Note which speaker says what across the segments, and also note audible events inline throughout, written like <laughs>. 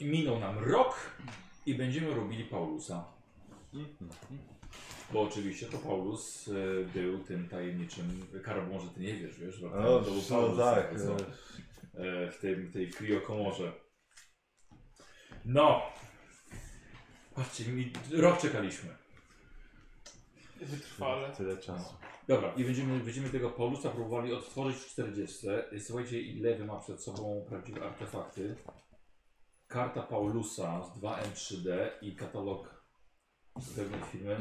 Speaker 1: I minął nam rok i będziemy robili Paulusa. Bo oczywiście to Paulus y, był tym tajemniczym, Karol, może ty nie wiesz, wiesz? bo
Speaker 2: No,
Speaker 1: był
Speaker 2: no tak.
Speaker 1: co, e, w tym, tej kriokomorze. No. Patrzcie, mi, rok czekaliśmy.
Speaker 2: e,
Speaker 3: Wytrwale.
Speaker 2: Tyle czasu.
Speaker 1: Dobra, i będziemy, będziemy tego Paulusa próbowali odtworzyć w 40. Słuchajcie, i lewy ma przed sobą prawdziwe artefakty. Karta Paulusa z 2M3D i katalog z pewnej firmy.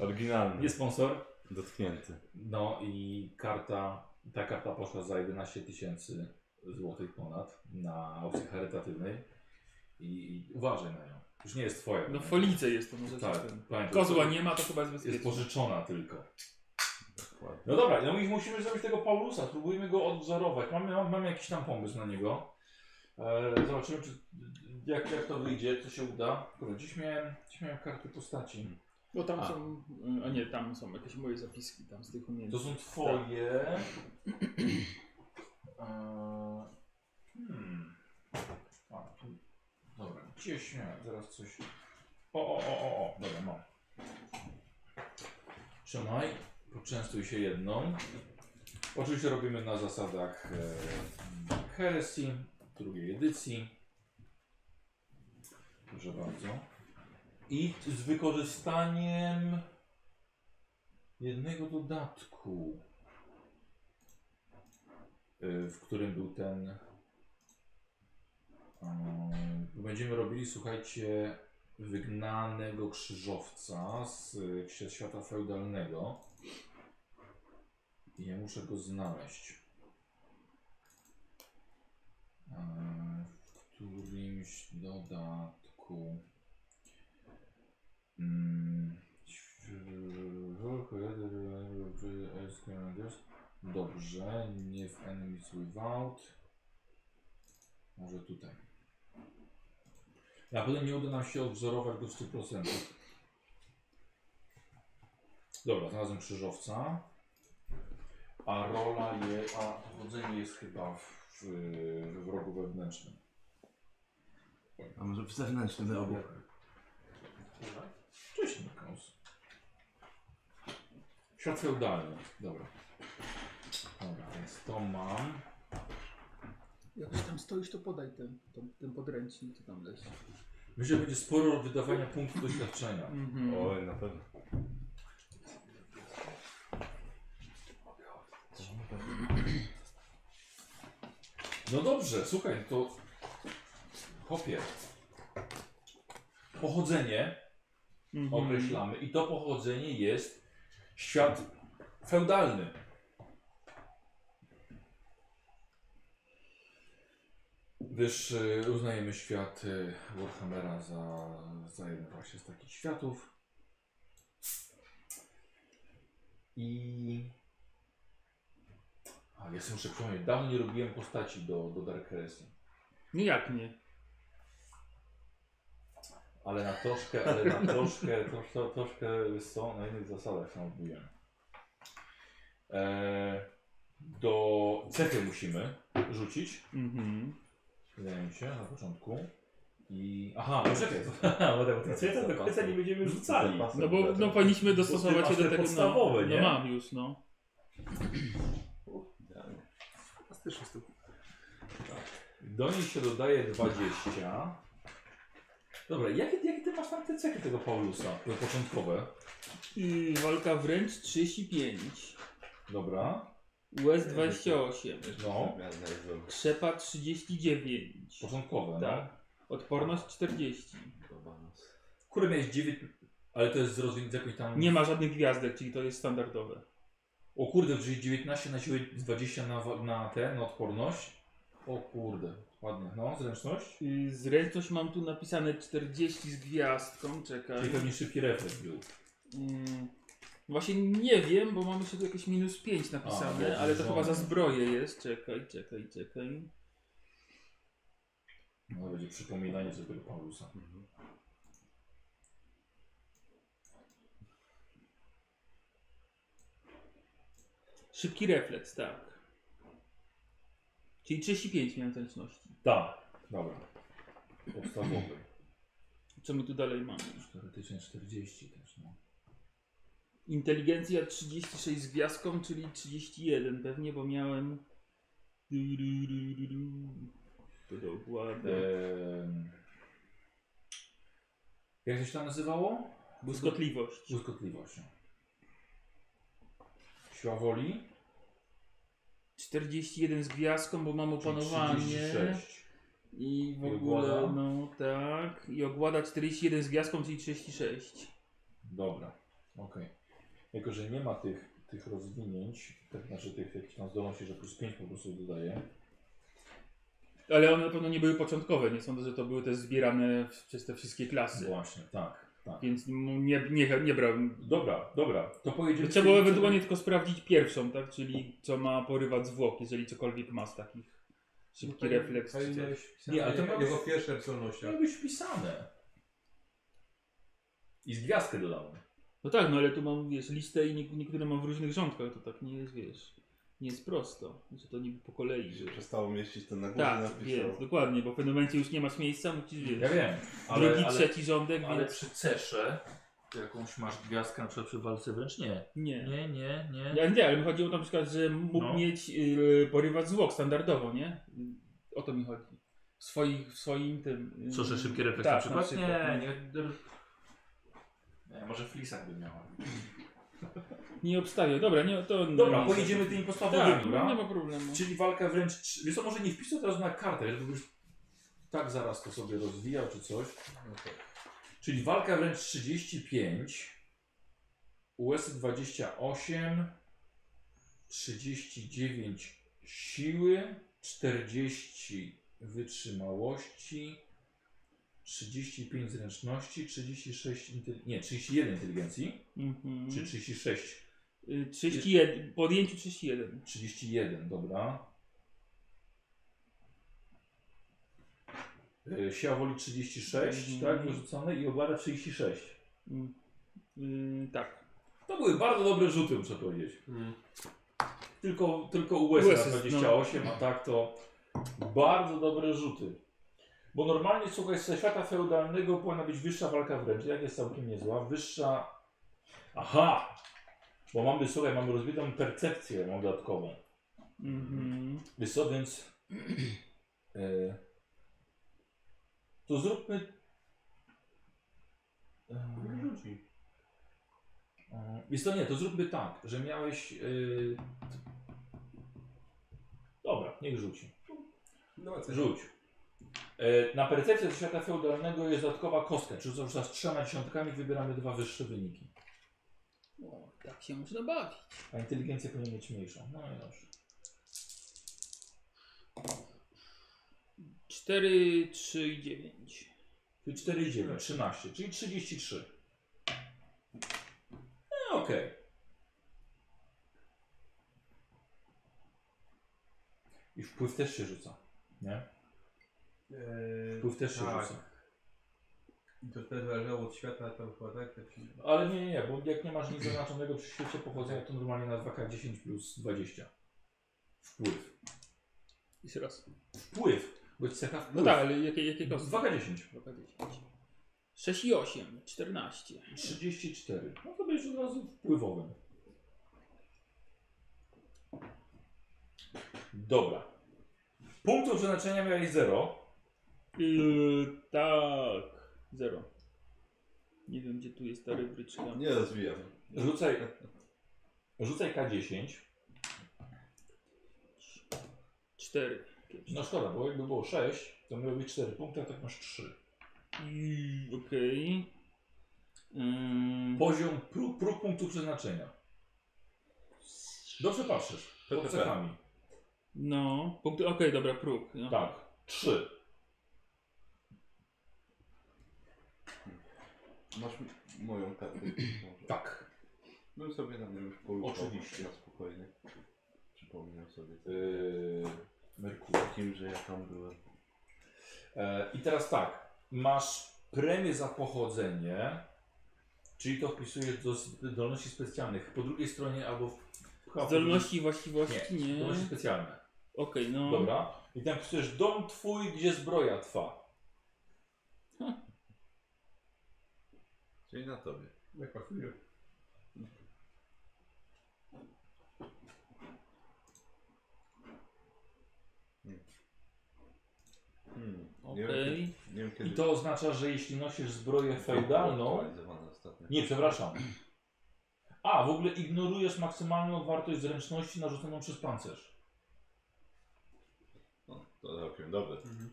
Speaker 2: Oryginalny.
Speaker 1: Nie sponsor.
Speaker 2: Dotknięty.
Speaker 1: No i karta, ta karta poszła za 11 tysięcy złotych ponad na aukcji charytatywnej. I, I uważaj na nią. Już nie jest twoja.
Speaker 3: No folice jest to może
Speaker 1: Tak,
Speaker 3: tak. ten.
Speaker 1: pamiętaj,
Speaker 3: Kozła
Speaker 1: to
Speaker 3: nie ma, to chyba jest
Speaker 1: Jest
Speaker 3: bezpieczne.
Speaker 1: pożyczona tylko.
Speaker 2: Dokładnie.
Speaker 1: No dobra, no i musimy zrobić tego Paulusa, spróbujmy go odwzorować. Mamy, mam, mamy jakiś tam pomysł na niego. E, zobaczymy, czy, jak, jak to wyjdzie, co się uda. Kurde, dziś miałem, dziś miałem karty postaci.
Speaker 3: Bo tam
Speaker 1: A.
Speaker 3: są. A nie, tam są jakieś moje zapiski tam z tych
Speaker 1: To
Speaker 3: umiejętności.
Speaker 1: są twoje. E, hmm. A, tu. Dobra, gdzieś miałem zaraz coś. O, o, o, o, o. dobra, mam. Trzymaj, poczęstuj się jedną. Oczywiście robimy na zasadach e, Heresy, drugiej edycji. Proszę bardzo. I z wykorzystaniem jednego dodatku, y, w którym był ten. mm, Będziemy robili, słuchajcie, wygnanego krzyżowca z y, ksi- świata feudalnego. I ja muszę go znaleźć. Y, W którymś dodatku. Mm. Dobrze, nie w Enemies Without. Może tutaj. Na pewno nie uda nam się odwzorować go w 100%. Dobra, znalazłem krzyżowca. A rola je, a pochodzenie jest chyba w, w, w rogu wewnętrznym.
Speaker 2: A może w zewnętrznym rogu?
Speaker 1: Cześć Nikos. Świat feudalny. Dobra. Dobra, więc to mam.
Speaker 4: Jak już tam stoisz, to podaj ten, ten, ten podręcznik, co tam leży.
Speaker 1: Myślę, że będzie sporo wydawania punktów doświadczenia.
Speaker 3: Mhm.
Speaker 2: Oj, na pewno.
Speaker 1: No dobrze, słuchaj, to... Chopie. Pochodzenie
Speaker 3: Mhm.
Speaker 1: określamy i to pochodzenie jest świat feudalny. Gdyż y, uznajemy świat y, Warhammera za, za jeden właśnie z takich światów. I... A, ja sobie muszę przypomnieć, dawno nie robiłem postaci do, do Dark Heresy.
Speaker 3: Nie No jak nie.
Speaker 1: Ale na troszkę, ale na troszkę, trosz, to, troszkę są na innych zasadach się odbijemy. Eee, do cechy musimy rzucić,
Speaker 3: Mhm.
Speaker 1: wydaje mi się, na początku. I... Aha, no czekaj, bo <laughs> tego tej cechy do końca nie będziemy rzucali.
Speaker 2: Zapasem
Speaker 3: No bo
Speaker 2: dlatego.
Speaker 3: no, powinniśmy
Speaker 1: Bo
Speaker 3: dostosować
Speaker 1: ty masz
Speaker 3: się do
Speaker 1: te
Speaker 3: tego.
Speaker 1: podstawowe,
Speaker 3: no,
Speaker 1: nie?
Speaker 3: no mam już, no.
Speaker 4: Fantastyczny z tym.
Speaker 1: Do niej się dodaje 20. Dobra, jakie, jakie ty masz tam te cechy tego Paulusa? Te początkowe.
Speaker 3: I walka wręcz 35.
Speaker 1: Dobra,
Speaker 3: US 28.
Speaker 1: no.
Speaker 3: Krzepa 39.
Speaker 1: Początkowe, no.
Speaker 3: Tak. Odporność 40.
Speaker 1: Kurde, miałeś 9... Ale to jest z rozwin- z jakąś tam...
Speaker 3: Nie ma żadnych gwiazdek, czyli to jest standardowe.
Speaker 1: O kurde, czyli 19 na siłę, 20 na, wa- na tę, na odporność. O kurde, ładnie. No, zręczność.
Speaker 3: Y, Zręczność mam tu napisane 40 z gwiazdką, czekaj.
Speaker 1: Czyli pewnie szybki refleks był.
Speaker 3: Mm, Właśnie nie wiem, bo mamy jeszcze tu jakieś minus 5
Speaker 1: A,
Speaker 3: napisane,
Speaker 1: bo
Speaker 3: ale to
Speaker 1: żony.
Speaker 3: chyba za zbroję jest. Czekaj, czekaj, czekaj.
Speaker 1: No, będzie przypominanie sobie tego Paulusa.
Speaker 3: Szybki refleks, tak. Czyli 35 miałem zręczności.
Speaker 1: Tak, dobra. podstawowy.
Speaker 3: Co my tu dalej mamy?
Speaker 1: Teoretycznie 40 też, no.
Speaker 3: Inteligencja 36 z gwiazdką, czyli 31 pewnie, bo miałem... Du, du, du, du, du. To dokładnie.
Speaker 1: Em, Jak to się tam nazywało?
Speaker 3: Błyskotliwość.
Speaker 1: Błyskotliwością. Siła woli?
Speaker 3: 41 z gwiazdką, bo mam
Speaker 1: czyli
Speaker 3: opanowanie.
Speaker 1: 36.
Speaker 3: I w
Speaker 1: I
Speaker 3: ogóle,
Speaker 1: ogłada.
Speaker 3: no tak. I ogłada 41 z gwiazdką, czyli 36.
Speaker 1: Dobra, okej. Jako, że nie ma tych, tych rozwinięć, tak znaczy tych jakichś tam zdolności, że plus 5 po prostu dodaje.
Speaker 3: Ale one na pewno nie były początkowe, nie sądzę, że to były te zbierane w- przez te wszystkie klasy.
Speaker 1: Właśnie, tak, tak.
Speaker 3: Więc m- nie, nie, nie brałem.
Speaker 1: Dobra, dobra, to pojedziemy...
Speaker 3: Trzeba było ewentualnie tylko sprawdzić pierwszą, tak? Czyli co ma porywać zwłok, jeżeli cokolwiek ma z takich szybki
Speaker 1: No tak,
Speaker 3: refleks. Czy coś.
Speaker 1: Nie,
Speaker 5: Nie,
Speaker 1: ale
Speaker 5: ale
Speaker 1: to
Speaker 5: jako,
Speaker 1: miałeś-
Speaker 5: jako pierwsze w zdolnościach.
Speaker 1: Miałbyś wpisane. I z gwiazdkę dodałem.
Speaker 3: No tak, no ale tu mam, wiesz, listę i nie- niektóre mam w różnych rządkach, to tak nie jest, wiesz, nie jest prosto, że to niby po kolei.
Speaker 2: Że
Speaker 3: Że...
Speaker 2: przestało mieścić ten na górze
Speaker 3: Tak,
Speaker 2: napisał.
Speaker 3: więc dokładnie, bo w pewnym momencie już nie masz miejsca, musisz, wiesz,
Speaker 1: Ja wiem, ale,
Speaker 3: drugi,
Speaker 1: ale,
Speaker 3: trzeci rządek,
Speaker 1: ale
Speaker 3: więc
Speaker 1: przy cesze to jakąś masz gwiazdkę na przykład przy walce wręcz nie.
Speaker 3: nie.
Speaker 1: Nie, nie, nie.
Speaker 3: Ja nie, ale mi chodziło na przykład, że mógł
Speaker 1: No.
Speaker 3: mieć y, porywać zwłok standardowo, nie? Y, O to mi chodzi. W, swoich, w swoim tym. y,
Speaker 1: Co, że szybki refleks
Speaker 3: tak,
Speaker 1: na przykład?
Speaker 3: no.
Speaker 1: nie. nie. Może flisach by miała.
Speaker 3: Nie obstawię, dobra, nie, to.
Speaker 1: Dobra,
Speaker 3: nie-
Speaker 1: pojedziemy tymi podstawowymi,
Speaker 3: Tak,
Speaker 1: dobra?
Speaker 3: nie ma problemu.
Speaker 1: Czyli walka wręcz... trz- Wiesz co, może nie wpisał teraz na kartę, żeby już tak zaraz to sobie rozwijał czy coś. Czyli walka wręcz 35, US 28, 39 siły, 40 wytrzymałości, 35 zręczności, 36 intel- nie, 31 inteligencji,
Speaker 3: Mhm.
Speaker 1: czy 36,
Speaker 3: Y, 31, podjęciu 31.
Speaker 1: 31, dobra. Y, Siła woli 36,
Speaker 3: Mhm.
Speaker 1: tak, wyrzucone i ogłada 36.
Speaker 3: Mm. Y, tak.
Speaker 1: To były bardzo dobre rzuty, muszę powiedzieć.
Speaker 5: Mm.
Speaker 1: Tylko, tylko US
Speaker 3: US
Speaker 1: na
Speaker 3: jest,
Speaker 1: 28, a tak to bardzo dobre rzuty. Bo normalnie, słuchaj, ze świata feudalnego powinna być wyższa walka wręcz, jak jest całkiem niezła, wyższa... Aha! Bo mamy, słuchaj, mamy rozbitą percepcję mam dodatkową.
Speaker 3: Mhm.
Speaker 1: Wiesz co, więc... <clears throat> e, to zróbmy... E,
Speaker 5: Ludzi.
Speaker 1: E, Wiesz to nie, to zróbmy tak, że miałeś. Yy... Dobra, niech rzuci.
Speaker 5: No, co?
Speaker 1: Rzuć. E, na percepcję ze świata feudalnego jest dodatkowa kostka. Czyli rzucasz z trzema dziesiątkami, wybieramy dwa wyższe wyniki.
Speaker 3: O, tak się można bawić.
Speaker 1: A inteligencję powinien mieć mniejszą. No i dobrze.
Speaker 3: 4, 3 i 9.
Speaker 1: Czyli 4 i 9, 13, czyli 33. No okej. I wpływ też się rzuca. Nie?
Speaker 5: Eee,
Speaker 1: Wpływ też się
Speaker 5: tak.
Speaker 1: rzuca.
Speaker 5: I to też zależało od świata tam chyba, tak? tak? się-
Speaker 1: Ale nie, nie, nie, bo jak nie masz nic zaznaczonego przy świecie pochodzenia, to normalnie na 2K10 plus 20. Wpływ.
Speaker 3: Jeszcze raz.
Speaker 1: Wpływ, bo jest cecha wpływ.
Speaker 3: No tak, ale jakie, jakie kostki?
Speaker 1: 2K10.
Speaker 3: 6 i 8, 14.
Speaker 1: 34. No to będziesz od razu wpływowym. Dobra. Punktów przeznaczenia miałeś 0.
Speaker 3: Yy, tak. Zero. Nie wiem, gdzie tu jest ta rubryczka.
Speaker 2: Nie rozwijam.
Speaker 1: Rzucaj. Rzucaj K10.
Speaker 3: Cztery.
Speaker 1: No szkoda, bo jakby było 6, to miałoby 4 punkty, a tak masz 3.
Speaker 3: Yy, Okej. Yy,
Speaker 1: Poziom próg, próg punktu przeznaczenia. Dobrze patrzysz. Pod
Speaker 2: PPP.
Speaker 1: cechami.
Speaker 3: no. punkty- Okej, dobra, próg. No.
Speaker 1: Tak. Trzy.
Speaker 2: Masz m- moją kartę.
Speaker 1: <clears throat>
Speaker 2: może.
Speaker 1: Tak.
Speaker 2: Bym sobie na nim już pojukał.
Speaker 1: Oczywiście.
Speaker 2: Na spokojnie. Przypomniał sobie
Speaker 1: Yy, Merkury.
Speaker 2: E, kim, że ja tam byłem.
Speaker 1: E, I teraz tak. Masz premię za pochodzenie, czyli to wpisujesz do zdolności specjalnych. Po drugiej stronie albo... w-
Speaker 3: Zdolności i właściwości nie.
Speaker 1: Zdolności specjalne.
Speaker 3: Okej, no.
Speaker 1: Dobra. I tam wpisujesz dom twój, gdzie zbroja twa.
Speaker 6: Czyli na tobie.
Speaker 5: Jak pasuje.
Speaker 6: Hmm.
Speaker 3: Okej.
Speaker 6: Nie, wiem, kiedy- nie wiem kiedy...
Speaker 1: I to oznacza, że jeśli nosisz zbroję feudalną,
Speaker 6: Aktualizowane ostatnio.
Speaker 1: Nie, przepraszam. A, w ogóle ignorujesz maksymalną wartość zręczności narzuconą przez pancerz.
Speaker 6: No, to całkiem dobre.
Speaker 5: Mhm.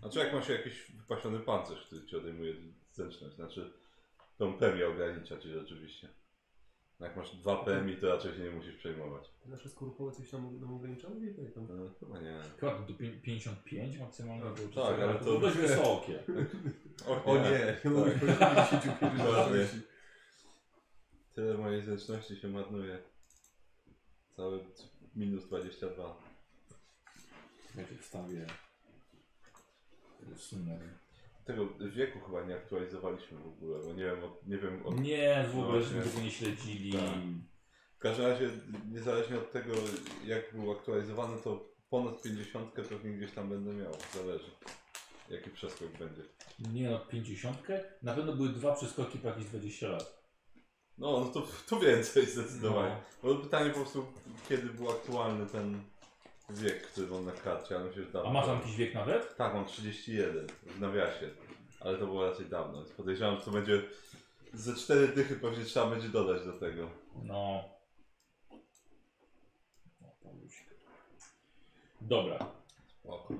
Speaker 6: Znaczy jak masz jakiś wypasiony pancerz, który ci odejmuje zręczność, znaczy tą premię ogranicza ci rzeczywiście. Jak masz dwa PMI, to raczej się nie musisz przejmować.
Speaker 5: Nasze skorupowe coś tam nam ograniczały? Nie pamiętam.
Speaker 6: No, chyba nie.
Speaker 1: Chyba do pię- 55 maksymalnie.
Speaker 6: No,
Speaker 1: było, czy
Speaker 6: tak,
Speaker 1: coś,
Speaker 6: ale to-
Speaker 1: dość
Speaker 6: <laughs>
Speaker 1: wysokie.
Speaker 6: O, <laughs> Tak.
Speaker 5: nie mówisz powiedzieć 10 kiedyś
Speaker 6: Dokładnie. Tyle mojej zręczności się marnuje. Cały minus 22.
Speaker 1: Słuchajcie, wstawię rysunek.
Speaker 6: Tego wieku chyba nie aktualizowaliśmy w ogóle, bo nie wiem, od, nie wiem od
Speaker 1: Nie, w ogóle
Speaker 6: No,
Speaker 1: żeśmy
Speaker 6: nie.
Speaker 1: tego nie śledzili.
Speaker 6: Tak. W każdym razie, niezależnie od tego, jak był aktualizowany, to ponad 50 pewnie gdzieś tam będę miał. Zależy, jaki przeskok będzie.
Speaker 1: Nie no, 50. Na pewno były dwa przeskoki po jakieś 20 lat.
Speaker 6: No, no to, to więcej <laughs> zdecydowanie. No. pytanie po prostu, kiedy był aktualny ten wiek, który był na karcie, ale myślę, że
Speaker 1: No.
Speaker 6: dawno.
Speaker 1: A masz tam jakiś wiek nawet?
Speaker 6: Tak, mam 31 w nawiasie, ale to było raczej dawno, więc podejrzewam, że to będzie... Ze cztery dychy pewnie trzeba będzie dodać do tego.
Speaker 1: No. O, Palusik. Dobra.
Speaker 6: Spoko.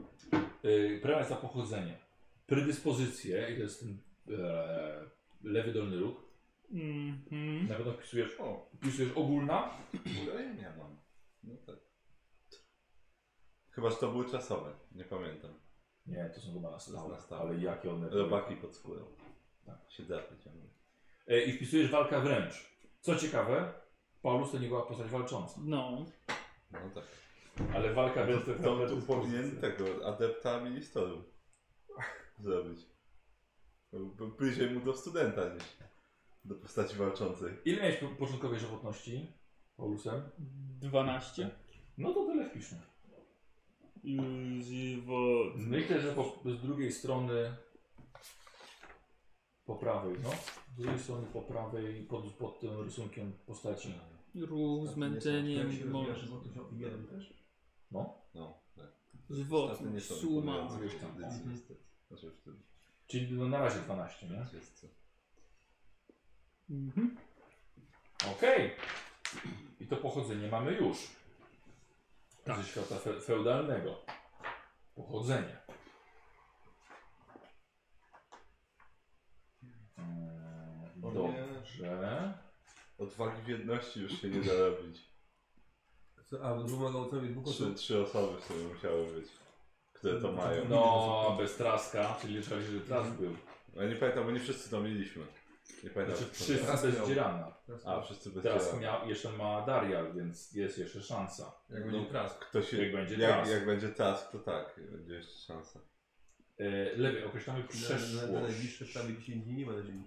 Speaker 1: Yy, premia za pochodzenie. Predyspozycje, i to jest ten e, lewy dolny róg.
Speaker 3: Mhm.
Speaker 1: Na pewno wpisujesz,
Speaker 6: O,
Speaker 1: wpisujesz ogólna.
Speaker 6: ja jej nie mam. No tak. Chyba, że to były czasowe, nie pamiętam.
Speaker 1: Nie, to są chyba na
Speaker 6: To
Speaker 1: stałe.
Speaker 6: jest na stałe.
Speaker 1: Ale jakie one były.
Speaker 6: Robaki pod skórą.
Speaker 1: Tak.
Speaker 6: Się da wyciągnąć.
Speaker 1: E, I wpisujesz walka wręcz. Co ciekawe, Paulus to nie była postać walcząca.
Speaker 3: No.
Speaker 6: No tak.
Speaker 1: Ale walka wręcz to,
Speaker 6: To tu powinien tego adepta ministerium zrobić. Bo Bliżej mu do studenta niż do postaci walczącej.
Speaker 1: Ile miałeś po- początkowej żywotności Paulusem?
Speaker 3: 12.
Speaker 1: No to tyle wpiszmy.
Speaker 3: Yy, Żywo...
Speaker 1: Myślę, że po, z drugiej strony po prawej, no. Z drugiej strony po prawej pod, pod tym rysunkiem postaci.
Speaker 3: Ru,
Speaker 2: Jak
Speaker 3: zmęczenie,
Speaker 2: się rozwijasz,
Speaker 3: może.
Speaker 2: bo to się
Speaker 5: I jeden też?
Speaker 1: No.
Speaker 6: No, tak.
Speaker 3: Żywot,
Speaker 6: Ostatnio nie są
Speaker 3: suma.
Speaker 6: imponujące
Speaker 1: Wiesz tam,
Speaker 6: kondycje,
Speaker 5: no.
Speaker 6: niestety. Znaczy w tym
Speaker 1: Czyli no, na razie 12, nie?
Speaker 6: 20.
Speaker 3: Mhm.
Speaker 1: Okej. I to pochodzenie mamy już. Ze świata fe feudalnego. Pochodzenie. Mm,
Speaker 5: O Eee, nie.
Speaker 1: Dobrze.
Speaker 6: Odwagi w jedności już się nie da robić.
Speaker 5: Co, a, dwoma gałcami dwóch
Speaker 6: Trzy,
Speaker 5: osób.
Speaker 6: trzy osoby w sumie musiały być, które to mają.
Speaker 1: No, bez traska, czyli trzeba że trask był.
Speaker 6: Ja nie pamiętam, bo nie wszyscy to mieliśmy. Nie pamiętam.
Speaker 1: Znaczy
Speaker 6: kto
Speaker 1: wszyscy
Speaker 5: Trask
Speaker 1: bez
Speaker 5: miał.
Speaker 1: dzierana.
Speaker 6: A, wszyscy bez
Speaker 1: Teraz
Speaker 6: ciała.
Speaker 1: miał, jeszcze ma Darial, więc jest jeszcze szansa.
Speaker 5: Jak
Speaker 6: No.
Speaker 5: będzie trask.
Speaker 6: Ktoś się,
Speaker 1: Jak będzie
Speaker 6: jak,
Speaker 1: task.
Speaker 6: jak będzie task, to tak, będzie jeszcze szansa. <laughs>
Speaker 1: E, lepiej określamy
Speaker 5: Na, na, na najbliższe
Speaker 1: przeszłość.
Speaker 5: prawie 10 dni nie ma na ziemi.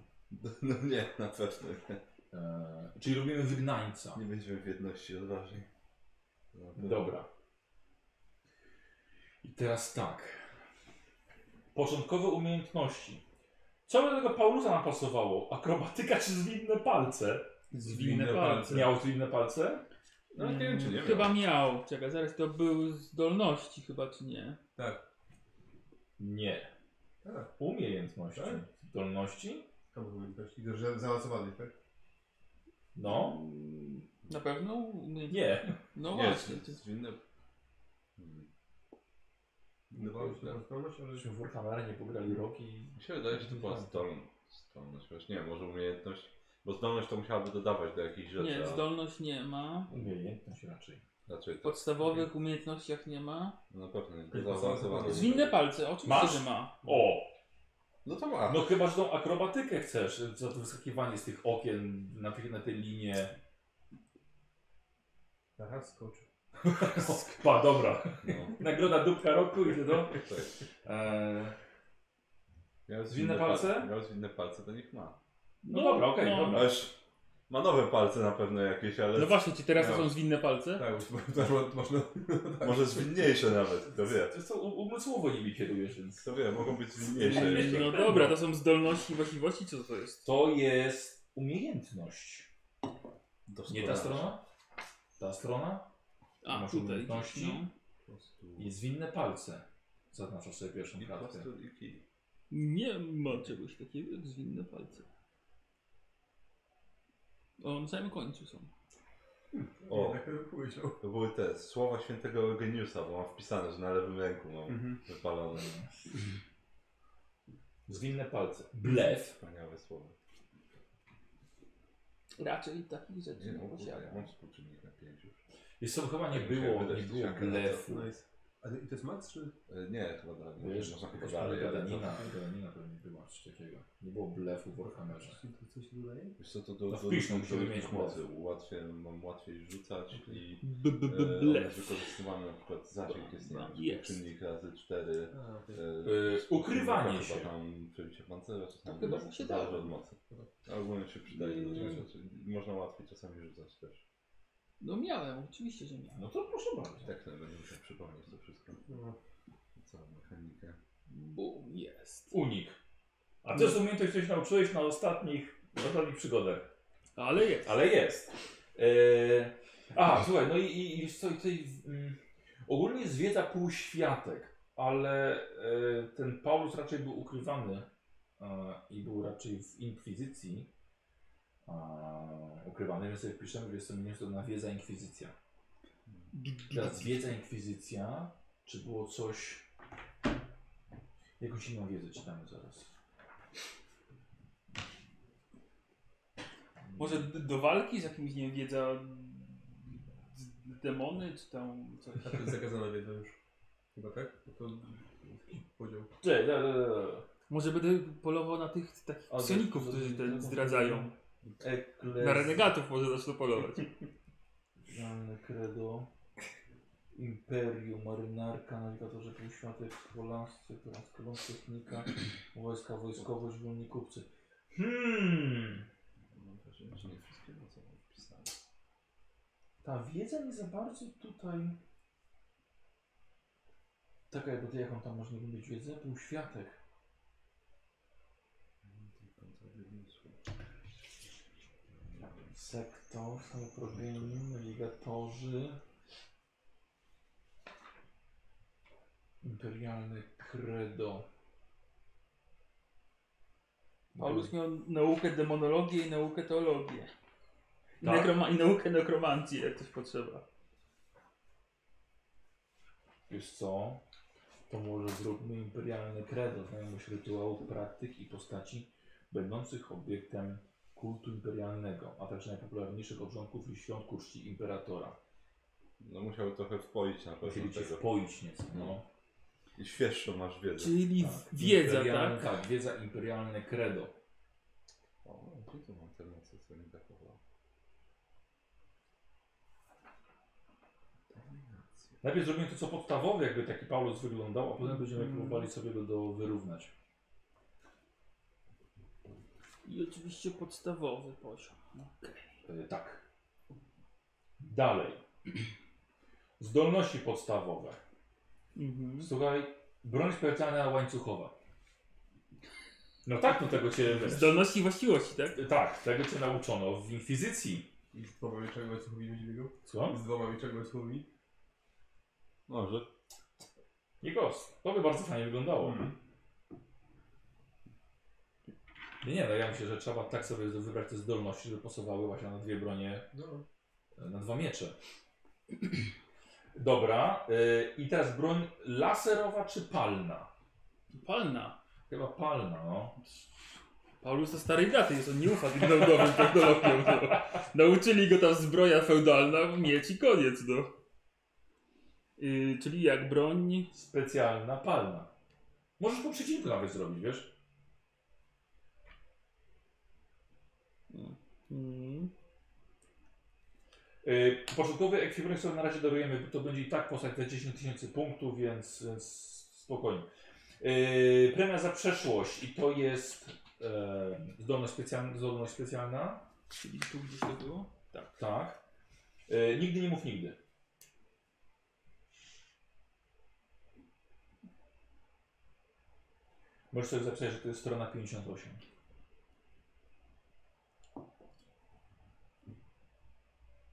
Speaker 6: No nie, na pewno nie.
Speaker 1: E, czyli robimy wygnańca.
Speaker 6: Nie będziemy w jedności odważni. No, Na pewno.
Speaker 1: Dobra. I teraz tak. Początkowe umiejętności. Co by do tego Paulusa nam pasowało? Akrobatyka czy zwinne palce?
Speaker 3: Zwinne palce.
Speaker 1: Miał zwinne palce?
Speaker 6: No nie wiem, czy nie
Speaker 3: Mm,
Speaker 6: miał.
Speaker 3: Chyba miał. Czekaj, zaraz to był zdolności chyba, czy nie?
Speaker 5: Tak.
Speaker 1: Nie.
Speaker 5: Tak.
Speaker 1: Umiejętności.
Speaker 5: Tak?
Speaker 1: Zdolności?
Speaker 5: Tam były umiejętności. Że zaawansowanych, tak?
Speaker 1: No.
Speaker 3: Mm, Na pewno? Nie.
Speaker 1: Nie.
Speaker 3: No
Speaker 6: Nie,
Speaker 3: właśnie.
Speaker 6: to jest winne.
Speaker 5: Dawało
Speaker 6: Tak.
Speaker 5: się na zdolność, ale...
Speaker 1: Żeśmy w Warhammera nie pograli rok i...
Speaker 6: Mi się wydaje, że to była zdolność. Zdolność, chociaż nie, może umiejętność. Bo zdolność to musiałaby dodawać do jakichś rzeczy.
Speaker 3: Nie,
Speaker 6: a
Speaker 3: zdolność nie ma.
Speaker 1: Umiejętność raczej.
Speaker 6: Raczej
Speaker 3: W
Speaker 6: to.
Speaker 3: podstawowych umiejętnościach nie ma.
Speaker 6: No na pewno nie.
Speaker 5: Tylko
Speaker 6: To zaawansowane.
Speaker 3: Zwinne palce, oczywiście,
Speaker 1: Masz?
Speaker 3: że ma.
Speaker 1: O!
Speaker 6: No to ma.
Speaker 1: No chyba, że tą akrobatykę chcesz. Za to wyskakiwanie z tych okien na, tej- na tej linie.
Speaker 5: Aha, skoczył.
Speaker 1: Pa, dobra.
Speaker 6: No.
Speaker 1: Nagroda dupka roku i do.
Speaker 6: Tak.
Speaker 1: Eee,
Speaker 6: Miał
Speaker 1: Zwinne palce?
Speaker 6: Miał zwinne palce, to niech ma.
Speaker 1: no dobra, okej,
Speaker 3: no.
Speaker 1: dobra.
Speaker 6: Aż Ma nowe palce na pewno jakieś, ale
Speaker 3: No właśnie, czy teraz to
Speaker 5: No.
Speaker 3: są zwinne palce?
Speaker 5: Tak, już można- można...
Speaker 6: może zwinniejsze nawet, kto wie.
Speaker 1: To co, u- umysłowo nimi kierujesz, więc...
Speaker 6: Kto wie, mogą być zwinniejsze jeszcze.
Speaker 3: No dobra, to są zdolności i właściwości, co to jest?
Speaker 1: To jest umiejętność. Nie ta
Speaker 2: Doskonale.
Speaker 1: strona? Ta strona?
Speaker 3: A,
Speaker 1: Masz
Speaker 3: tutaj.
Speaker 1: umiejętności?
Speaker 3: No.
Speaker 1: I zwinne palce. Zaznaczasz sobie pierwszą
Speaker 6: I
Speaker 1: kartę.
Speaker 6: kostur, i kij.
Speaker 3: Nie ma czegoś takiego jak zwinne palce. O, na samym końcu są.
Speaker 6: O,
Speaker 5: Tak bym powiedział.
Speaker 6: to były te słowa świętego Eugeniusza, bo mam wpisane, że na lewym ręku mam
Speaker 3: Mm.
Speaker 5: Mhm.
Speaker 6: wypalone.
Speaker 1: Zwinne palce. Blef.
Speaker 6: Wspaniałe słowa.
Speaker 3: Raczej takich rzeczy
Speaker 6: Nie,
Speaker 3: nie
Speaker 6: no, kurde, ja
Speaker 3: posiadam.
Speaker 6: mam współczynnik na 5 już.
Speaker 1: Jest to chyba nie
Speaker 6: Tak
Speaker 1: było,
Speaker 6: musiałem wydać
Speaker 1: nie było
Speaker 6: tysiąca na
Speaker 1: blefu.
Speaker 6: to.
Speaker 5: Nice. Ale no i to jest max, czy...
Speaker 6: E, Nie, chyba dalej.
Speaker 1: Bo Wiesz,
Speaker 6: Można chyba
Speaker 1: jakaś
Speaker 6: dalej, ale to...
Speaker 1: gadanina, gadanina pewnie była, coś takiego. Nie było blefu w Warhammerze.
Speaker 5: Czy to coś dodaje?
Speaker 6: Wiesz co, to do,
Speaker 1: No
Speaker 6: do,
Speaker 1: wpisz,
Speaker 6: do,
Speaker 1: musimy mieć
Speaker 6: różnych mocy. Łatwiej, mam łatwiej rzucać i
Speaker 3: B, b,
Speaker 6: e,
Speaker 3: b,
Speaker 6: one jest
Speaker 3: blef. no,
Speaker 6: wykorzystywany na przykład zasięg jest, nie wiem,
Speaker 3: Jest.
Speaker 6: czynnik razy 4.
Speaker 5: A, okej.
Speaker 3: E,
Speaker 1: ukrywanie
Speaker 6: E, chyba
Speaker 1: się.
Speaker 6: tam przebicie pancerza, czy tam
Speaker 3: chyba mu się
Speaker 6: zależy
Speaker 3: dało.
Speaker 6: od mocy. A ogólnie się przydaje do tych rzeczy. Można łatwiej czasami rzucać też.
Speaker 3: No miałem, oczywiście, że miałem.
Speaker 1: No to proszę bardzo.
Speaker 6: I tak sobie będę musiał przypomnieć to wszystko.
Speaker 5: No.
Speaker 6: Całą mechanikę.
Speaker 3: Bum, jest.
Speaker 1: Unik. A to jest umiejętność, której się nauczyłeś na ostatnich, na ostatnich przygodach.
Speaker 3: Ale jest.
Speaker 1: Ale jest. Eee, a, słuchaj, no i, i, i co, tutaj, mm, ogólnie jest wiedza półświatek, ale e, ten Paulus raczej był ukrywany e, i był raczej w inkwizycji e, ukrywany, więc sobie wpiszemy, że jest to mniej na wiedza inkwizycja. Teraz wiedza inkwizycja, czy było coś... Jakąś inną wiedzę czytamy zaraz.
Speaker 3: Może d- do walki z jakimś, nie wiem, wiedza... z- Demony, czy tam coś.
Speaker 5: A to jest zakazana wiedza już. Chyba tak? Bo to podział.
Speaker 1: Cześć, da, da, da, da.
Speaker 3: Może będę polował na tych takich
Speaker 1: Ale-
Speaker 3: psioników, którzy te zdradzają. Na renegatów może zacznę
Speaker 6: <laughs>
Speaker 3: polować.
Speaker 1: Żalne credo. Imperium, marynarka, nawigatorzy półświatek, polascy, polaskolą, technika, wojska, wojskowość, wolni kupcy. Hmm,
Speaker 6: Mam wrażenie, że Znaczy nie wszystkiego co mam wpisane.
Speaker 1: ta wiedza nie za bardzo tutaj... Taka jakby ty, jaką tam można mieć wiedzę? Półświatek. Sektor, samoprogramie, nawigatorzy. Imperialne credo.
Speaker 3: Paulus miał naukę demonologię i naukę teologię. I,
Speaker 1: Tak?
Speaker 3: nekroma- I naukę nekromancji, jak coś potrzeba.
Speaker 1: Wiesz co? To może zróbmy imperialne credo, znajomość rytuałów, praktyk i postaci będących obiektem kultu imperialnego, a także najpopularniejszych obrządków i świąt ku czci imperatora.
Speaker 6: No musiał trochę wpoić na pewno
Speaker 1: Musieli cię
Speaker 6: tego.
Speaker 1: wpoić nieco, no.
Speaker 6: I świeższą masz wiedzę.
Speaker 3: Czyli
Speaker 1: Tak,
Speaker 3: wiedza,
Speaker 1: Imperialne-
Speaker 3: tak?
Speaker 1: Tak, wiedza imperialne credo.
Speaker 6: O, gdzie tu mam te moce, co mi brakowało? Dominacja.
Speaker 1: Najpierw zrobimy to co podstawowe, jakby taki Paulus wyglądał, a potem będziemy próbowali sobie go do wyrównać.
Speaker 3: I oczywiście podstawowy poziom. no. Okej.
Speaker 1: E, Tak. Dalej. <clears throat> Zdolności podstawowe.
Speaker 3: Mhm.
Speaker 1: Słuchaj, broń specjalna łańcuchowa. No tak, no tego cię.
Speaker 3: Zdolności i właściwości, tak?
Speaker 1: Tak, tego cię nauczono w inkwizycji.
Speaker 5: I z dwoma wieczami łańcuchowymi będzie biegał?
Speaker 1: Co?
Speaker 5: Z dwoma wieczami łańcuchowymi?
Speaker 6: Może.
Speaker 1: Nikos, to by bardzo fajnie wyglądało.
Speaker 5: Mhm.
Speaker 1: Nie, nie, no ja myślę, że trzeba tak sobie wybrać te zdolności, żeby pasowały właśnie na dwie bronie
Speaker 5: No.
Speaker 1: Na dwa miecze. Dobra, y, i teraz broń laserowa czy palna?
Speaker 3: Palna.
Speaker 1: Chyba palna, no.
Speaker 3: Paulus to starej daty jest, on nie ufa tym naukowym technologiom. No. Nauczyli go tam zbroja feudalna, mieć i koniec, no. Yy, czyli jak broń...
Speaker 1: Specjalna palna. Możesz po przecinku nawet zrobić, wiesz?
Speaker 3: Mhm.
Speaker 1: Yy, początkowy ekwipunek sobie na razie darujemy, to będzie i tak postać za 10 tysięcy punktów, więc, więc spokojnie. Y, premia za przeszłość i to jest e, zdolność, specjalna, zdolność specjalna.
Speaker 3: Czyli tu gdzieś to było?
Speaker 1: Tak. E, nigdy nie mów nigdy. Możesz sobie zapisać, że to jest strona 58.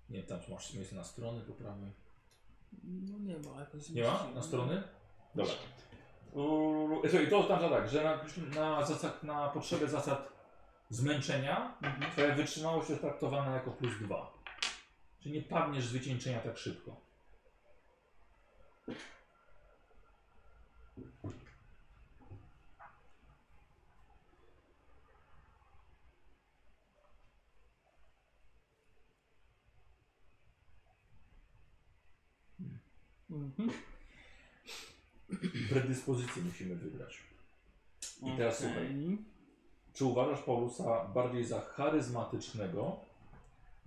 Speaker 1: Nie, tam masz miejsce na strony po prawej.
Speaker 3: No nie ma, ale jakoś
Speaker 1: Nie ma? Na strony? Dobra. Uuu, Słuchaj, to oznacza tak, że na, na, zasad, na potrzebę zasad zmęczenia
Speaker 3: Mhm.
Speaker 1: twoja wytrzymałość jest traktowana jako plus dwa. Czyli nie padniesz z wycieńczenia tak szybko.
Speaker 3: Mhm.
Speaker 1: Predyspozycję musimy wybrać. I teraz
Speaker 3: Okej.
Speaker 1: słuchaj. Czy uważasz Paulusa bardziej za charyzmatycznego,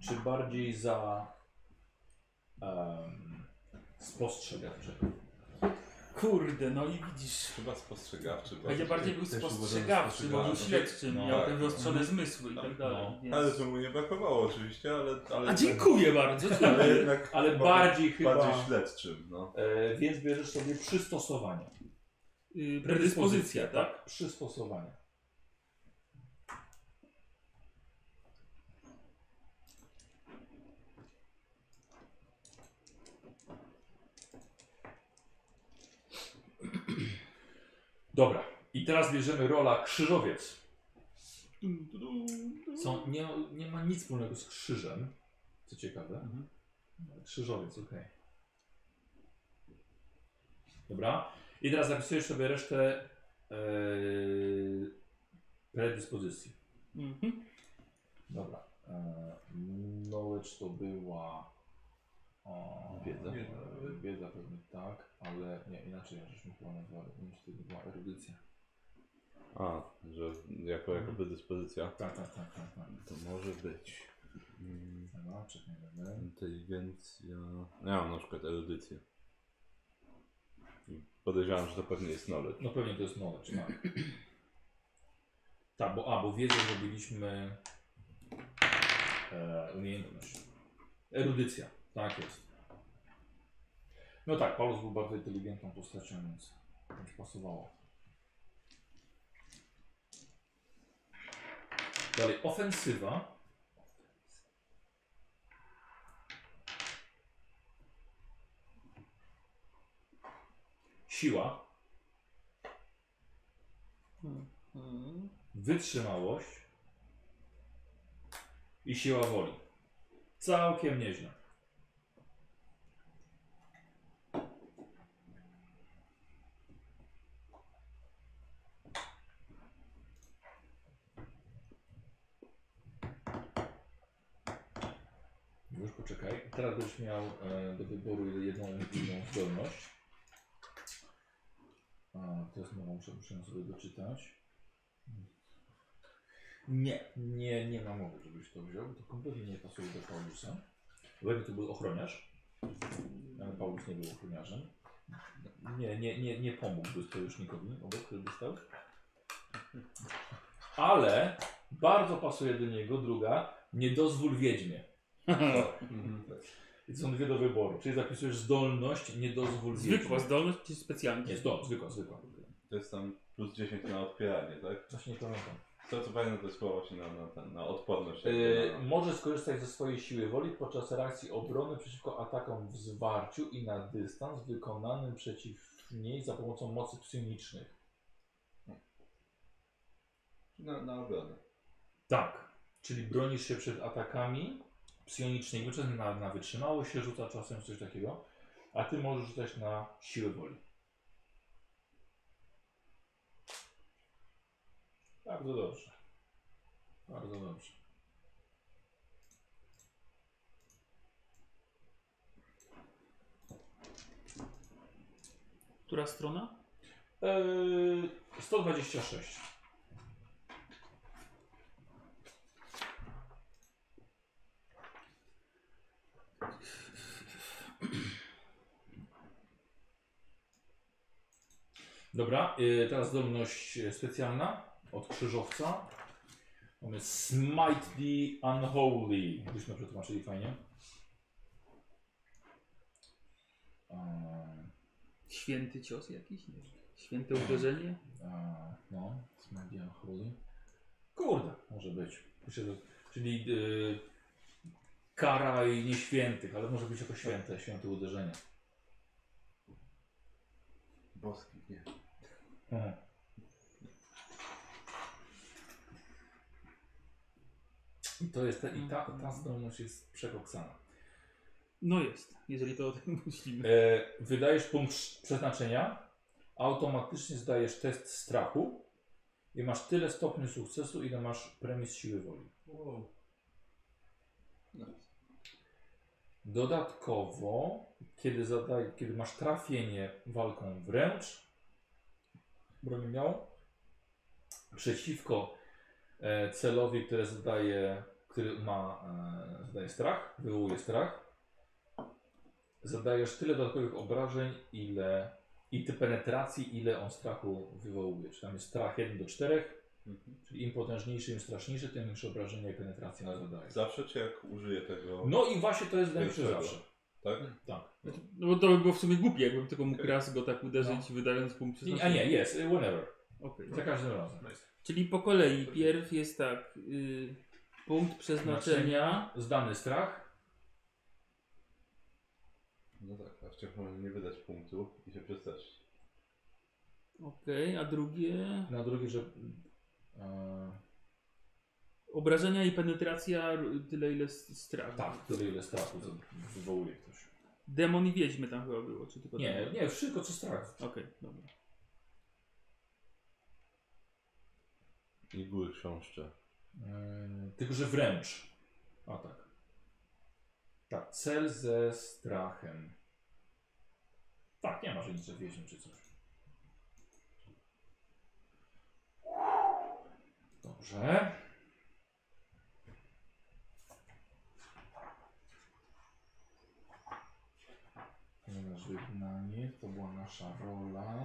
Speaker 1: czy bardziej za um, spostrzegawczego?
Speaker 3: Kurde, no i widzisz.
Speaker 6: Chyba spostrzegawczy.
Speaker 3: Będzie
Speaker 6: bardziej.
Speaker 3: bardziej był
Speaker 2: też uważam, że
Speaker 3: spostrzegawczy, bo był
Speaker 6: spostrzegawczy.
Speaker 3: śledczym,
Speaker 1: No
Speaker 3: miał
Speaker 6: tak.
Speaker 3: te wyostrzone zmysły i tak
Speaker 6: No.
Speaker 3: dalej. więc-
Speaker 6: Ale że mu nie brakowało oczywiście, ale... ale
Speaker 3: A dziękuję bardzo,
Speaker 6: Ale
Speaker 3: dziękuję.
Speaker 6: jednak
Speaker 1: Ale
Speaker 6: chyba-
Speaker 1: bardziej chyba.
Speaker 6: bardziej śledczym, no.
Speaker 1: E, więc bierzesz sobie przystosowanie.
Speaker 3: Yy, Predyspozycja, tak?
Speaker 1: Przystosowanie. Dobra, i teraz bierzemy rola krzyżowiec.
Speaker 3: Dum, du, dum, dum.
Speaker 1: Są, nie, nie ma nic wspólnego z krzyżem, co ciekawe. Krzyżowiec, okej. Dobra. I teraz zapisujesz sobie resztę yy, predyspozycji.
Speaker 3: Mhm.
Speaker 1: Dobra. Yy, knowledge to była... O,
Speaker 6: Wiedza.
Speaker 1: Wiedza, wiedza pewnie tak, ale nie, inaczej ja żeśmy chyba nazwali, nie wiem, czy to była erudycja.
Speaker 6: A, że jako, jako predyspozycja.
Speaker 1: Tak, tak, tak, tak, tak.
Speaker 6: To może być. Mm,
Speaker 1: Dobra, czekaj, dobra.
Speaker 6: Inteligencja. Ja mam na przykład erudycję. I Podejrzewam, że to pewnie jest knowledge.
Speaker 1: No pewnie to jest knowledge, tak. Tak, bo, a, bo wiedzę zrobiliśmy e, umiejętność. Erudycja, tak jest. No tak, Paulus był bardzo inteligentną postacią, więc to ci pasowało. Dalej, ofensywa. Siła.
Speaker 3: Mhm.
Speaker 1: wytrzymałość i siła woli. Całkiem nieźle. Już poczekaj. Teraz będziesz miał e, do wyboru jedną inną zdolność. A, to jest mowa, muszę, muszę ją sobie doczytać. Nie, nie, nie ma mowy, żebyś to wziął, bo to kompletnie nie pasuje do Paulusa. Lewy to był ochroniarz, ale Paulus nie był ochroniarzem. Nie, nie, nie, nie pomógłby sojusznikowi obok, który dostał. Ale bardzo pasuje do niego druga, nie dozwól wiedźmie. I to są dwie do wyboru, czyli zapisujesz zdolność, nie dozwól wiedźmie.
Speaker 3: <laughs> Zwykła zdolność czy specjalnie?
Speaker 1: Nie, zdol, zwykła, zwykła.
Speaker 6: To jest tam plus 10 na odpieranie, tak?
Speaker 1: Właśnie nie pamiętam.
Speaker 6: To co pamiętam to jest właśnie na, na, ten- na odporność.
Speaker 1: Yy,
Speaker 6: jakby na-
Speaker 1: może skorzystać ze swojej siły woli podczas reakcji obrony przeciwko atakom w zwarciu i na dystans wykonanym przeciw niej za pomocą mocy psionicznych.
Speaker 6: na, na obronę.
Speaker 1: Tak. Czyli bronisz się przed atakami psionicznymi, czasem na, na wytrzymałość się rzuca, czasem coś takiego, a ty możesz rzucać na siłę woli. Bardzo dobrze. Bardzo dobrze.
Speaker 3: Która strona?
Speaker 1: Eee, 126. yy, Dobra, e, teraz zdolność e, specjalna od krzyżowca. Mamy Smite the Unholy. Byśmy przetłumaczyli fajnie. Eee,
Speaker 3: Święty cios jakiś? Nie. Święte uderzenie?
Speaker 1: eee, no, Smite the Unholy. Kurde, może być. Myślę, że- Czyli yy, kara i nieświętych, ale może być jako święte, święte uderzenie.
Speaker 2: Boski, nie.
Speaker 1: Mhm. I to jest ta, i ta, ta zdolność jest przekoksana.
Speaker 3: No jest, jeżeli to o tym <laughs> myślimy.
Speaker 1: E, wydajesz punkt sz- przeznaczenia, automatycznie zdajesz test strachu i masz tyle stopni sukcesu, ile masz premis siły woli.
Speaker 5: Wow.
Speaker 1: No. Dodatkowo, kiedy, zadaj, kiedy masz trafienie walką wręcz, broń miał, przeciwko e, celowi, które zadaje, który ma, e, zadaje strach, wywołuje strach, zadajesz tyle dodatkowych obrażeń, ile i ty penetracji, ile on strachu wywołuje. Czyli tam jest strach 1 do 4, czyli im potężniejszy, im straszniejszy, tym większe obrażenia i penetracja zadaje.
Speaker 6: Zawsze czy jak użyję tego?
Speaker 1: No i właśnie to jest najlepsze
Speaker 6: Pierwszego.
Speaker 1: zawsze.
Speaker 6: Tak?
Speaker 1: Tak.
Speaker 3: No bo to by było w sumie głupie, jakbym tylko mógł raz go tak uderzyć, wydając punkt
Speaker 1: No. I- A nie, jest, y, whenever.
Speaker 3: Okej.
Speaker 1: Za każdym razem.
Speaker 5: Nice.
Speaker 3: Czyli po kolei, pierw jest tak, y, punkt przeznaczenia,
Speaker 1: Zdany strach.
Speaker 6: No tak, a wciąż może nie wydać punktu i się przestraszyć.
Speaker 3: okej, a drugie
Speaker 1: Na drugie, że. E,
Speaker 3: obrażenia i penetracja r- tyle ile s- strach.
Speaker 1: tak, tyle ile strachu z- wywołuje ktoś.
Speaker 3: Demon i wiedźmy tam chyba było, czy tylko
Speaker 1: Nie,
Speaker 3: demon?
Speaker 1: nie, wszystko co strach.
Speaker 3: Okej, dobra.
Speaker 6: I były książcze.
Speaker 1: E, tylko, że wręcz. A tak. Tak, cel ze strachem. Tak, nie masz nic, że wieźmy czy coś. Dobrze. Ponieważ wygnanie to była nasza rola.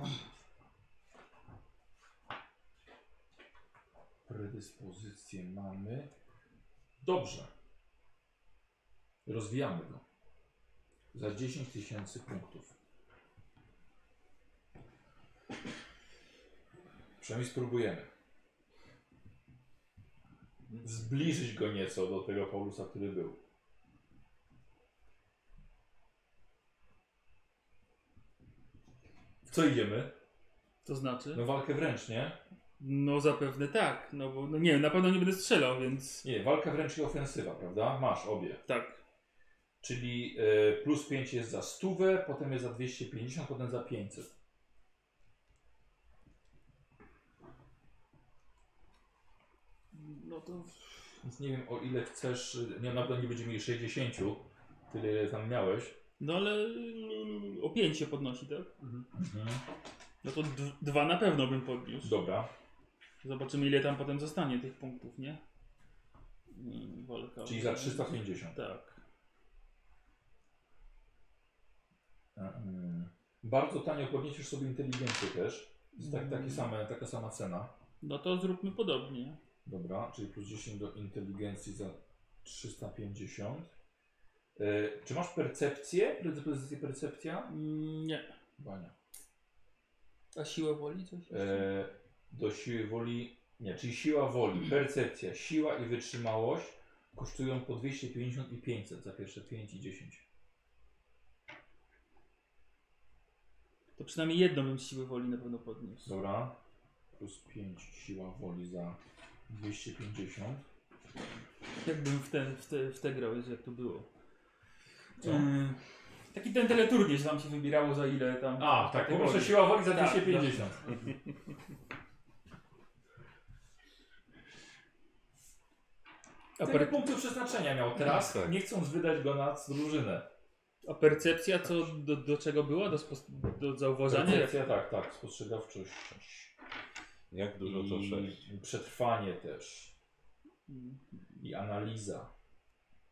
Speaker 1: Predyspozycje mamy. Dobrze. Rozwijamy go. Za 10 tysięcy punktów. Przynajmniej spróbujemy. Zbliżyć go nieco do tego Paulusa, który był. W co idziemy?
Speaker 3: To znaczy?
Speaker 1: No walkę wręcz, nie?
Speaker 3: No zapewne tak, no bo no nie wiem, na pewno nie będę strzelał, więc
Speaker 1: Nie, walka wręcz i ofensywa, prawda? Masz obie.
Speaker 3: tak.
Speaker 1: Czyli e, plus 5 jest za stówę, potem jest za 250, potem za 500.
Speaker 3: No to
Speaker 1: Więc nie wiem o ile chcesz, e, nie, na pewno nie będziemy mieli 60, tyle ile tam miałeś.
Speaker 3: no ale mm, o 5 się podnosi, tak?
Speaker 1: Mhm.
Speaker 3: No to d- dwa na pewno bym podniósł.
Speaker 1: Dobra,
Speaker 3: Zobaczymy ile tam potem zostanie tych punktów, nie? Mm, Walka.
Speaker 1: czyli za 350.
Speaker 3: Tak.
Speaker 1: Mhm. Bardzo tanio podniesiesz sobie inteligencję też. Jest tak, takie same, taka sama cena.
Speaker 3: No to zróbmy podobnie.
Speaker 1: Dobra, czyli plus 10 do inteligencji za 350. E, czy masz percepcję? Predyspozycję percepcja?
Speaker 3: Mm, Nie.
Speaker 1: Bania.
Speaker 3: A siła woli coś? jeszcze?
Speaker 1: E, do siły woli. Nie, czyli siła woli, percepcja, siła i wytrzymałość kosztują po 250 i 500 za pierwsze 5 i 10.
Speaker 3: To przynajmniej jedną bym z siły woli na pewno podniósł.
Speaker 1: Dobra. Plus 5 siła woli za 250.
Speaker 3: Jakbym w te, w te, w te grał, jest jak to było.
Speaker 1: Co?
Speaker 3: Mm, taki ten teleturniej, że tam się wybierało za ile tam.
Speaker 1: A, tak,
Speaker 3: kategorii.
Speaker 1: po prostu siła woli za
Speaker 3: Tak,
Speaker 1: 250. A
Speaker 3: A, per,
Speaker 1: punktu przeznaczenia miał teraz,
Speaker 6: Tak.
Speaker 1: nie chcąc wydać go na drużynę.
Speaker 3: a percepcja co do, do czego była? Do, spos- do zauważania?
Speaker 1: Percepcja, tak, tak, spostrzegawczość.
Speaker 6: Jak dużo to
Speaker 1: i
Speaker 6: sześć?
Speaker 1: Przetrwanie też.
Speaker 3: Mm.
Speaker 1: I analiza.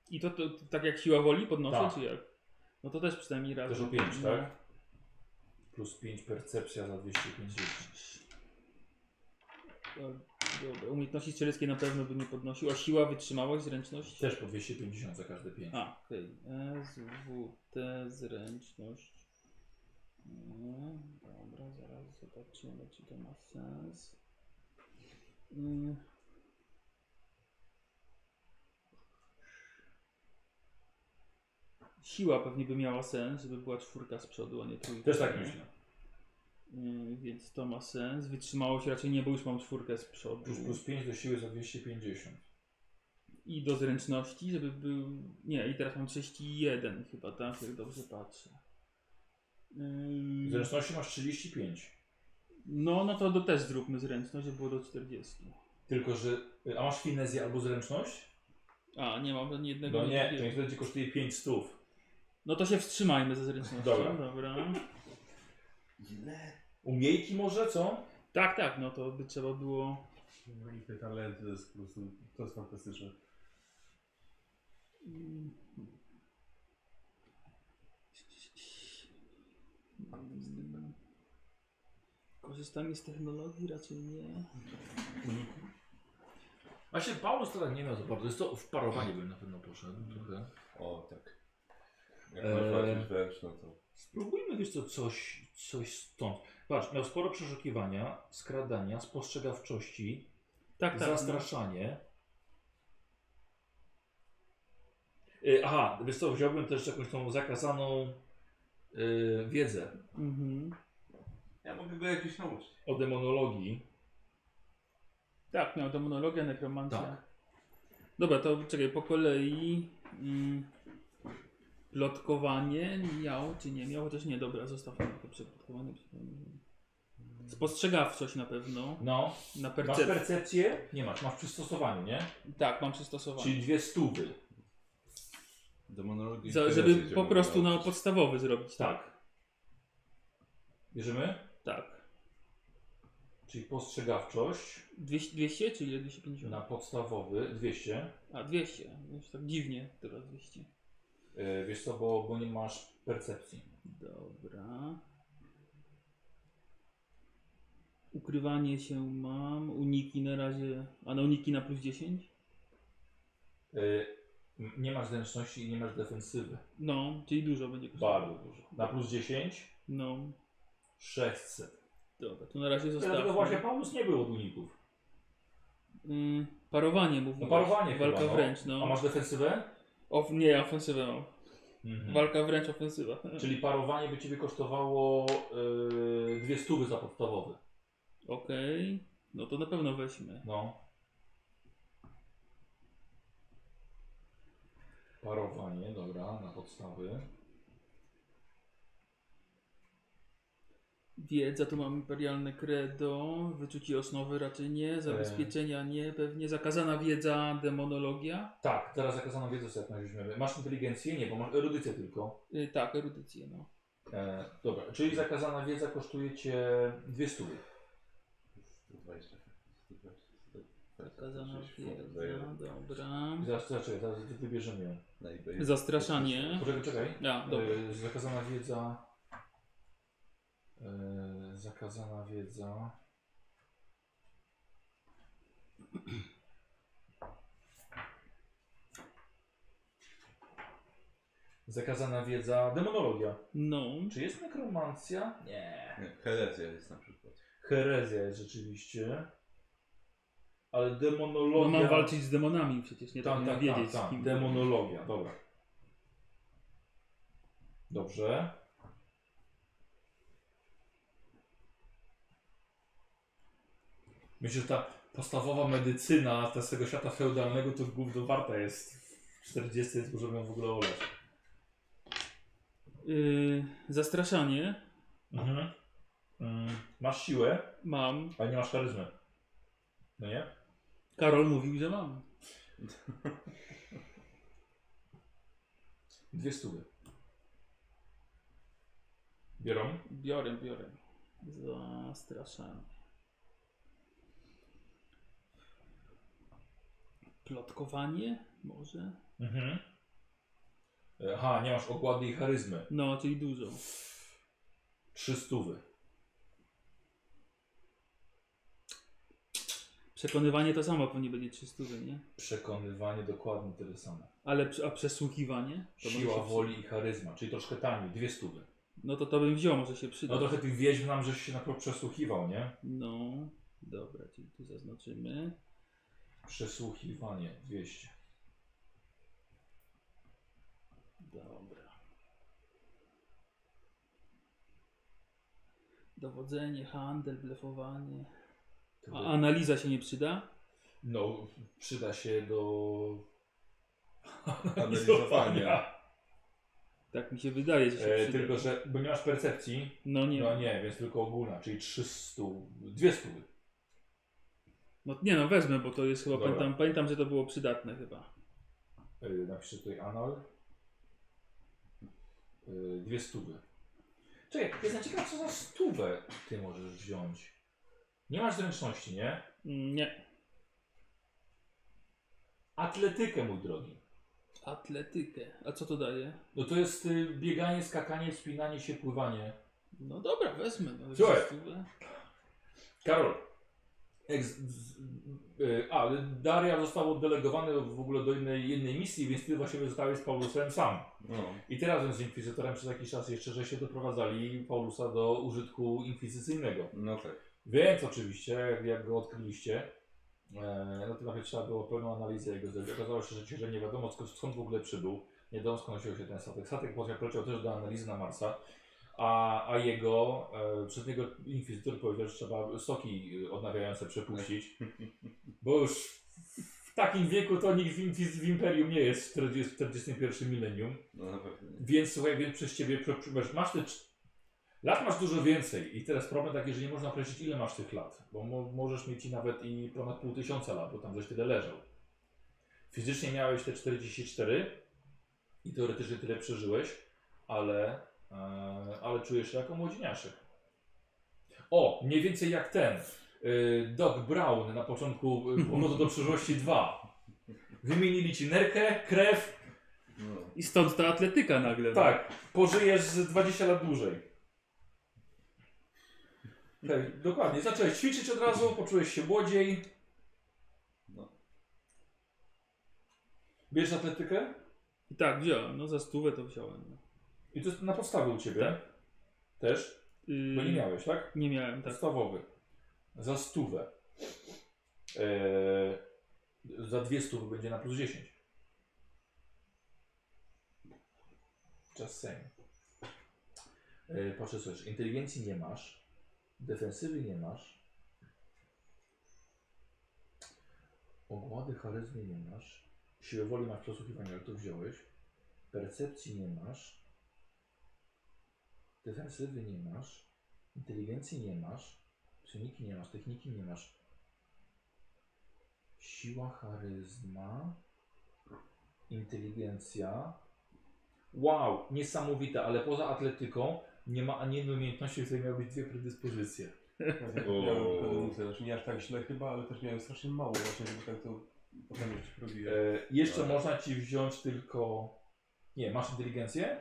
Speaker 3: I to, to, tak jak siła woli podnoszę,
Speaker 1: Tak.
Speaker 3: czy jak? No to też przynajmniej raz.
Speaker 1: Też o 5, tak? Plus 5 percepcja za 250.
Speaker 3: No, Dobra, umiejętności strzeleckiej na pewno by nie podnosił, a siła, wytrzymałość, zręczność?
Speaker 1: Też po 250 za każde 5.
Speaker 3: A, okej. SWT, zręczność. Nie, dobra, zaraz zobaczymy, czy to ma sens. Mm. Siła pewnie by miała sens, żeby była czwórka z przodu, a nie trójka.
Speaker 1: Też tak
Speaker 3: nie?
Speaker 1: myślę.
Speaker 3: Mm, więc to ma sens. Wytrzymałość raczej nie, bo już mam czwórkę z przodu.
Speaker 1: Plus, plus 5 do siły za 250.
Speaker 3: I do zręczności, żeby był. Nie, i teraz mam 31 chyba, tak? Jak dobrze patrzę.
Speaker 1: W
Speaker 3: Ym,
Speaker 1: zręczności masz 35.
Speaker 3: No, no to do, też zróbmy zręczność, żeby było do 40.
Speaker 1: Tylko, że... y, A masz finezję albo zręczność?
Speaker 3: A, nie mam ani jednego.
Speaker 1: No
Speaker 3: ani
Speaker 1: nie, to
Speaker 3: drugiego.
Speaker 1: niestety kosztuje 5 stów.
Speaker 3: No to się wstrzymajmy ze zręcznością.
Speaker 1: Dobra.
Speaker 3: Dobra.
Speaker 2: Źle.
Speaker 1: Umiejki może, co?
Speaker 3: Tak, tak, no to by trzeba było.
Speaker 5: No I te talenty, to jest po prostu, to jest fantastyczne.
Speaker 3: Ym, Korzystanie z technologii raczej nie.
Speaker 1: Właśnie Paulus to tak nie miał za bardzo. Jest to w parowanie bym na pewno poszedł trochę.
Speaker 6: O, tak. Jak
Speaker 1: Eee.
Speaker 6: masz walczyć wręcz, no to...
Speaker 1: Spróbujmy, wiesz co, coś, coś stąd. Patrz, miał sporo przeszukiwania, skradania, spostrzegawczości,
Speaker 3: Tak, tak. no.
Speaker 1: zastraszanie. Y, Aha, wiesz co, wziąłbym też jakąś tą zakazaną y, wiedzę
Speaker 3: Mhm.
Speaker 5: Ja mogę go jakiś nauczyć.
Speaker 1: o demonologii.
Speaker 3: Tak, miał demonologię, nekromancję.
Speaker 1: Tak.
Speaker 3: Dobra, to czekaj, po kolei. Mm, plotkowanie miał, czy nie miał, chociaż nie, dobra, zostawmy to przeplotkowanie. przeplotkowanie. Spostrzegawczość na pewno.
Speaker 1: No,
Speaker 3: Na
Speaker 1: masz
Speaker 3: percepcję.
Speaker 1: percepcję? Nie masz, masz przystosowanie, nie?
Speaker 3: tak, mam przystosowanie.
Speaker 1: Czyli dwie stówy.
Speaker 6: Do monologii...
Speaker 3: Za, żeby po prostu na podstawowy zrobić, tak?
Speaker 1: Tak. Bierzemy?
Speaker 3: Tak.
Speaker 1: Czyli postrzegawczość
Speaker 3: 200, 200 czy ile? 250?
Speaker 1: na podstawowy 200.
Speaker 3: A, 200. Już tak dziwnie, teraz 200.
Speaker 1: Y, Wiesz co, bo, bo nie masz percepcji.
Speaker 3: Dobra. Ukrywanie się mam. Uniki na razie. A na uniki na plus 10?
Speaker 1: Y, m- Nie masz zręczności i nie masz defensywy.
Speaker 3: No, czyli dużo będzie kosztowało.
Speaker 1: Bardzo dużo. Na plus 10
Speaker 3: No,
Speaker 1: 600.
Speaker 3: dobra, to na razie
Speaker 1: Dlatego właśnie
Speaker 3: zostawmy.
Speaker 1: Paulus nie był od uników.
Speaker 3: Y, parowanie mówiłeś.
Speaker 1: No parowanie
Speaker 3: Walka
Speaker 1: chyba, no.
Speaker 3: wręcz, no.
Speaker 1: A masz defensywę?
Speaker 3: Of, nie, ofensywę mam.
Speaker 1: Mhm.
Speaker 3: Walka wręcz, ofensywa. <laughs>
Speaker 1: Czyli parowanie by Ciebie kosztowało yy, dwie stówy za podstawowy.
Speaker 3: Okej. No to na pewno weźmy.
Speaker 1: No. Parowanie, dobra, na podstawy.
Speaker 3: Wiedza, tu mam imperialne credo, wyczucie osnowy raczej
Speaker 1: E.
Speaker 3: nie, zabezpieczenia nie, pewnie zakazana wiedza, demonologia.
Speaker 1: Tak, teraz zakazano wiedzę sobie jak weźmiemy. Masz inteligencję? Nie, bo masz erudycję tylko.
Speaker 3: Y, tak, erudycję, no.
Speaker 1: E, dobra, czyli zakazana wiedza kosztuje Cię dwie stówy.
Speaker 6: 120. 120, 120,
Speaker 3: Zakazana
Speaker 6: 130,
Speaker 3: wiedza,
Speaker 6: daję
Speaker 3: dobra.
Speaker 1: Zaraz, zaraz, czekaj, zaraz wybierzemy ją.
Speaker 6: na eBay.
Speaker 3: Zastraszanie.
Speaker 1: Poczekaj, czekaj.
Speaker 3: A, dobra.
Speaker 1: Yy, zakazana wiedza. Yy, zakazana wiedza. Zakazana wiedza. Demonologia.
Speaker 3: No,
Speaker 1: Czy jest nekromancja? Nie.
Speaker 6: Nie, Herezja jest na przykład.
Speaker 1: Herezja jest rzeczywiście. Ale
Speaker 3: no
Speaker 1: demonologia.
Speaker 3: mam walczyć z demonami przecież, nie tak,
Speaker 1: Tam,
Speaker 3: tak
Speaker 1: tam,
Speaker 3: wiedzieć
Speaker 1: tam,
Speaker 3: z
Speaker 1: tam.
Speaker 3: kim.
Speaker 1: Demonologia, dobra. Dobrze. Myślę, że ta podstawowa medycyna ta z tego świata feudalnego to gówno warta jest. W 40 jest, możemy ją w ogóle olać.
Speaker 3: Y, zastraszanie
Speaker 1: Mhm. Mm, masz siłę,
Speaker 3: mam.
Speaker 1: ale nie masz charyzmy. No nie?
Speaker 3: Karol mówił, że mam.
Speaker 1: Dwie stówy. Biorą?
Speaker 3: Biorę, biorę. Zastraszanie. Plotkowanie? Może?
Speaker 1: Mhm. Aha, E, nie masz ogłady i charyzmy.
Speaker 3: No, czyli dużo.
Speaker 1: Trzy stówy.
Speaker 3: Przekonywanie to samo pewnie będzie 300, nie?
Speaker 1: Przekonywanie dokładnie tyle samo.
Speaker 3: Ale, przy- a przesłuchiwanie? To może
Speaker 1: Siła
Speaker 3: się przy-
Speaker 1: woli i charyzma, czyli troszkę taniej, dwie stówy.
Speaker 3: No to to bym wziął, może się
Speaker 1: No
Speaker 3: przyda.
Speaker 1: trochę tych wieźm nam, żeś się na przykład przesłuchiwał, nie?
Speaker 3: No, dobra, czyli tu zaznaczymy.
Speaker 1: Przesłuchiwanie, 200.
Speaker 3: Dobra. Dowodzenie, handel, blefowanie. A analiza się nie przyda?
Speaker 1: No, przyda się do <laughs>
Speaker 6: Analizowanie.
Speaker 3: Tak mi się wydaje, że się
Speaker 1: E,
Speaker 3: przyda.
Speaker 1: tylko, że bo nie masz percepcji,
Speaker 3: No nie.
Speaker 1: no nie, więc tylko ogólna, czyli 300, 200.
Speaker 3: No nie no, wezmę, bo to jest chyba,
Speaker 1: Dobra.
Speaker 3: pamiętam, pamiętam, że to było przydatne chyba.
Speaker 1: E, napiszę tutaj anal. E, dwie stówy. Czekaj, jestem ciekaw, co za stówę ty możesz wziąć. Nie masz zręczności, nie?
Speaker 3: Mm, Nie.
Speaker 1: Atletykę, mój drogi.
Speaker 3: Atletykę. A co to daje?
Speaker 1: No to jest y, bieganie, skakanie, wspinanie się, pływanie.
Speaker 3: No dobra, wezmę. No,
Speaker 1: Słuchaj.
Speaker 3: wszystko-
Speaker 1: Karol. Jak z, z, y, a, Daria został oddelegowany w ogóle do innej, jednej misji, więc ty właściwie zostałeś z Paulusem sam.
Speaker 6: No.
Speaker 1: I ty razem z Inkwizytorem przez jakiś czas jeszcze, że się doprowadzali Paulusa do użytku inkwizycyjnego.
Speaker 6: no tak.
Speaker 1: Więc oczywiście, jak- jak go odkryliście, e, no to najpierw trzeba było pełną analizę jego zrobić. Okazało się, że, że nie wiadomo skąd, skąd w ogóle przybył. Nie wiadomo skąd wziął się ten statek. Statek potem poleciał też do analizy na Marsa, a, a jego, e, przez niego inkwizytor powiedział, że trzeba soki e, odnawiające przepuścić, bo już w takim wieku to nikt w, inkwiz- w Imperium nie jest w 40, 41 milenium.
Speaker 6: No na pewno. nie.
Speaker 1: Więc słuchaj, więc przez ciebie prze- prze- masz, masz te. cz- Lat masz dużo więcej i teraz problem taki, że nie można określić ile masz tych lat, bo mo możesz mieć i nawet i ponad pół tysiąca lat, bo tam żeś tyle leżał. Fizycznie miałeś te 44 i teoretycznie tyle przeżyłeś, ale, e, ale czujesz się jako młodzieniaszek. O, mniej więcej jak ten, y, Doc Brown na początku y, Powrotu do Przyszłości 2. Wymienili ci nerkę, krew,
Speaker 6: No.
Speaker 3: I stąd ta atletyka nagle. no.
Speaker 1: tak, pożyjesz z 20 lat dłużej. Tak, dokładnie. Zacząłeś ćwiczyć od razu, poczułeś się młodziej.
Speaker 6: No.
Speaker 1: Bierzesz atletykę?
Speaker 3: I tak, wziąłem. No za stówę to wziąłem. no.
Speaker 1: I to jest na podstawie u Ciebie? Też?
Speaker 3: Yy,
Speaker 1: Bo nie miałeś, tak?
Speaker 3: Nie miałem, tak.
Speaker 1: Podstawowy. Za stówę. Eee, za dwie stówy będzie na plus 10. Just saying. Eee, patrzę, słuchaj, inteligencji nie masz, defensywy nie masz, ogłady charyzmy nie masz, siły woli masz przesłuchiwania, ale to wziąłeś, percepcji nie masz, defensywy nie masz, inteligencji nie masz, Psioniki nie masz, techniki nie masz. Siła, charyzma, inteligencja. Wow, niesamowite, ale poza atletyką nie ma ani jednej umiejętności, w której miały być dwie predyspozycje.
Speaker 5: Ja tak
Speaker 6: O.
Speaker 5: miałem pedomusę, znaczy nie aż tak źle chyba, ale też miałem strasznie mało właśnie, żeby tak to potem jeszcze robiłem.
Speaker 1: E, jeszcze
Speaker 6: Dobra.
Speaker 1: można ci wziąć tylko. Nie, masz inteligencję?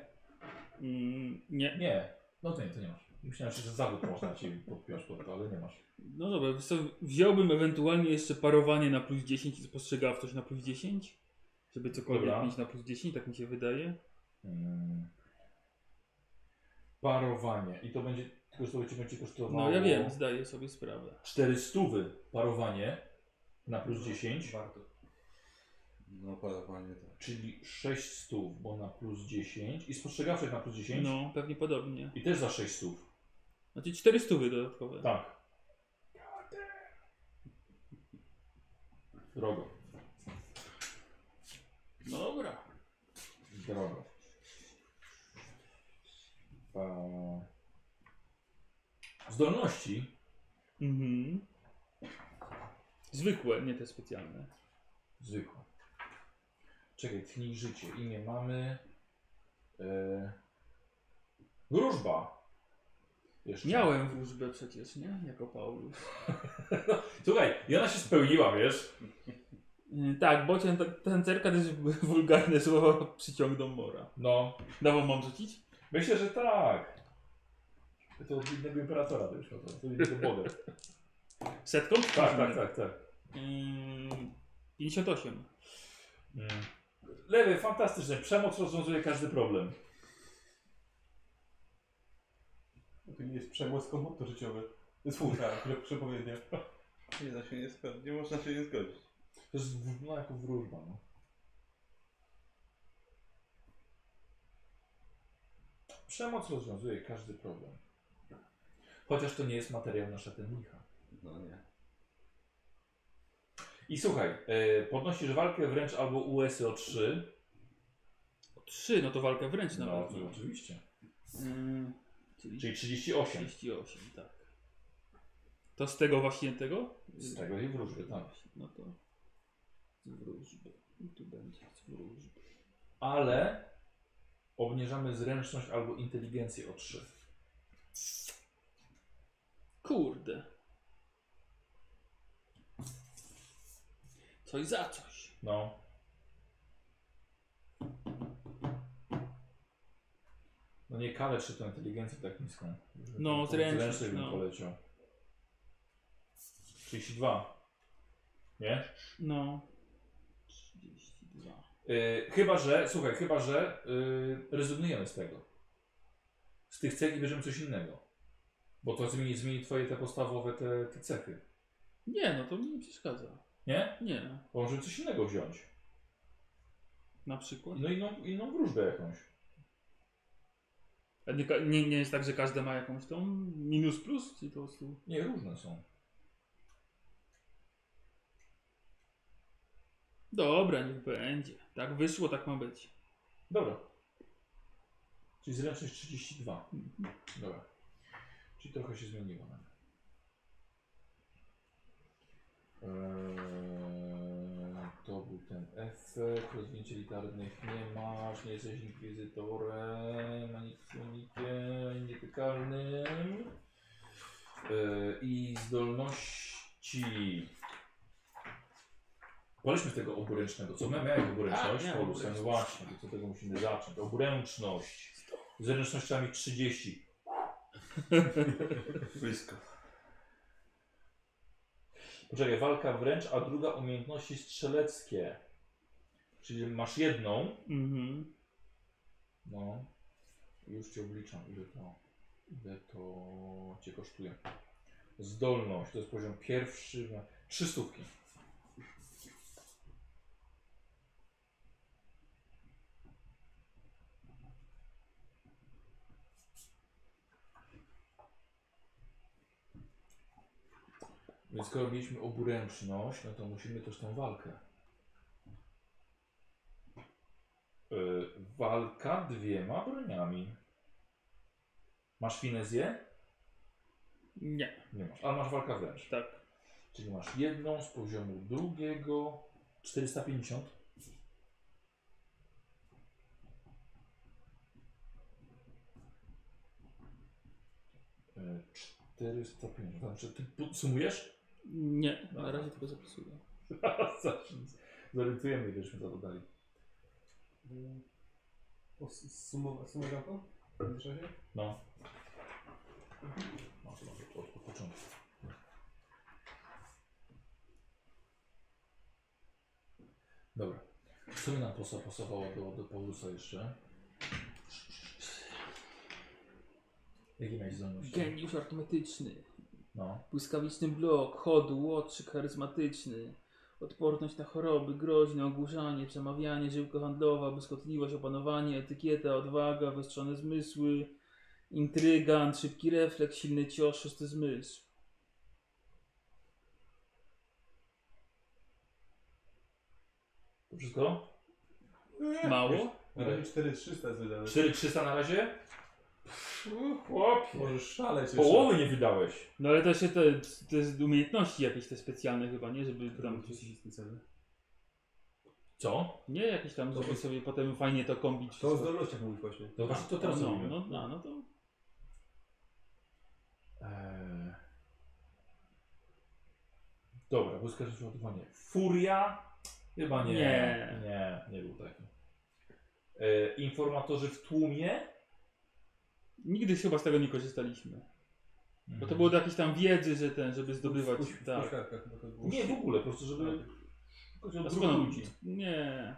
Speaker 3: Mm, nie.
Speaker 1: Nie. No to nie, to nie masz. Myślałem, że zawód można ci podpiąć pod to, ale nie masz.
Speaker 3: No dobra, wiesz co, wziąłbym ewentualnie jeszcze parowanie na plus 10 i spostrzegawczość na plus 10. Żeby cokolwiek
Speaker 1: Dobra.
Speaker 3: mieć na plus 10, tak mi się wydaje.
Speaker 1: Mm. Parowanie. I to będzie. Tylko że to będzie- będzie kosztowało.
Speaker 3: No ja wiem, zdaję sobie sprawę.
Speaker 1: 400 parowanie na plus 10,
Speaker 5: Warto.
Speaker 6: No parowanie tak.
Speaker 1: czyli 600, bo na plus 10 i spostrzegawczych na plus 10
Speaker 3: No, pewnie podobnie.
Speaker 1: i też za 600.
Speaker 3: Znaczy 400 dodatkowe.
Speaker 1: Tak. Drogo,
Speaker 3: No dobra.
Speaker 1: drogo. Eee, Zdolności,
Speaker 3: Mhm. Zwykłe, nie te specjalne.
Speaker 1: zwykłe. Czekaj, tchnij życie, imię mamy. Eee, Wróżba. Jeszcze.
Speaker 3: Miałem wróżbę przecież, nie? Jako Paulus.
Speaker 1: Słuchaj, i ona się spełniła, wiesz?
Speaker 3: Yy, tak, bo ten, ten cerka też <laughs> wulgarne słowa przyciągną mora.
Speaker 1: No,
Speaker 3: Nową mam rzucić?
Speaker 1: myślę, że tak. To od innego imperatora to już chodzą, to innego boga.
Speaker 3: Setką?
Speaker 1: Tak, tak, tak, tak.
Speaker 3: Ym, 58.
Speaker 1: Mm. Lewy, fantastyczne. Przemoc rozwiązuje każdy problem.
Speaker 5: no To nie jest przemoc, tylko motto życiowe. To jest furka, która przepowiednia.
Speaker 6: Nie da się nie sprawdzić, nie można się nie zgodzić.
Speaker 1: To jest w- no, jako wróżba. No. Przemoc rozwiązuje każdy problem. Chociaż to nie jest materiał na szatynnika.
Speaker 6: No nie.
Speaker 1: I słuchaj, e, podnosisz walkę wręcz albo USy o 3.
Speaker 3: 3, no to walka wręcz na
Speaker 1: No,
Speaker 3: no,
Speaker 1: to oczywiście.
Speaker 3: Mm, czyli,
Speaker 1: Czyli 38.
Speaker 3: 38, tak. To z tego właśnie tego?
Speaker 1: Z tego i wróżby, tak.
Speaker 3: No to z wróżby. I tu będzie z wróżby.
Speaker 1: Ale obniżamy zręczność albo inteligencję o 3.
Speaker 3: Kurde. Coś za coś.
Speaker 1: No. No nie kalecz się tą inteligencję tak niską.
Speaker 3: No, zręczność,
Speaker 1: Zręczność bym
Speaker 3: no.
Speaker 1: poleciał. 32. Nie?
Speaker 3: No. 32.
Speaker 1: Yy, chyba, że, słuchaj, chyba, że yy, rezygnujemy z tego. Z tych cech i bierzemy coś innego. Bo to zmieni, zmieni twoje te podstawowe te, te cechy.
Speaker 3: Nie, no to mi nie przeszkadza.
Speaker 1: Nie?
Speaker 3: Nie. no.
Speaker 1: Bo możemy coś innego wziąć.
Speaker 3: Na przykład.
Speaker 1: No inną, inną wróżbę jakąś.
Speaker 3: A nie, ka- nie, nie jest tak, że każdy ma jakąś tą minus plus, czy po prostu.
Speaker 1: Nie, różne są.
Speaker 3: Dobra, niech będzie. Tak wyszło, tak ma być.
Speaker 1: Dobra. Czyli zręczność 32. Dobra. Czyli trochę się zmieniło. nam. Eee, to był ten efekt. Rozwinięcie literarnych nie masz. Nie jesteś inkwizytorem, ani kronikiem nietykalnym. Eee, I zdolności. Polećmy z tego oburęcznego. Co my miałem oburęczność?
Speaker 3: A, miałem
Speaker 1: Polus, no właśnie, to co tego musimy zacząć. Oburęczność. Z zręcznościami 30.
Speaker 6: Blisko.
Speaker 1: Poczekaj, walka wręcz, a druga umiejętności strzeleckie. Czyli masz jedną.
Speaker 3: Mhm.
Speaker 1: No. Już ci obliczam, ile to, ile to cię kosztuje. Zdolność, to jest poziom pierwszy. na- Trzy stówki. Więc skoro mieliśmy oburęczność, no to musimy też tą walkę. Yy, walka dwiema broniami. Masz finezję?
Speaker 3: Nie,
Speaker 1: Nie masz, ale masz walka wręcz.
Speaker 3: tak.
Speaker 1: Czyli masz jedną z poziomu drugiego. 450. Yy, 450. Znaczy, ty podsumujesz? <laughs>
Speaker 3: Nie, na
Speaker 1: Dobra.
Speaker 3: razie tylko zapisuję.
Speaker 1: Zorientujemy, ileśmy za to dali.
Speaker 5: Sumowałem to? W międzyczasie?
Speaker 1: No. No, to może od, od początku. Dobra. Co by nam posa- pasowało do, do Paulusa jeszcze? Jakie miałeś zdolności?
Speaker 3: Geniusz artymetyczny,
Speaker 1: No.
Speaker 3: błyskawiczny blok, chodu, łotrzyk charyzmatyczny, odporność na choroby, groźne, ogłuszanie, przemawianie, żyłka handlowa, błyskotliwość, opanowanie, etykieta, odwaga, wyostrzone zmysły, intrygant, szybki refleks, silny cios, szósty zmysł.
Speaker 1: To wszystko?
Speaker 3: Mało?
Speaker 5: Na razie 4300 jest wydane.
Speaker 1: 4300 na razie? Chłopie.
Speaker 5: Możesz szaleć jeszcze.
Speaker 1: Połowy nie wydałeś.
Speaker 3: No ale to się te, te z- umiejętności jakieś te specjalne chyba, nie? Żeby tam...
Speaker 1: Co?
Speaker 3: Nie, jakieś tam, żeby sobie potem fajnie to kombić.
Speaker 5: To o
Speaker 3: wszystko.
Speaker 5: zdolnościach mówisz właśnie.
Speaker 1: To właśnie to teraz
Speaker 3: no,
Speaker 1: robimy.
Speaker 3: no, no, no to...
Speaker 1: Eee. Dobra, błyskawiczne przygotowanie. Furia? Chyba nie.
Speaker 3: Nie.
Speaker 1: nie, nie był taki. Eee, informatorzy w tłumie?
Speaker 3: Nigdy chyba z tego nie korzystaliśmy. Bo
Speaker 1: Mhm.
Speaker 3: to było do jakiejś tam wiedzy, że ten, żeby zdobywać.
Speaker 5: W, w,
Speaker 3: tak.
Speaker 5: pośladkach chyba to było.
Speaker 1: Mhm. Nie, w ogóle, po prostu, żeby... tylko żeby
Speaker 3: A
Speaker 1: odwrócił
Speaker 3: skąd?
Speaker 1: ludzi.
Speaker 3: Nie.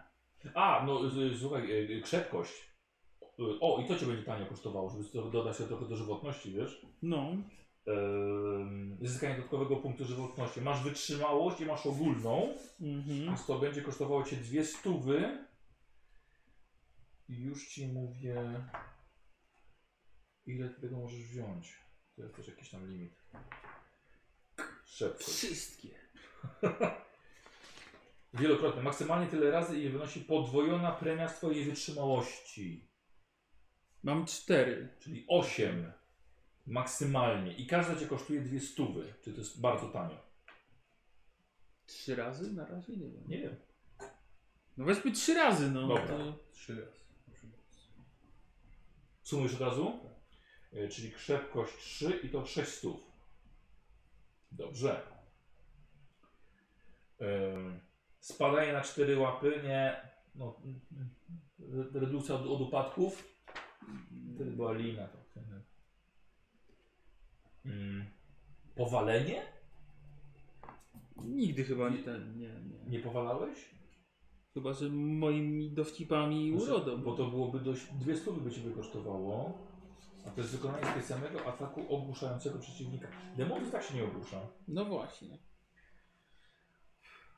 Speaker 1: A, no z- słuchaj, e, e, krzepkość. E, O, i to cię będzie tanio kosztowało, żeby to dodać się trochę do żywotności, wiesz?
Speaker 3: No.
Speaker 1: Ehm, Zyskanie dodatkowego punktu żywotności. Masz wytrzymałość i masz ogólną,
Speaker 3: Mhm.
Speaker 1: więc to będzie kosztowało cię dwie stówy. I już ci mówię, ile tego możesz wziąć. To jest też jakiś tam limit. Szepkość.
Speaker 3: Wszystkie.
Speaker 1: Wielokrotnie, maksymalnie tyle razy, ile wynosi podwojona premia z twojej wytrzymałości.
Speaker 3: Mam cztery.
Speaker 1: czyli 8 maksymalnie i każda cię kosztuje dwie stówy, czyli to jest bardzo tanio.
Speaker 3: Trzy razy? Na razie nie wiem.
Speaker 1: Nie wiem.
Speaker 3: No weźmy trzy razy, no.
Speaker 1: Dobra.
Speaker 3: To...
Speaker 5: Trzy razy.
Speaker 1: Sumujesz od razu, E, czyli krzepkość 3 i to 6 stów. Dobrze. Ym, Spadanie na 4 łapy, nie, no, mm, mm, re- redukcja od, od upadków. Wtedy była lina. To. Ym, Mm. Powalenie?
Speaker 3: Nigdy chyba nie ten, nie, nie.
Speaker 1: Nie powalałeś?
Speaker 3: Chyba, że moimi dowcipami i
Speaker 1: Znaczy,
Speaker 3: urodą.
Speaker 1: Bo to byłoby dość. Dwie stówy by ci wykosztowało. A to jest wykonanie specjalnego ataku ogłuszającego przeciwnika. Demonów tak się nie ogłusza.
Speaker 3: No właśnie.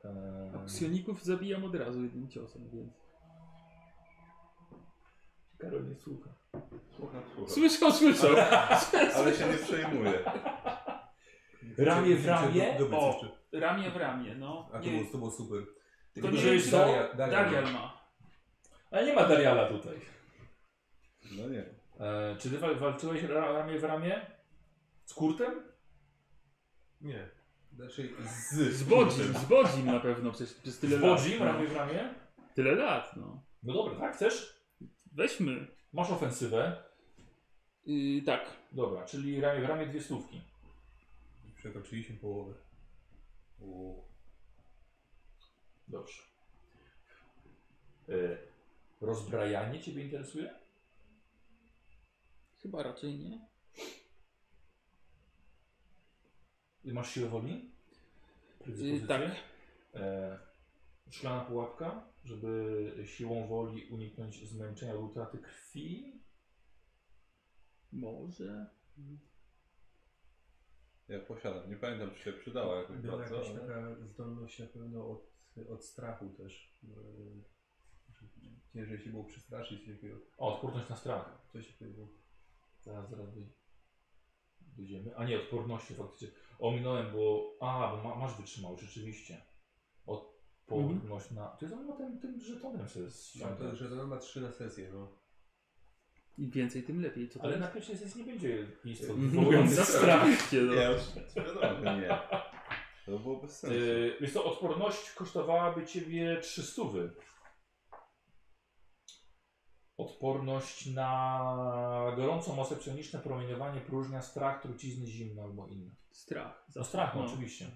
Speaker 3: A
Speaker 1: Eee,
Speaker 3: psioników zabijam od razu jednym ciosem, więc.
Speaker 1: Karol nie słucha.
Speaker 6: Słucham, słucham.
Speaker 3: Słyszał, słyszał.
Speaker 6: Ale się nie przejmuję.
Speaker 1: Ramię w
Speaker 5: Chciałem
Speaker 1: ramię?
Speaker 5: do- dobyć
Speaker 1: O.
Speaker 5: jeszcze.
Speaker 3: Ramię w ramię, no.
Speaker 5: A to,
Speaker 3: Nie,
Speaker 5: było, to było super.
Speaker 3: tylko
Speaker 5: to
Speaker 3: nie
Speaker 5: że
Speaker 3: wiem,
Speaker 5: jest
Speaker 3: czy
Speaker 5: Daria- Daria.
Speaker 3: Darial ma.
Speaker 1: Ale nie ma Dariala tutaj.
Speaker 6: No nie.
Speaker 1: Eee, czy ty wal- walczyłeś ra- ramię w ramię? Z kurtem?
Speaker 5: Nie. Znaczy z...
Speaker 3: Z Bodzim, z Bodzim na pewno przez, przez tyle
Speaker 1: Z
Speaker 3: lat.
Speaker 1: Bodzim,
Speaker 3: no.
Speaker 1: ramię w ramię?
Speaker 3: Tyle lat, no.
Speaker 1: No dobra, tak? Chcesz?
Speaker 3: Weźmy.
Speaker 1: Masz ofensywę.
Speaker 3: Yy, tak.
Speaker 1: Dobra, czyli ramię w ramię dwie stówki.
Speaker 5: Przekroczyliśmy połowę.
Speaker 1: Dobrze. Eee, rozbrajanie ciebie interesuje?
Speaker 3: Chyba raczej nie.
Speaker 1: I masz siłę woli?
Speaker 3: Yy, tak.
Speaker 1: E, szklana pułapka, żeby siłą woli uniknąć zmęczenia lub utraty krwi.
Speaker 3: Może.
Speaker 6: Ja posiadam. Nie pamiętam, czy się przydała jakoś
Speaker 5: Była
Speaker 6: bardzo.
Speaker 5: jakaś
Speaker 6: ale-
Speaker 5: taka zdolność na pewno od, od strachu też. Yy, Ciężej się było przestraszyć jakiego
Speaker 1: O, odporność na strach.
Speaker 5: coś takiego.
Speaker 1: Zaraz, zaraz doj- dojdziemy. A nie, odporności faktycznie. Ominąłem, bo... A, bo ma, masz wytrzymałość, rzeczywiście. Odporność na... To jest on ma tym, tym żetonem sobie
Speaker 5: No,
Speaker 1: ściąga.
Speaker 5: to, że to ma trzy na sesję, no.
Speaker 3: Im więcej, tym lepiej. Co to
Speaker 1: Ale
Speaker 3: jest?
Speaker 1: na pierwszej sesji nie będzie listów
Speaker 3: Mówiąc
Speaker 1: wywołujących
Speaker 3: za
Speaker 1: strach.
Speaker 5: <laughs>
Speaker 3: strasznie, no.
Speaker 6: Ja już wiadomo, że nie. To było bez
Speaker 5: Tak.
Speaker 6: sensu.
Speaker 1: Yy, Więc to odporność kosztowałaby ciebie 300. Odporność na gorącą masę psioniczne, promieniowanie, próżnia, strach, trucizny, zimno albo inne.
Speaker 3: Strach.
Speaker 1: No strach, no,
Speaker 3: No.
Speaker 1: oczywiście.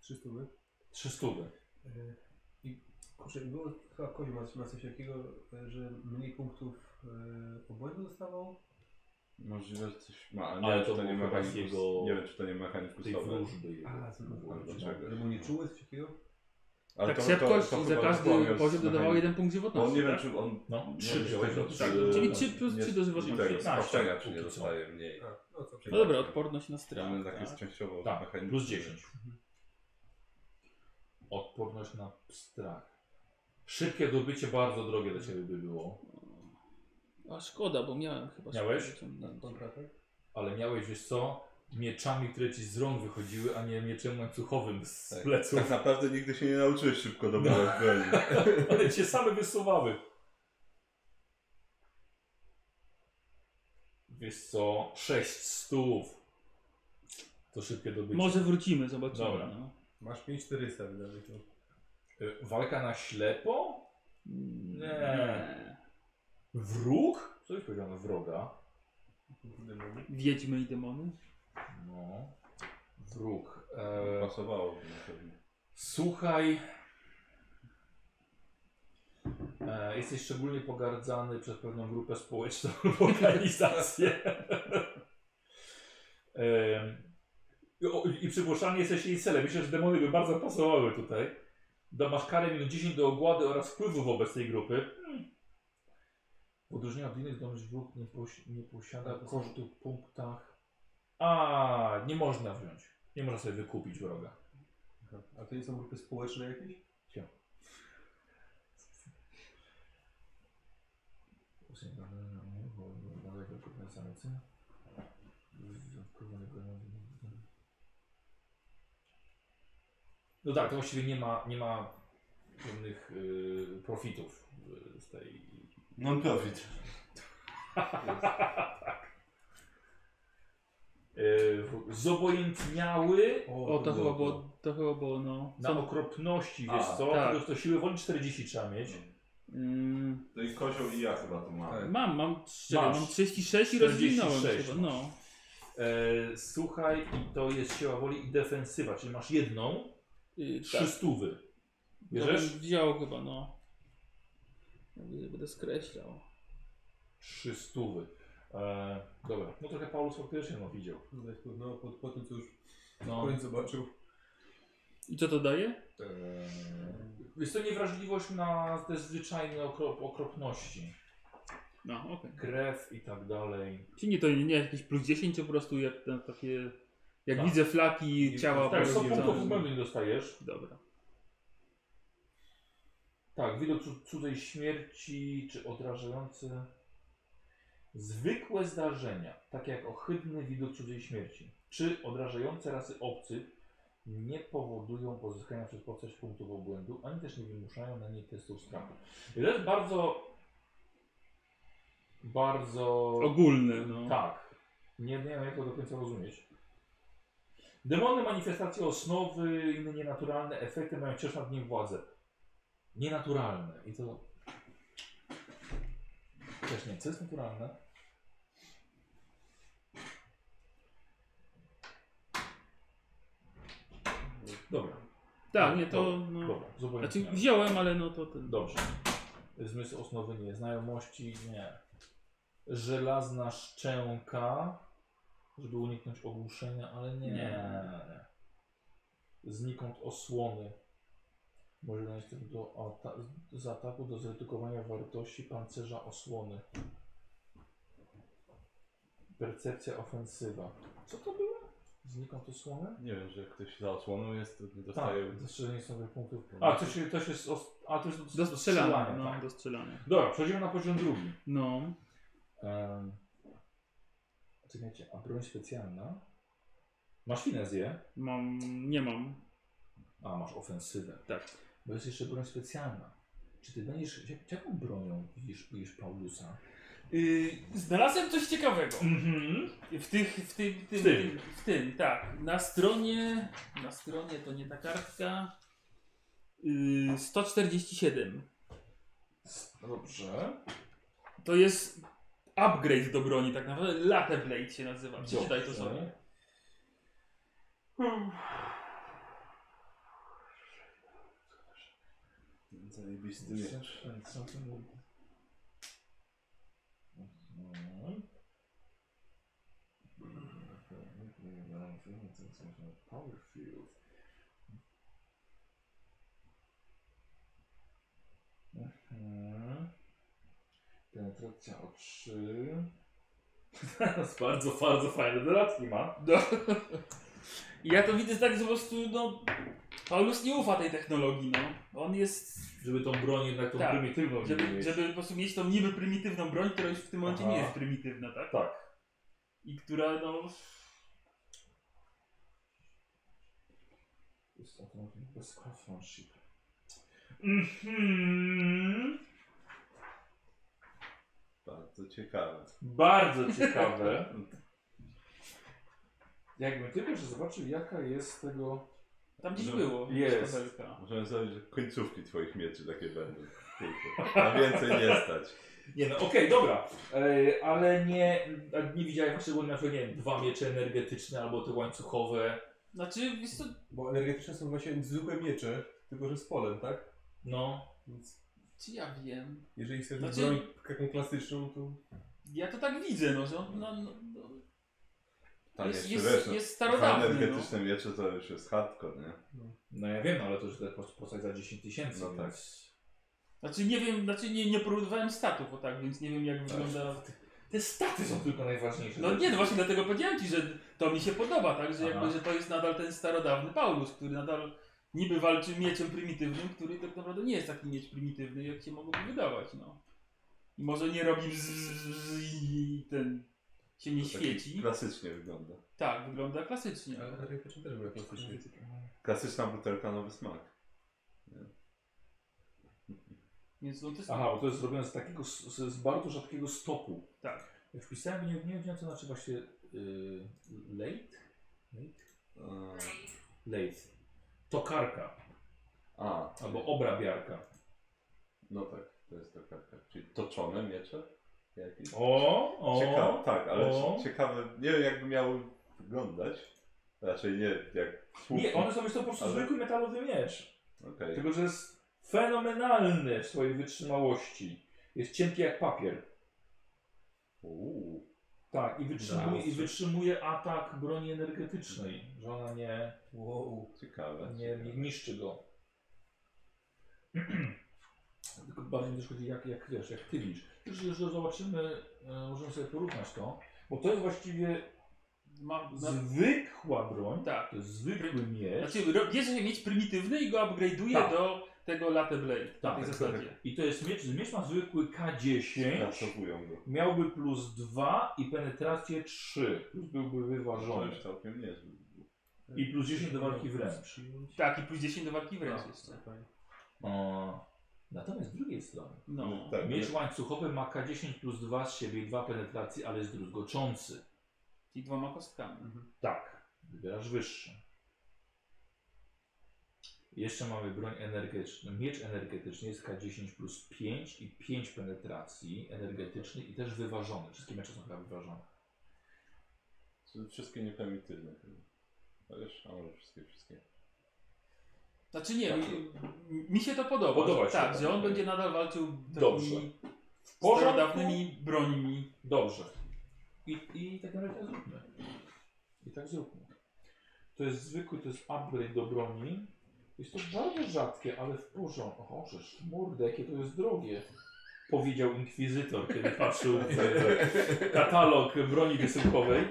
Speaker 5: Trzy stówy.
Speaker 1: 300.
Speaker 5: Yy, I kurczę, i było chyba koń ma, ma coś takiego, yy, że mniej punktów yy, obłędu dostawał.
Speaker 6: Możliwe, że coś ma, ale nie,
Speaker 1: Ale
Speaker 6: wiem,
Speaker 1: to
Speaker 6: czy to nie,
Speaker 1: był chyba z
Speaker 6: mechanik,
Speaker 1: jego-
Speaker 6: nie wiem, czy to nie mechanik
Speaker 1: Tej
Speaker 6: kustowy.
Speaker 1: wróżby jego.
Speaker 5: A, no, co to było?
Speaker 6: Albo
Speaker 5: Czy-
Speaker 1: tak.
Speaker 6: czegoś.
Speaker 5: Że był nieczuły coś takiego?
Speaker 6: Ale
Speaker 3: tak,
Speaker 6: to- to-
Speaker 3: szybkość
Speaker 6: to
Speaker 3: za
Speaker 6: chyba
Speaker 3: każdy
Speaker 6: wypłonił z
Speaker 3: poziom dodawał
Speaker 6: mechaniką.
Speaker 3: jeden punkt żywotności.
Speaker 6: On nie wiem,
Speaker 3: tak?
Speaker 6: czy on...
Speaker 1: No,
Speaker 6: nie
Speaker 1: 3
Speaker 6: wiem, czy Tak.
Speaker 1: wziąłeś.
Speaker 6: tego,
Speaker 1: no,
Speaker 3: tak,
Speaker 1: trzy.
Speaker 3: czyli trzy plus
Speaker 6: nie-
Speaker 3: trzy do żywotności.
Speaker 6: Tego,
Speaker 1: 15
Speaker 6: spaczenia, czy nie
Speaker 1: póki co.
Speaker 6: dostaje mniej.
Speaker 5: A, no co,
Speaker 3: No dobra, odporność na strach.
Speaker 6: Mamy tak
Speaker 3: tak.
Speaker 6: jest częściowo
Speaker 1: Tak,
Speaker 6: mechanicznie.
Speaker 1: plus 10. Odporność na strach. Szybkie dobycie bardzo drogie dla ciebie by było.
Speaker 3: A szkoda, bo miałem chyba
Speaker 1: Miałeś? tak.
Speaker 3: szkodę wyciągnięte.
Speaker 5: Kontratak?
Speaker 1: Ale miałeś, wiesz co, mieczami, które ci z rąk wychodziły, a nie mieczem łańcuchowym z
Speaker 6: Tak.
Speaker 1: pleców. <laughs>
Speaker 6: Tak No. naprawdę nigdy się nie nauczyłeś szybko dobrać broni. <laughs>
Speaker 1: One cię same wysuwały. Wiesz co, sześć stów. To szybkie dobycie.
Speaker 3: Może wrócimy, zobaczymy.
Speaker 1: Dobra.
Speaker 3: No.
Speaker 5: Masz 5400 wydaje mi się.
Speaker 1: Y, Walka na ślepo?
Speaker 3: Nie.
Speaker 1: Wróg? Co byś powiedział na wroga?
Speaker 5: Kurde, no.
Speaker 3: Wiedźmy i demony?
Speaker 1: No. Wróg.
Speaker 6: Eee.
Speaker 1: E,
Speaker 6: Pasowało na pewno.
Speaker 1: słuchaj. E, jesteś szczególnie <laughs> pogardzany przez pewną grupę społeczną lub organizację. e, Em, i- o, I przygłaszanie jesteś jej celem. Myślę, że demony by bardzo pasowały tutaj. Da- Masz karę minus 10 do ogłady oraz wpływu wobec tej grupy. Hmm. W odróżnieniu od innych domów grup nie, posi nie posiada kosztu w punktach. A, nie można wziąć. Nie można sobie wykupić wroga.
Speaker 5: Aha. A to nie są grupy społeczne jakieś?
Speaker 1: Cio. No tak, to właściwie nie ma, nie ma żadnych y, profitów y, z tej.
Speaker 2: Non-profit.
Speaker 1: <laughs> Y, zobojętniały
Speaker 3: O, to chyba było, to chyba było, no.
Speaker 1: na
Speaker 3: Są,
Speaker 1: okropności,
Speaker 6: A, No.
Speaker 1: wiesz co?
Speaker 3: tak.
Speaker 1: Tak. To siły woli 40 trzeba mieć.
Speaker 3: mm,
Speaker 6: To i kozioł i ja chyba to mam.
Speaker 5: Tak.
Speaker 3: mam, mam, szczerze,
Speaker 1: Masz.
Speaker 3: mam 36 i
Speaker 1: 46
Speaker 3: rozwinąłem chyba,
Speaker 1: masz.
Speaker 3: no.
Speaker 1: E, słuchaj, i to jest siła woli i defensywa, czyli masz jedną,
Speaker 3: Y,
Speaker 1: trzy
Speaker 3: tak.
Speaker 1: stówy.
Speaker 3: To bym
Speaker 1: Bierzesz?
Speaker 3: wziął chyba, no. Mówię, że będę skreślał.
Speaker 1: Trzy stówy. E, dobra, no trochę Paulus faktycznie no, widział.
Speaker 5: No, po, po tym co już
Speaker 1: No,
Speaker 5: koniec zobaczył.
Speaker 3: I co to daje?
Speaker 1: e, jest to niewrażliwość na te zwyczajne okrop, okropności.
Speaker 3: No, okej.
Speaker 1: Krew i tak dalej.
Speaker 3: Czyli nie, to nie, nie jakieś plus 10 po prostu, jak ten, takie... Jak
Speaker 1: Tak.
Speaker 3: widzę flaki
Speaker 5: I-
Speaker 3: ciała
Speaker 1: Tak,
Speaker 3: po
Speaker 1: są
Speaker 3: prostu- no.
Speaker 1: punktów zupełnie nie dostajesz.
Speaker 3: Dobra.
Speaker 1: Tak, widok cu- cudzej śmierci czy odrażający. Zwykłe zdarzenia, takie jak ohydny widok cudzej śmierci, czy odrażające rasy obcych, nie powodują pozyskania przez postać punktów obłędu, ani też nie wymuszają na niej testów strachu. I to jest bardzo. Bardzo.
Speaker 3: Ogólne, no.
Speaker 1: Tak. Nie, nie wiem, jak to do końca rozumieć. Demony, manifestacje osnowy, inne nienaturalne efekty mają wciąż nad nim władzę. Nienaturalne. I to... Też nie, co jest naturalne? Dobra,
Speaker 3: Tak, nie, to...
Speaker 1: Dobra,
Speaker 3: No.
Speaker 1: dobra, zupełnie
Speaker 3: Znaczy
Speaker 1: zmiana.
Speaker 3: wziąłem, ale no to ten...
Speaker 1: Dobrze. Zmysł osnowy nie. Znajomości nie. Żelazna szczęka, żeby uniknąć ogłuszenia, ale nie.
Speaker 3: Nie.
Speaker 1: Znikąd osłony. Może dać tym do ata- z ataku do zredukowania wartości pancerza osłony. Percepcja ofensywa. Co to było? Znikąd osłony?
Speaker 6: Nie wiem, że jak ktoś za osłoną jest, to nie dostaje.
Speaker 1: Tak, dostrzeżenie sobie punktów. A, to się, to się z os- a, to jest do-
Speaker 3: Do strzelania, no,
Speaker 1: tak.
Speaker 3: do strzelania.
Speaker 1: Dobra, przechodzimy na poziom drugi.
Speaker 3: No.
Speaker 1: Um, czekajcie, a broń specjalna? Masz finezję?
Speaker 3: Mam, nie mam.
Speaker 1: A, masz ofensywę.
Speaker 3: Tak.
Speaker 1: Bo jest jeszcze broń specjalna. Czy ty będziesz... jak- Jaką bronią widzisz, widzisz Paulusa?
Speaker 7: Yy, znalazłem coś ciekawego.
Speaker 1: Mhm.
Speaker 7: W, tych, w, tym, w, tym,
Speaker 1: W
Speaker 7: w,
Speaker 1: tym.
Speaker 7: tym. w tym, tak. Na stronie, na stronie to nie ta kartka. Yy, 147.
Speaker 1: Dobrze.
Speaker 7: To jest upgrade do broni tak naprawdę. Latte Blade się nazywa. Przeczytaj to
Speaker 1: Dobrze.
Speaker 7: sobie.
Speaker 2: Zajebisty miecz.
Speaker 1: Co to było? Mhm. Power field. Mhm. Penetracja o <laughs> 3. Teraz bardzo, bardzo fajne dodatki ma.
Speaker 7: No. I ja to widzę tak, że po prostu, no... Paulus nie ufa tej technologii, no. On jest...
Speaker 1: Żeby tą broń jednak tą
Speaker 7: Tak.
Speaker 1: prymitywną
Speaker 7: Żeby,
Speaker 1: mieć.
Speaker 7: żeby po prostu mieć tą niby prymitywną broń, która już w tym momencie
Speaker 1: Aha.
Speaker 7: nie jest prymitywna, tak?
Speaker 1: Tak.
Speaker 7: I która, no...
Speaker 1: Jest to bez craftsmanship.
Speaker 7: Mhm.
Speaker 6: Bardzo ciekawe.
Speaker 1: Bardzo ciekawe. Jakbym tylko że zobaczył, jaka jest tego.
Speaker 7: Tam gdzieś
Speaker 6: No,
Speaker 7: było.
Speaker 1: jest.
Speaker 7: tabelka.
Speaker 6: Możemy zrobić, że końcówki twoich mieczy takie będą. Tylko. Na więcej nie stać.
Speaker 1: Nie no, okej, dobra. E, ale nie, a nie widziałem właśnie, bo na przykład, nie wiem, dwa miecze energetyczne albo te łańcuchowe.
Speaker 7: Znaczy, wiesz co,
Speaker 5: Bo energetyczne są właśnie zwykłe miecze, tylko że z polem, tak?
Speaker 1: No.
Speaker 5: Więc
Speaker 7: czy ja wiem?
Speaker 5: jeżeli chcesz
Speaker 7: Znaczy-
Speaker 5: broń taką klasyczną, to
Speaker 7: Ja to tak widzę, no, że on, no, no, no.
Speaker 6: Tanie
Speaker 3: Jest, jest,
Speaker 6: średeczne.
Speaker 3: jest
Speaker 6: Dwa
Speaker 3: starodawny. No.
Speaker 6: energetyczne miecze to już jest hardcore, nie?
Speaker 1: No ja wiem, ale to już też postać za 10 tysięcy.
Speaker 6: No tak.
Speaker 3: Znaczy nie wiem, znaczy nie, nie porównywałem statów, o tak, więc nie wiem jak wygląda.
Speaker 1: Te staty są tylko najważniejsze.
Speaker 3: No nie, no właśnie dlatego powiedziałem ci, że to mi się podoba, tak? Że, jakby,
Speaker 1: Aha.
Speaker 3: że to jest nadal ten starodawny Paulus, który nadal niby walczy mieczem prymitywnym, który tak naprawdę nie jest taki miecz prymitywny, jak się mogłoby wydawać, no. I może nie robi z, i ten się nie
Speaker 6: To taki
Speaker 3: świeci.
Speaker 6: Klasycznie wygląda.
Speaker 3: Tak, wygląda klasycznie.
Speaker 1: Tak.
Speaker 5: Ale Harry Potter też był klasyczny.
Speaker 6: Klasyczna butelka, nowy smak.
Speaker 3: Więc no to jest.
Speaker 1: Aha, bo to jest zrobione z takiego, s- z, z bardzo rzadkiego stopu.
Speaker 3: Tak.
Speaker 1: Jak wpisałem, nie, nie wiedziałem co znaczy właśnie yy, late? Late?
Speaker 6: Eee,
Speaker 1: Late. Tokarka
Speaker 6: A,
Speaker 1: albo obrabiarka.
Speaker 6: no tak, to jest taka, tak. Czyli toczone miecze? Jakieś?
Speaker 1: O, o.
Speaker 6: Ciekawe, tak, ale
Speaker 1: o.
Speaker 6: cie- ciekawe, nie wiem jakby miały wyglądać. Raczej nie jak słupki.
Speaker 1: Nie, one są jeszcze po prostu
Speaker 6: Ale-
Speaker 1: zwykły metalowy miecz.
Speaker 6: Okej.
Speaker 1: Tylko, że jest fenomenalny w swojej wytrzymałości. Jest cienki jak papier.
Speaker 6: Uuu.
Speaker 1: Tak, i wytrzymuje,
Speaker 5: Wow.
Speaker 1: i wytrzymuje atak broni energetycznej, że ona nie,
Speaker 5: Wow.
Speaker 6: Ciekawe.
Speaker 1: nie, nie niszczy go. <clears throat> Tylko bardziej mi też chodzi, jak, jak wiesz, jak ty widzisz. Już, już zobaczymy, e, możemy sobie porównać to, bo to jest właściwie
Speaker 3: Ma,
Speaker 1: No.
Speaker 3: na,
Speaker 1: zwykła broń,
Speaker 3: tak.
Speaker 1: to jest zwykły miecz
Speaker 3: Znaczy ro- bierze się miecz prymitywny i go upgrade'uje
Speaker 1: Tak.
Speaker 3: do tego Latte Blade na
Speaker 1: Tak,
Speaker 3: tej
Speaker 1: tak,
Speaker 3: zasadzie.
Speaker 1: i to jest miecz, miecz ma zwykły K10,
Speaker 6: Pracowują go.
Speaker 1: miałby plus 2 i penetrację 3, plus byłby
Speaker 6: To
Speaker 1: wyważony
Speaker 6: już całkiem niezły.
Speaker 1: i
Speaker 5: e,
Speaker 1: plus 10 do walki wręcz.
Speaker 3: Tak, i plus 10 do walki wręcz
Speaker 1: Tak,
Speaker 3: jeszcze.
Speaker 1: O, E, natomiast z drugiej strony,
Speaker 3: No.
Speaker 6: tak,
Speaker 1: miecz łańcuchowy ma K10 plus 2 z siebie i 2 penetracji, ale jest druzgoczący.
Speaker 3: I dwoma kostkami.
Speaker 1: Tak, wybierasz wyższy. Jeszcze mamy broń energetyczną. Miecz energetyczny jest K10 plus 5 i 5 penetracji energetycznych i też wyważony. Wszystkie miecze są chyba wyważone.
Speaker 6: Czyli Wszystkie nieprimitywne. chyba. Chociaż, a może
Speaker 1: <laughs>
Speaker 6: wszystkie, wszystkie.
Speaker 3: Znaczy nie,
Speaker 1: Tak.
Speaker 3: mi, mi się to podoba.
Speaker 1: Podoba
Speaker 3: że,
Speaker 1: się
Speaker 3: tak,
Speaker 1: to.
Speaker 3: że on będzie nadal walczył
Speaker 1: Dobrze.
Speaker 3: takimi
Speaker 1: W
Speaker 3: starodawnymi brońmi.
Speaker 1: Dobrze. I, I tak naprawdę zróbmy. I tak zróbmy. To jest zwykły, to jest upgrade do broni. Jest to bardzo rzadkie, ale w porządku. O, żeż mordę, jakie to jest drogie. Powiedział inkwizytor, kiedy patrzył w katalog broni wysyłkowej.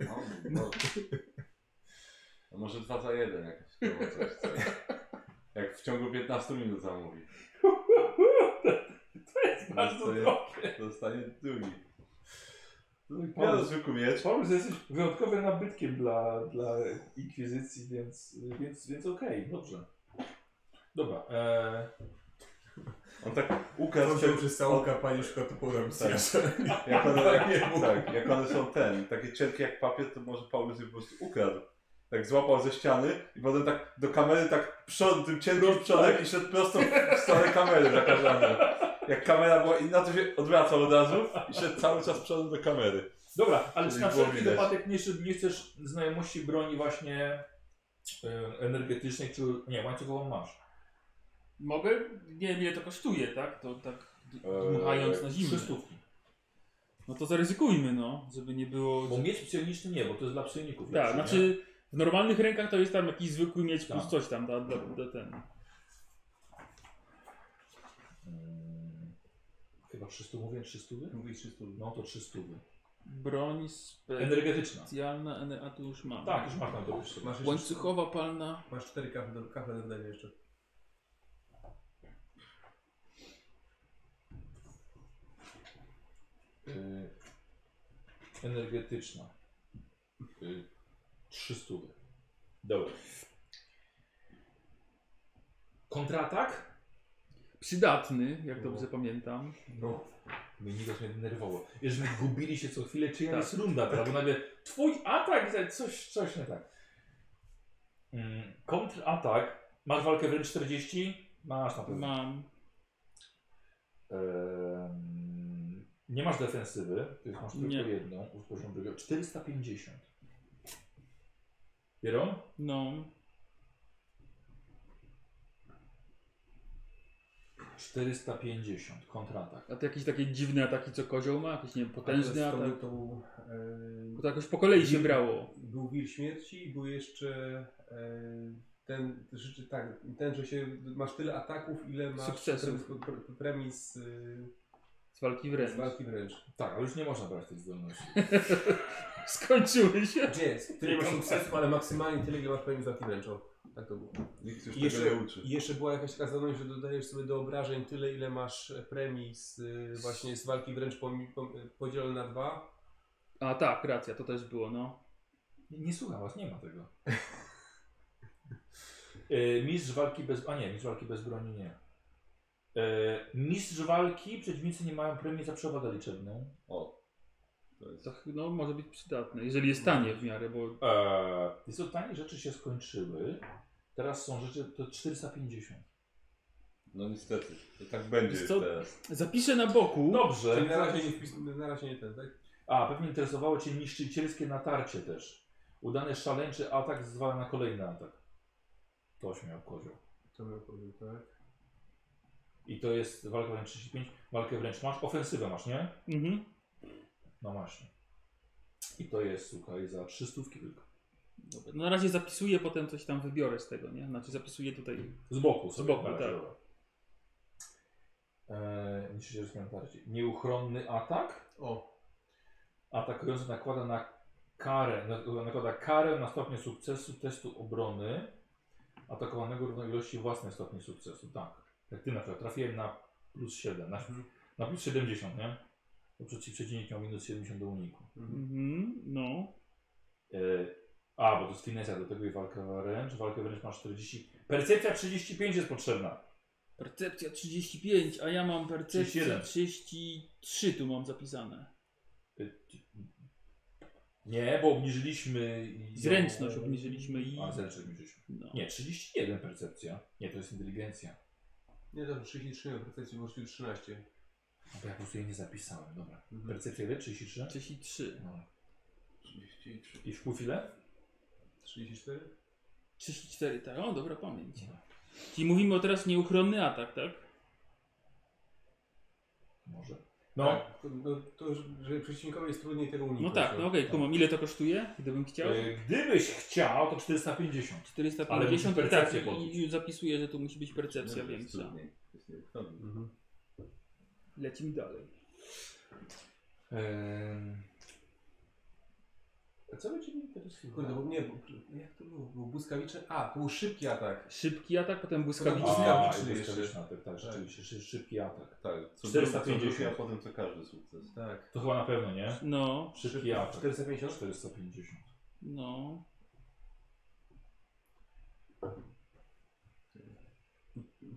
Speaker 6: No, no. A No może dwa za jeden jakieś było coś, co? Jak w ciągu 15 minut zamówi.
Speaker 1: To jest bardzo
Speaker 6: Dostanie-
Speaker 1: drogie.
Speaker 6: Dostanie drugi. Ja
Speaker 1: Paulus-
Speaker 6: zwykły miecz.
Speaker 1: Paulus, jesteś wyjątkowym nabytkiem dla, dla inkwizycji, więc, więc, więc okej, dobrze. Dobra. E,
Speaker 6: On tak
Speaker 5: Teraz
Speaker 6: ukradł
Speaker 5: się przez całą kampanię szuka toporem
Speaker 1: Tak.
Speaker 5: Sasza.
Speaker 6: Jak one,
Speaker 5: Nie
Speaker 6: jak,
Speaker 5: mów.
Speaker 6: tak, jak one są ten, takie cienkie jak papier, to może Paulus je po prostu ukradł. Tak złapał ze ściany i potem tak do kamery tak przod, tym cienkim przodem i szedł prosto w- w stronę kamery zakażony. Jak kamera była inna, to się odwracał od razu i szedł cały czas przodem do kamery.
Speaker 1: Dobra, ale czy
Speaker 6: Czyli
Speaker 1: na
Speaker 6: było
Speaker 1: wszelki
Speaker 6: widać.
Speaker 1: wypadek nie, szy- nie chcesz znajomości broni właśnie e, energetycznej, czy nie, łańcuchową masz?
Speaker 3: Mogę? Nie wiem ile to kosztuje, tak? To tak d-
Speaker 1: Eee,
Speaker 3: dmuchając na zimę.
Speaker 1: Trzy stówki.
Speaker 3: No to zaryzykujmy, no, żeby nie było.
Speaker 1: Bo miecz psioniczny nie, bo to jest dla psioników.
Speaker 3: Tak,
Speaker 1: lepszy, nie?
Speaker 3: znaczy w normalnych rękach to jest tam jakiś zwykły miecz plus
Speaker 1: Tak.
Speaker 3: coś tam, da, da, da ten.
Speaker 1: Mm, Chyba 300, mówię 300?
Speaker 5: Mówisz 300.
Speaker 1: No to 300.
Speaker 3: Broń specjalna,
Speaker 1: Energetyczna.
Speaker 3: ene- a tu już mam.
Speaker 1: Tak, już masz tam to 300.
Speaker 5: Masz jeszcze-
Speaker 3: Łańcuchowa palna.
Speaker 5: Masz 4 kafle do, kafle do wydania jeszcze.
Speaker 1: Y, energetyczna. Y, 300. Dobra. Kontratak?
Speaker 3: Przydatny, jak dobrze pamiętam.
Speaker 1: No. Mnie to mnie denerwowało. Jeżeli gubili się co chwilę, czyja jest runda, tak. bo nagle twój atak, za- coś, coś nie tak. Mm, kontratak. Masz walkę wręcz 40? Masz na pewno.
Speaker 3: Mam.
Speaker 1: Ehm, nie masz defensywy, więc masz tylko
Speaker 3: Nie.
Speaker 1: jedną, usporządzoną drugiego. 450. Pieron?
Speaker 3: No.
Speaker 1: 450 kontratak.
Speaker 3: A to jakieś takie dziwne ataki, co kozioł ma? Jakieś, nie
Speaker 1: Tak,
Speaker 3: wiem, potężny
Speaker 5: Ale z tą-
Speaker 3: atak?
Speaker 5: tą,
Speaker 3: Bo
Speaker 5: e,
Speaker 3: to jakoś po kolei się brało.
Speaker 5: Był wir śmierci, był jeszcze e, ten, rzeczy, tak, ten, że się, masz tyle ataków, ile masz
Speaker 3: Sukcesów.
Speaker 5: pre- pre- pre- premii z, e,
Speaker 3: Z walki
Speaker 5: z
Speaker 3: wręcz.
Speaker 5: walki wręcz.
Speaker 1: Tak, ale już nie można brać tych zdolności.
Speaker 3: <laughs> Skończyły się.
Speaker 5: Gdzie jest? Tyle masz sukcesów, ale maksymalnie tyle, ile masz premii z walki wręczą. Tak to było.
Speaker 6: Nikt już
Speaker 5: I jeszcze,
Speaker 6: tego nie uczy.
Speaker 5: i jeszcze była jakaś taka zdolność, że dodajesz sobie do obrażeń tyle, ile masz premii z, e, właśnie z walki wręcz pomi- pom- podzielone na dwa.
Speaker 3: A tak, racja, to też było, no.
Speaker 1: Nie, nie słucham was, nie ma tego. E, mistrz walki bez... A nie, mistrz walki bez broni nie. E, mistrz walki, przeciwnicy nie mają premii za przewadę liczebną.
Speaker 6: O. To jest.
Speaker 3: To ch- no, może być przydatne, jeżeli jest tanie w miarę, bo
Speaker 1: E, jest to tanie rzeczy się skończyły. Teraz są rzeczy, to 450.
Speaker 6: No niestety. To tak będzie
Speaker 3: Wiesz co?
Speaker 6: teraz.
Speaker 3: zapiszę na boku.
Speaker 1: Dobrze.
Speaker 5: Czyli na razie nie, wpis- na razie nie ten, tak?
Speaker 1: A, pewnie interesowało Cię niszczycielskie natarcie też. Udany szaleńczy atak zwala na kolejny atak. To śmiał kozioł.
Speaker 5: To bym powiedział, tak?
Speaker 1: I to jest walka wręcz 35. Walkę wręcz masz. Ofensywę masz, nie?
Speaker 3: Mhm.
Speaker 1: No właśnie. I to jest, słuchaj, za 300 tylko.
Speaker 3: Dobra. No, na razie zapisuję, potem coś tam wybiorę z tego, nie? Znaczy zapisuję tutaj.
Speaker 1: Z boku. sobie
Speaker 3: boku,
Speaker 1: wpalasz,
Speaker 3: tak.
Speaker 1: dobra. Eee, niszczycielskie natarcie. Nieuchronny atak?
Speaker 5: O,
Speaker 1: Atakujący nakłada na karę, na- nakłada karę na stopnie sukcesu testu obrony atakowanego równo ilości własnej stopni sukcesu. Tak. Jak ty na przykład trafiłem na plus 7, na,
Speaker 3: Mhm.
Speaker 1: na plus 70, nie? To przeciw przeciwnik miał minus 70 do uniku.
Speaker 3: Mhm. No.
Speaker 1: E, a, bo to jest finezja, do tego i walka wręcz. Walkę wręcz masz 40. Percepcja 35 jest potrzebna.
Speaker 3: Percepcja 35, a ja mam percepcję
Speaker 1: 37.
Speaker 3: 33, tu mam zapisane.
Speaker 1: E, Nie, bo obniżyliśmy. i-
Speaker 3: Zręczność obniżyliśmy i...
Speaker 1: A, zręczność obniżyliśmy.
Speaker 3: No.
Speaker 1: Nie, 31 percepcja. Nie, to jest inteligencja.
Speaker 5: nie to no, 33 na procecie, bo 13.
Speaker 1: No to ja po prostu jej nie zapisałem, dobra.
Speaker 5: Mhm.
Speaker 1: Percepcja ile? 33?
Speaker 3: 33.
Speaker 1: No.
Speaker 2: 33.
Speaker 1: I wpływ ile?
Speaker 5: 34?
Speaker 3: 34, tak. O, dobra pamięć. Czyli mówimy o teraz nieuchronny atak, tak?
Speaker 1: Może. No,
Speaker 5: No. Tak, to- no, to, że przeciwnikowi jest trudniej tego uniknąć.
Speaker 3: No tak, no okej, kumam. Ile to kosztuje, gdybym chciał?
Speaker 1: e, gdybyś chciał, to 450. Ale musisz
Speaker 3: 450
Speaker 1: percepcję
Speaker 3: tak,
Speaker 1: podnieść.
Speaker 3: i, i zapisuję, że tu musi być percepcja
Speaker 6: No, to jest
Speaker 3: większa.
Speaker 6: trudniej. To jest nieuchronne.
Speaker 5: Mhm.
Speaker 3: Lecimy dalej.
Speaker 1: Ehm. A co będzie mnie
Speaker 5: Kurde, bo
Speaker 1: interesowało?
Speaker 5: nie, bo, jak to było? Był błyskawiczny? A, to był szybki atak.
Speaker 3: Szybki atak, potem błyskawiczny.
Speaker 5: Potem
Speaker 1: A,
Speaker 5: błyskawiczny
Speaker 1: i
Speaker 5: jeszcze.
Speaker 1: błyskawiczny atak, tak, rzeczywiście, szy- szybki atak.
Speaker 6: Tak, co
Speaker 1: 450.
Speaker 6: 450, a potem to każdy sukces.
Speaker 5: Tak.
Speaker 1: To chyba na pewno, nie?
Speaker 3: No,
Speaker 1: Szybki atak.
Speaker 5: 450?
Speaker 1: 450.
Speaker 3: no.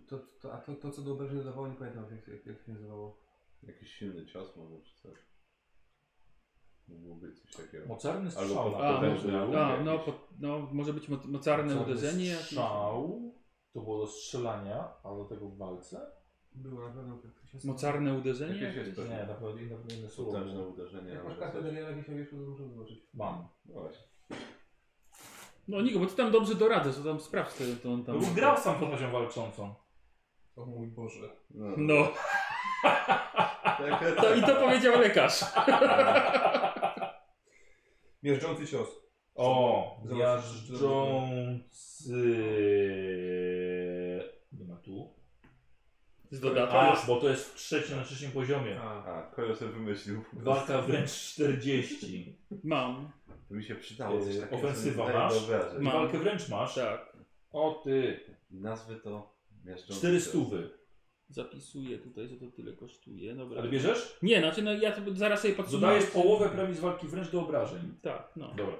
Speaker 5: To, to, a to, to, co do obrażeń dawało, nie pamiętam, jak, jak, jak się nazywało.
Speaker 6: Jakiś silny cios może czy coś. Mógł być coś takiego.
Speaker 1: Mocarny
Speaker 6: Albo
Speaker 1: strzał
Speaker 3: A,
Speaker 1: na
Speaker 6: potężny
Speaker 1: potężny
Speaker 6: atak.
Speaker 1: atak.
Speaker 3: A, no, po, no, może być mo- mocarne
Speaker 1: Mocarny
Speaker 3: uderzenie. jakieś.
Speaker 1: Strzał. To było do strzelania, a do tego w walce?
Speaker 5: Było na pewno jak no, to się nazywało.
Speaker 3: Mocarne uderzenie.
Speaker 6: Jakieś
Speaker 3: jakieś?
Speaker 6: jest
Speaker 1: Nie,
Speaker 6: pewnie.
Speaker 1: na pewno inne inne słowo.
Speaker 6: Potężne
Speaker 1: było.
Speaker 6: uderzenie.
Speaker 5: Jak
Speaker 6: albo
Speaker 5: masz
Speaker 1: <laughs>
Speaker 6: coś.
Speaker 5: kartę Daniela gdzieś na wierzchu, to muszę zobaczyć.
Speaker 1: Mam.
Speaker 6: No właśnie.
Speaker 3: No Niko, bo ty tam dobrze doradzasz, to tam sprawdź to, to on
Speaker 1: No
Speaker 3: tam...
Speaker 1: bo grał sam pod poziom walczącą.
Speaker 5: O mój Boże.
Speaker 6: No.
Speaker 3: No,
Speaker 6: Tak, tak.
Speaker 3: to, i to powiedział lekarz.
Speaker 5: Mierzący cios.
Speaker 1: O,
Speaker 5: Zobacz,
Speaker 1: miażdżący... Nie ma tu.
Speaker 3: Z
Speaker 1: A,
Speaker 3: dodatkiem.
Speaker 1: bo to jest w trzecim, na trzecim poziomie.
Speaker 5: A,
Speaker 6: A, Kojo sobie wymyślił.
Speaker 1: <laughs> Walka wręcz 40.
Speaker 3: Mam,
Speaker 6: To mi się przydało coś
Speaker 1: Yy,
Speaker 6: takiego.
Speaker 1: ofensywa
Speaker 6: co mi daje
Speaker 1: masz?
Speaker 6: do wyobrażeń.
Speaker 1: I
Speaker 3: Mam.
Speaker 1: Walkę wręcz masz.
Speaker 3: tak.
Speaker 1: O ty.
Speaker 6: Nazwy to... miażdżące.
Speaker 1: 400.
Speaker 3: Zapisuję tutaj, że to tyle kosztuje. Dobra.
Speaker 1: Ale bierzesz?
Speaker 3: Nie, znaczy no ja to zaraz sobie podsumuję.
Speaker 1: Dodajesz połowę premii z walki wręcz do obrażeń.
Speaker 3: Tak, no.
Speaker 1: Dobra.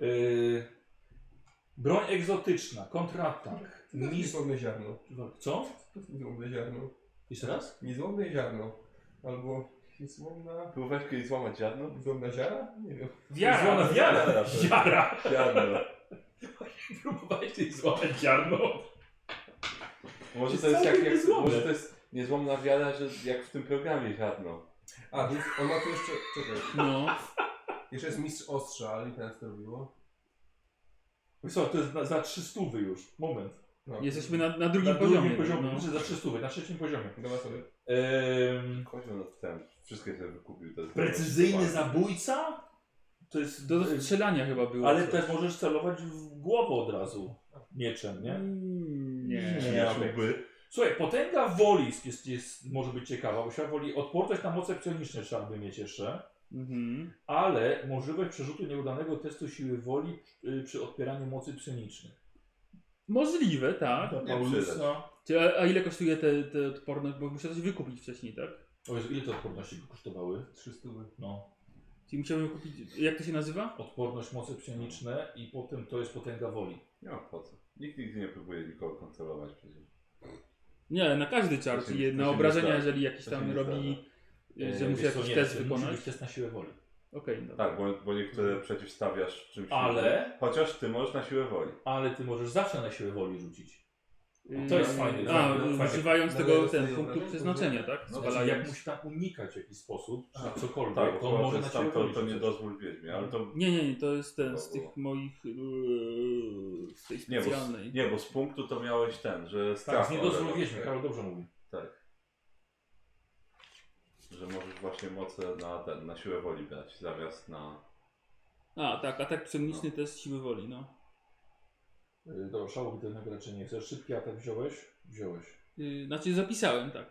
Speaker 1: Yy, broń egzotyczna, kontratak. Mis...
Speaker 5: niezłomne ziarno.
Speaker 1: Co?
Speaker 5: Niezłomne ziarno.
Speaker 1: Jeszcze raz?
Speaker 5: Niezłomne ziarno. Albo niezłomna...
Speaker 6: Próbowałeś kiedyś złamać ziarno?
Speaker 5: Niezłomna ziara? Nie wiem.
Speaker 3: Wiara.
Speaker 1: Złona wiara. tak.
Speaker 6: Wiara.
Speaker 1: Wiara. <laughs>
Speaker 6: Ziarno.
Speaker 1: Próbowałeś tej złapać ziarno.
Speaker 6: Może
Speaker 1: Jest
Speaker 6: to jest jak...
Speaker 1: całkiem
Speaker 6: jak
Speaker 1: niezłomne.
Speaker 6: może to jest niezłomna wiara, że jak w tym programie ziarno.
Speaker 5: A, więc on ma tu jeszcze... Czekaj.
Speaker 3: No,
Speaker 5: Jeszcze jest mistrz tak ostrza, ale nie pamiętam co to było.
Speaker 1: Co, to jest za, za 300 już. Moment.
Speaker 5: No.
Speaker 3: Jesteśmy na, na drugim
Speaker 1: na
Speaker 3: poziomie.
Speaker 1: drugim poziomie,
Speaker 3: no.
Speaker 1: znaczy za 300, na trzecim poziomie.
Speaker 5: Dobra sobie.
Speaker 1: Ehm,
Speaker 6: Kozioł nad ten. Wszystkie sobie wykupił. Te
Speaker 1: precyzyjny zabójca? To jest...
Speaker 3: Do, do strzelania chyba było.
Speaker 1: Ale
Speaker 3: coś.
Speaker 1: też możesz celować w głowę od razu. Mieczem, nie?
Speaker 3: Mm,
Speaker 6: Nie,
Speaker 1: Nie,
Speaker 6: nie,
Speaker 1: okej. Słuchaj, potęga wolisk jest, jest, może być ciekawa, bo siła woli odporność na moce psioniczne trzeba by mieć jeszcze,
Speaker 3: Mhm.
Speaker 1: ale możliwość przerzutu nieudanego testu siły woli przy, przy odpieraniu mocy psionicznych.
Speaker 3: Możliwe, tak.
Speaker 1: Ta
Speaker 6: nie
Speaker 1: Paulusa...
Speaker 3: Czy- A, a ile kosztuje te, te odporność? Bo muszę coś wykupić wcześniej, tak?
Speaker 1: O Jezu, ile te odporności kosztowały?
Speaker 5: 300.
Speaker 1: No.
Speaker 3: Czyli musiałbym kupić. Jak to się nazywa?
Speaker 1: Odporność, moce psioniczne i potem to jest potęga woli.
Speaker 6: Nie ma po co. Nikt nigdy nie próbuje nikogo kontrolować przecież.
Speaker 3: Nie, na każdy czar.
Speaker 6: To się-
Speaker 3: czyli
Speaker 6: to
Speaker 3: Na
Speaker 6: się
Speaker 3: obrażenia,
Speaker 6: nie da.
Speaker 3: jeżeli jakiś
Speaker 6: To się
Speaker 3: tam
Speaker 6: nie Yy,
Speaker 3: robi, y,
Speaker 1: E,
Speaker 3: że musi
Speaker 1: wiesz co,
Speaker 3: jakiś
Speaker 1: nie,
Speaker 3: test
Speaker 1: to Musi
Speaker 3: wykonać.
Speaker 1: być test na siłę woli.
Speaker 3: Okej, no. dobra.
Speaker 6: Tak, bo, bo niektóre przeciwstawiasz czymś
Speaker 1: Ale-
Speaker 6: innym. Chociaż ty możesz na siłę woli.
Speaker 1: Ale ty możesz zawsze na siłę woli rzucić.
Speaker 3: Y,
Speaker 1: To jest fajne,
Speaker 3: A,
Speaker 1: fajne, fajne.
Speaker 3: używając
Speaker 5: Dalej
Speaker 3: tego
Speaker 5: dostaję
Speaker 3: ten, punktu
Speaker 5: obrażeń,
Speaker 3: przeznaczenia, tak?
Speaker 1: No, znaczy,
Speaker 3: Spalając.
Speaker 1: jak musi tam unikać w jakiś sposób, czy na cokolwiek,
Speaker 6: Tak,
Speaker 1: to on może na siłę
Speaker 6: tam, to,
Speaker 1: woli
Speaker 6: to nie
Speaker 1: rzucać.
Speaker 6: dozwól wiedźmie, ale to...
Speaker 3: Nie, nie, nie, to jest ten z
Speaker 6: To było.
Speaker 3: tych moich. yy, Z tej
Speaker 6: Nie bo, z,
Speaker 3: specjalnej.
Speaker 6: nie, bo z punktu to miałeś ten, że strach...
Speaker 1: Tak, z niedozwól
Speaker 6: olewa,
Speaker 1: wiedźmy, Karol dobrze mówi.
Speaker 6: Że możesz właśnie moce na ten, na siłę woli brać, zamiast na...
Speaker 3: A, tak, atak pszenniczny to jest siły woli, no.
Speaker 1: Yy, Dobra, szału bitewnego raczej nie chcesz. Szybki atak wziąłeś? Wziąłeś.
Speaker 3: Yy, znaczy zapisałem, tak.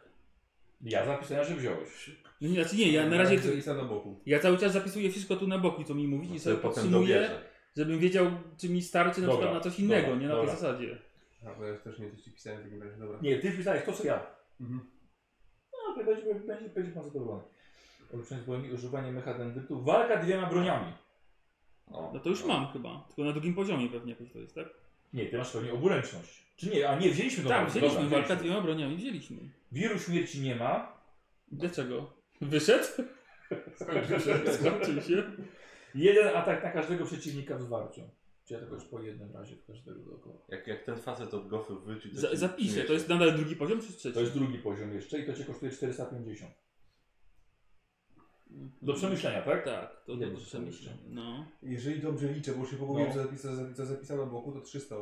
Speaker 1: Ja zapisałem, że wziąłeś.
Speaker 3: No nie, Znaczy nie, ja na razie.
Speaker 5: Lisa na boku.
Speaker 3: Ja cały czas zapisuję wszystko tu na boki, co mi mówić i sobie
Speaker 6: No, potem
Speaker 3: podtrzymuję,
Speaker 6: dobierze.
Speaker 3: żebym wiedział, czy mi starczy na
Speaker 1: Dobra,
Speaker 3: przykład na coś innego,
Speaker 1: dobra,
Speaker 3: nie na tej
Speaker 1: dobra.
Speaker 3: zasadzie.
Speaker 5: A, bo ja już też nie coś ci pisałem w takim razie, dobra.
Speaker 1: Nie, ty wpisałeś to, co ja.
Speaker 5: Mhm.
Speaker 1: No, to będzie, będzie, będzie pan zadowolony. Odrzucenie broni, używanie mechadendrytu, walka dwiema broniami.
Speaker 6: O,
Speaker 3: No to już mam chyba, tylko na drugim poziomie pewnie jakoś to jest, tak?
Speaker 1: Nie, ty masz pewnie oburęczność. Czy nie, a nie, wzięliśmy do
Speaker 3: tak,
Speaker 1: walki.
Speaker 3: wzięliśmy
Speaker 1: Dobra,
Speaker 3: walkę dwiema broniami, wzięliśmy.
Speaker 1: Wiru śmierci nie ma.
Speaker 3: Dlaczego? Wyszedł?
Speaker 5: Skończył
Speaker 3: <laughs> Skończył się.
Speaker 1: Jeden atak na każdego przeciwnika w zwarciu. Czy ja tylko już po jednym razie w każdego dookoła.
Speaker 6: Jak, jak ten facet od gofy wróci... to
Speaker 3: Za,
Speaker 6: ci
Speaker 3: zapiszę,
Speaker 6: przyniesie.
Speaker 3: to jest nadal drugi poziom czy trzeci?
Speaker 1: To jest drugi poziom jeszcze i to cię kosztuje 450. Do przemyślenia, tak?
Speaker 3: No, Tak, to
Speaker 1: Nie,
Speaker 3: do
Speaker 1: to są
Speaker 3: przemyślenia. No.
Speaker 5: Jeżeli dobrze liczę, bo już się pogubiłem,
Speaker 1: No.
Speaker 5: co, zapisa, co zapisał na boku, to 300.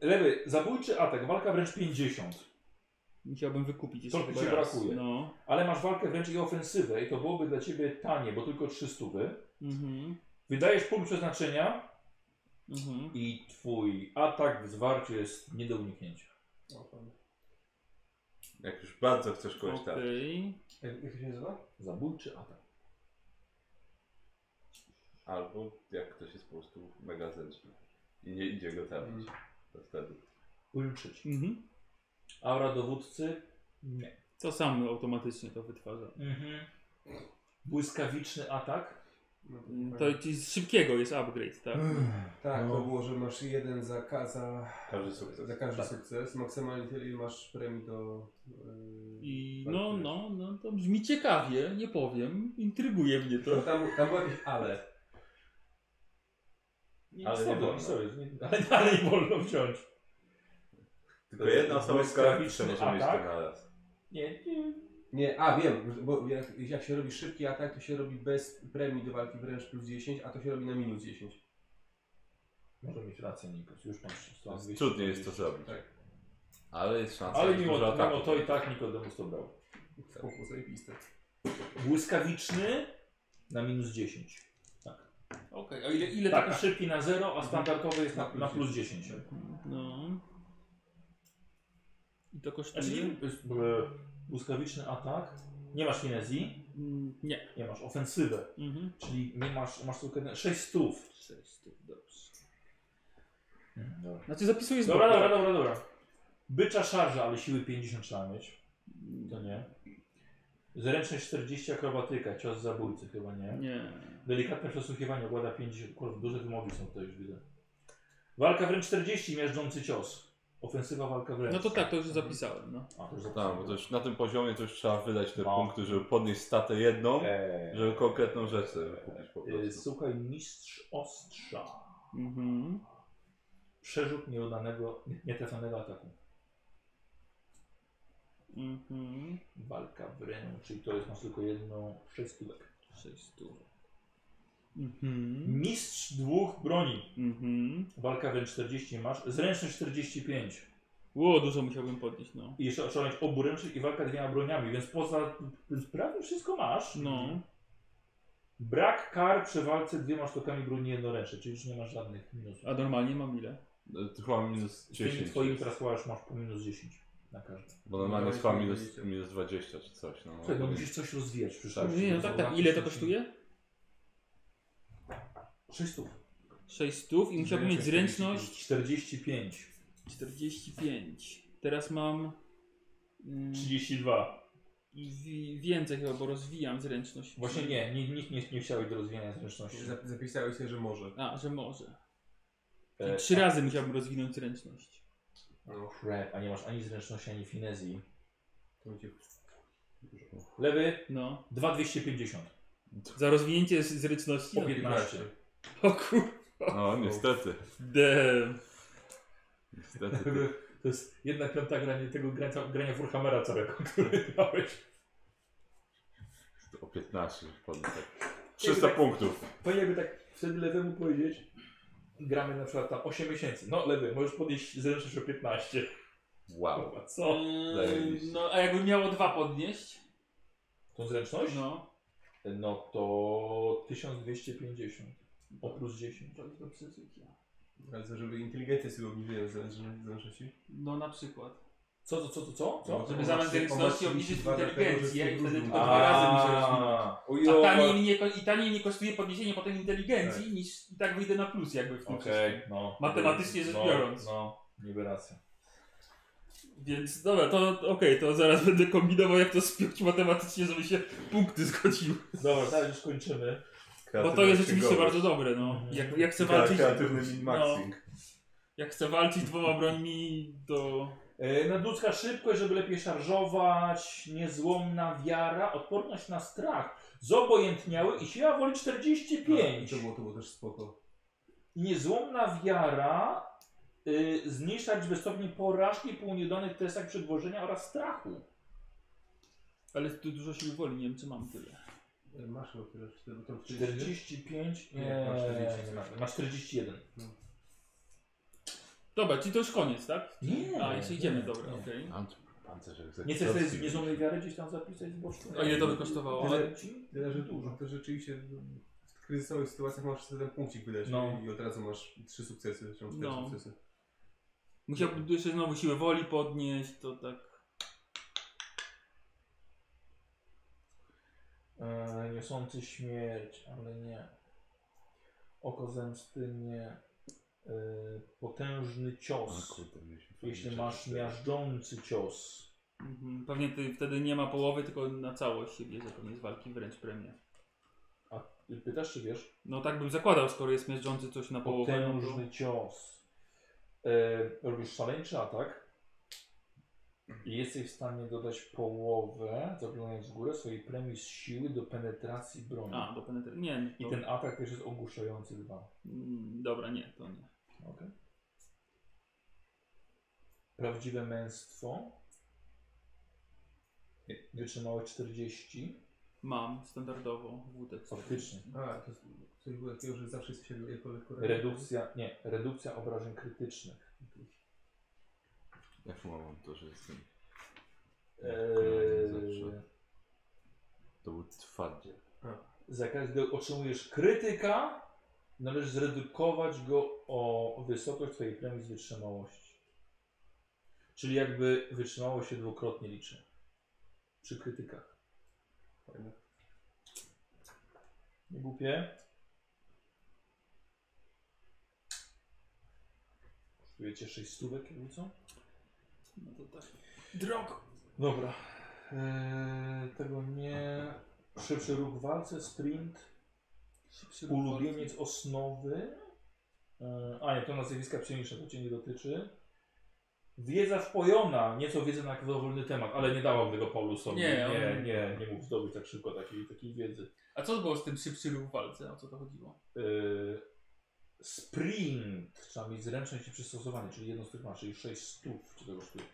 Speaker 1: Lewy, zabójczy atak, walka wręcz 50.
Speaker 3: Musiałbym wykupić jeszcze
Speaker 1: To
Speaker 3: chyba
Speaker 1: ci
Speaker 3: raz.
Speaker 1: brakuje.
Speaker 3: No.
Speaker 1: Ale masz walkę wręcz i ofensywę i to byłoby dla ciebie tanie, bo tylko 300.
Speaker 3: Mhm.
Speaker 1: Wydajesz punkt przeznaczenia
Speaker 3: Mhm.
Speaker 1: i twój atak w zwarciu jest nie do uniknięcia.
Speaker 5: O, pan.
Speaker 6: Jak już bardzo chcesz kogoś tak.
Speaker 3: Okej.
Speaker 5: Jak, jak to się nazywa?
Speaker 1: Zabójczy atak.
Speaker 6: Albo jak ktoś jest po prostu mega zręczny i nie idzie go trafić, to wtedy.
Speaker 1: Ulczyć.
Speaker 3: Mhm.
Speaker 1: Aura dowódcy? Nie.
Speaker 3: To sam automatycznie to wytwarza.
Speaker 1: Mhm. Błyskawiczny atak?
Speaker 5: No, to
Speaker 3: Mm,
Speaker 5: nie
Speaker 3: To
Speaker 5: pamiętam.
Speaker 3: ci z szybkiego jest upgrade, tak?
Speaker 5: Tak,
Speaker 1: No.
Speaker 5: to było, że masz jeden za, ka- za,
Speaker 6: Każdy sukces.
Speaker 5: za każdy
Speaker 1: Tak.
Speaker 5: sukces. Maksymalnie tyle ile masz premii do... Yy...
Speaker 3: I no, no, no, to brzmi ciekawie, nie powiem. Intryguje mnie
Speaker 5: No,
Speaker 3: to.
Speaker 5: tam, tam było jakieś ale.
Speaker 1: Nie,
Speaker 6: Ale nie
Speaker 1: sądzę,
Speaker 6: wolno.
Speaker 1: sorry, nie- Ale dalej <laughs> wolno wziąć.
Speaker 6: Tylko jedna osoba z
Speaker 1: Błyskawiczny
Speaker 6: galaktyce może mieć
Speaker 1: atak?
Speaker 6: to naraz.
Speaker 1: Nie, nie.
Speaker 5: Nie, a wiem, bo jak, jak się robi szybki atak, to się robi bez premii do walki wręcz plus 10, a to się robi na minus 10.
Speaker 1: Może mieć rację, Nikos. Już masz
Speaker 6: To jest- Trudniej jest to zrobić.
Speaker 5: Tak.
Speaker 6: Ale jest szansa.
Speaker 1: Ale
Speaker 6: że
Speaker 1: mimo,
Speaker 6: dużo
Speaker 1: mimo
Speaker 6: ataków.
Speaker 1: to i tak Nikodemus to brał.
Speaker 5: Spoko, zajebiste.
Speaker 1: Błyskawiczny na minus 10. Tak.
Speaker 3: Okej, a ile, ile
Speaker 1: tak, szybki na 0, a standardowy jest na,
Speaker 5: Na
Speaker 1: na plus 10.
Speaker 3: No. I to
Speaker 1: Znaczy,
Speaker 3: kosztuje?
Speaker 1: nie, jest, e, błyskawiczny atak. Nie masz finezji,
Speaker 3: Mm, Nie.
Speaker 1: nie masz ofensywę,
Speaker 3: Mhm.
Speaker 1: czyli nie masz, masz tylko jeden- sześć stów.
Speaker 3: Sześć, to dobrze.
Speaker 1: Mhm, Dobra,
Speaker 3: Znaczy zapisuję z
Speaker 1: dobra,
Speaker 3: boku,
Speaker 1: dobra,
Speaker 3: tak?
Speaker 1: dobra, dobra. Bycza szarża, ale siły 50 trzeba mieć. To nie. Zręczność 40 akrobatyka, cios zabójcy chyba nie.
Speaker 3: tak. Nie.
Speaker 1: Delikatne przesłuchiwanie ogłada 50. Kurwa, duże wymogi są tutaj już widzę. Walka wręcz 40, miażdżący cios. Ofensywa walka wręcz.
Speaker 3: No to tak, to już zapisałem, no.
Speaker 1: A, to już
Speaker 6: Tak, bo to już na tym poziomie to już trzeba wydać te
Speaker 1: No.
Speaker 6: punkty, żeby podnieść statę jedną,
Speaker 1: Eee,
Speaker 6: żeby konkretną rzecz sobie kupić po
Speaker 1: y,
Speaker 6: prostu.
Speaker 1: słuchaj, mistrz ostrza.
Speaker 3: Mhm.
Speaker 1: Przerzut nieudanego, nietrafionego ataku.
Speaker 3: Mhm.
Speaker 1: Walka wręcz, czyli to jest, masz tylko jedną, sześć stówek.
Speaker 3: Sześć tu. Mhm.
Speaker 1: Mistrz dwóch broni.
Speaker 3: Mhm.
Speaker 1: Walka wręcz 40 masz. Zręczność 45.
Speaker 3: Ło, dużo musiałbym podnieść, no.
Speaker 1: I jeszcze oszaleć oburęczy i walka dwiema broniami, więc poza więc prawie wszystko masz.
Speaker 3: No.
Speaker 1: Brak kar przy walce dwiema sztukami broni jednoręcznej, czyli już nie masz żadnych minusów.
Speaker 3: A normalnie mam ile?
Speaker 6: E, To chyba minus
Speaker 1: Z tymi
Speaker 6: 10.
Speaker 1: twoimi teraz chyba już masz po minus 10 na każdy.
Speaker 6: Bo normalnie jest chyba minus,
Speaker 5: Dwadzieścia.
Speaker 6: minus 20 czy coś. No.
Speaker 1: No, Czego musisz coś rozwijać przy szarży.
Speaker 3: nie, no tak, tak. Ile to kosztuje?
Speaker 1: 6 stóp.
Speaker 3: 6 stów i musiałbym mieć zręczność
Speaker 1: 45.
Speaker 3: 45. Teraz mam... Mm,
Speaker 1: 32.
Speaker 3: wi- więcej chyba, bo rozwijam zręczność.
Speaker 1: Właśnie nie, ni- nikt nie, nie chciałeś do rozwijania zręczności.
Speaker 5: Zap- Zapisałeś sobie, że może. tak?
Speaker 3: A, że może.
Speaker 1: E,
Speaker 3: Trzy razy musiałbym rozwinąć zręczność.
Speaker 1: a- crap, No, a nie masz ani zręczności, ani finezji.
Speaker 5: To będzie
Speaker 1: Lewy,
Speaker 3: No.
Speaker 1: 2250.
Speaker 3: Za rozwinięcie z- zręczności? no.
Speaker 1: Po 15.
Speaker 3: <laughs> O kurde.
Speaker 6: No niestety. niestety.
Speaker 1: To jest jedna piąta grania, tego grania, grania Warhammera całego, <laughs> który miałeś.
Speaker 6: O 15 wpadł tak. 300 punktów.
Speaker 1: Fajnie jakby tak wtedy lewemu powiedzieć, gramy na przykład tam 8 miesięcy. No lewy, możesz podnieść zręczność o 15.
Speaker 6: Wow.
Speaker 1: Kurwa, co?
Speaker 6: Zajebiście.
Speaker 3: no, a jakby miało dwa podnieść?
Speaker 1: Tą zręczność? No,
Speaker 3: No.
Speaker 1: to 1250. O plus 10.
Speaker 3: To jest do przeżycia.
Speaker 5: Ale co, żeby inteligencję sobie obniżyłem w zależności- w zależności?
Speaker 3: No na przykład.
Speaker 1: Co, co, co, co, co? co?
Speaker 5: No,
Speaker 3: Żeby
Speaker 5: to
Speaker 3: zamiast
Speaker 5: właśnie
Speaker 3: zręczności
Speaker 5: pomocnik
Speaker 3: obniżyć
Speaker 5: dwa dlatego, że
Speaker 3: inteligencję
Speaker 5: się
Speaker 3: i wtedy
Speaker 5: różnią.
Speaker 3: tylko dwa razy mi się rozwinąć. A taniej
Speaker 1: Ujoj.
Speaker 3: mi, nie, ko- I taniej mi kosztuje podniesienie potem inteligencji niż i tak wyjdę na plus jakby w tym
Speaker 1: Okej,
Speaker 3: wszystkim.
Speaker 1: no.
Speaker 3: Matematycznie rzecz
Speaker 1: no,
Speaker 3: biorąc.
Speaker 1: No, niby racja.
Speaker 3: Więc dobra, to okej, to zaraz będę kombinował jak to spiąć matematycznie, żeby się punkty zgodziły.
Speaker 1: Dobra, teraz już kończymy.
Speaker 3: Bo to jest rzeczywiście bardzo dobre, no.
Speaker 1: Mhm.
Speaker 3: Jak, jak chcę
Speaker 6: walczyć.
Speaker 3: walczyć...
Speaker 6: Kreatywny
Speaker 3: no,
Speaker 6: min-maxing.
Speaker 3: jak chcę walczyć dwoma brońmi, to...
Speaker 1: E, Nadludzka szybkość, żeby lepiej szarżować, niezłomna wiara, odporność na strach, zobojętniały i siła woli
Speaker 5: I
Speaker 1: 45.
Speaker 5: To było, to było też spoko.
Speaker 1: Niezłomna wiara y, zmniejsza liczbę stopni porażki po nieudanych testach przedwożenia oraz strachu.
Speaker 3: Ale tu dużo sił woli, nie wiem czy mam tyle.
Speaker 5: E, Masz chyba tyle, czy to- to 40?
Speaker 1: 45? Nie,
Speaker 5: Nie, masz 40.
Speaker 1: nie masz. masz 41.
Speaker 3: Dobra, czyli to już koniec, tak?
Speaker 1: Nie,
Speaker 3: A, jeszcze idziemy,
Speaker 1: nie,
Speaker 3: dobra,
Speaker 1: nie.
Speaker 3: okej.
Speaker 6: Mam tu pancerz egzekucji.
Speaker 1: Nie chcesz sobie z niezłomnej wiary gdzieś tam zapisać z boczku?
Speaker 3: A ile to by kosztowało?
Speaker 1: Tyle ci?
Speaker 5: Tyle, że
Speaker 1: Dużo.
Speaker 5: dużo. No To rzeczywiście w kryzysowych sytuacjach masz sobie ten punkcik wydać
Speaker 1: No.
Speaker 5: i od razu masz trzy sukcesy, czy tam cztery
Speaker 3: No.
Speaker 5: sukcesy.
Speaker 3: Musiałbym tu jeszcze znowu siłę woli podnieść, to tak...
Speaker 1: E, niosący śmierć, ale nie. Oko zemsty nie. E, potężny cios.
Speaker 6: A kurde, mieliśmy
Speaker 1: jeśli
Speaker 6: fajne
Speaker 1: masz
Speaker 6: rzeczy.
Speaker 1: miażdżący cios.
Speaker 3: Mhm. Pewnie ty, wtedy nie ma połowy, tylko na całość się bierze pewnie z walki wręcz premię.
Speaker 1: A ty pytasz, czy wiesz?
Speaker 3: No tak bym zakładał, skoro jest miażdżący coś na połowę. no to-
Speaker 1: Potężny cios. E, robisz szaleńczy atak. I jesteś w stanie dodać połowę, zaglądając w górę, swojej premii z siły do penetracji broni.
Speaker 3: A, do penetracji. Nie, nie, to...
Speaker 1: I ten atak też jest ogłuszający dwa.
Speaker 3: Mm, Dobra, nie, to nie.
Speaker 1: Okay. Prawdziwe męstwo. Wytrzymałe 40.
Speaker 3: Mam standardowo WD.
Speaker 1: Faktycznie.
Speaker 5: A, to jest coś było takiego, że zawsze jest się jako lekko
Speaker 1: Redukcja, nie, redukcja obrażeń krytycznych.
Speaker 6: Jak mam to, że jestem.
Speaker 1: Eee,
Speaker 6: Zawsze. To był twardziel.
Speaker 1: za każdy otrzymujesz krytyka, należy zredukować go o wysokość twojej premii z wytrzymałości. Czyli jakby wytrzymało się dwukrotnie liczy. Przy krytykach.
Speaker 5: Fajne.
Speaker 1: Nie głupie. Kosztujecie 6 stówek, jakby co?
Speaker 3: No to tak. Drog!
Speaker 1: Dobra. Eee, tego nie. Szybszy ruch w walce, sprint.
Speaker 3: Szybszy ruch
Speaker 1: Ulubieniec
Speaker 3: walki.
Speaker 1: osnowy. E, A nie, to nazwiska przyjemniejsze, to Cię nie dotyczy. Wiedza wpojona, nieco wiedzy na dowolny temat, ale nie dałam tego Paulusowi.
Speaker 3: Nie,
Speaker 1: nie,
Speaker 3: on-
Speaker 1: nie, nie mógł zdobyć tak szybko takiej, takiej wiedzy.
Speaker 3: A co było z tym szybszy ruch w walce? O co to chodziło?
Speaker 1: E, sprint, trzeba mieć zręczność i przystosowanie, czyli jedną z tych masz, czyli 6 stów, czy tego sztuki.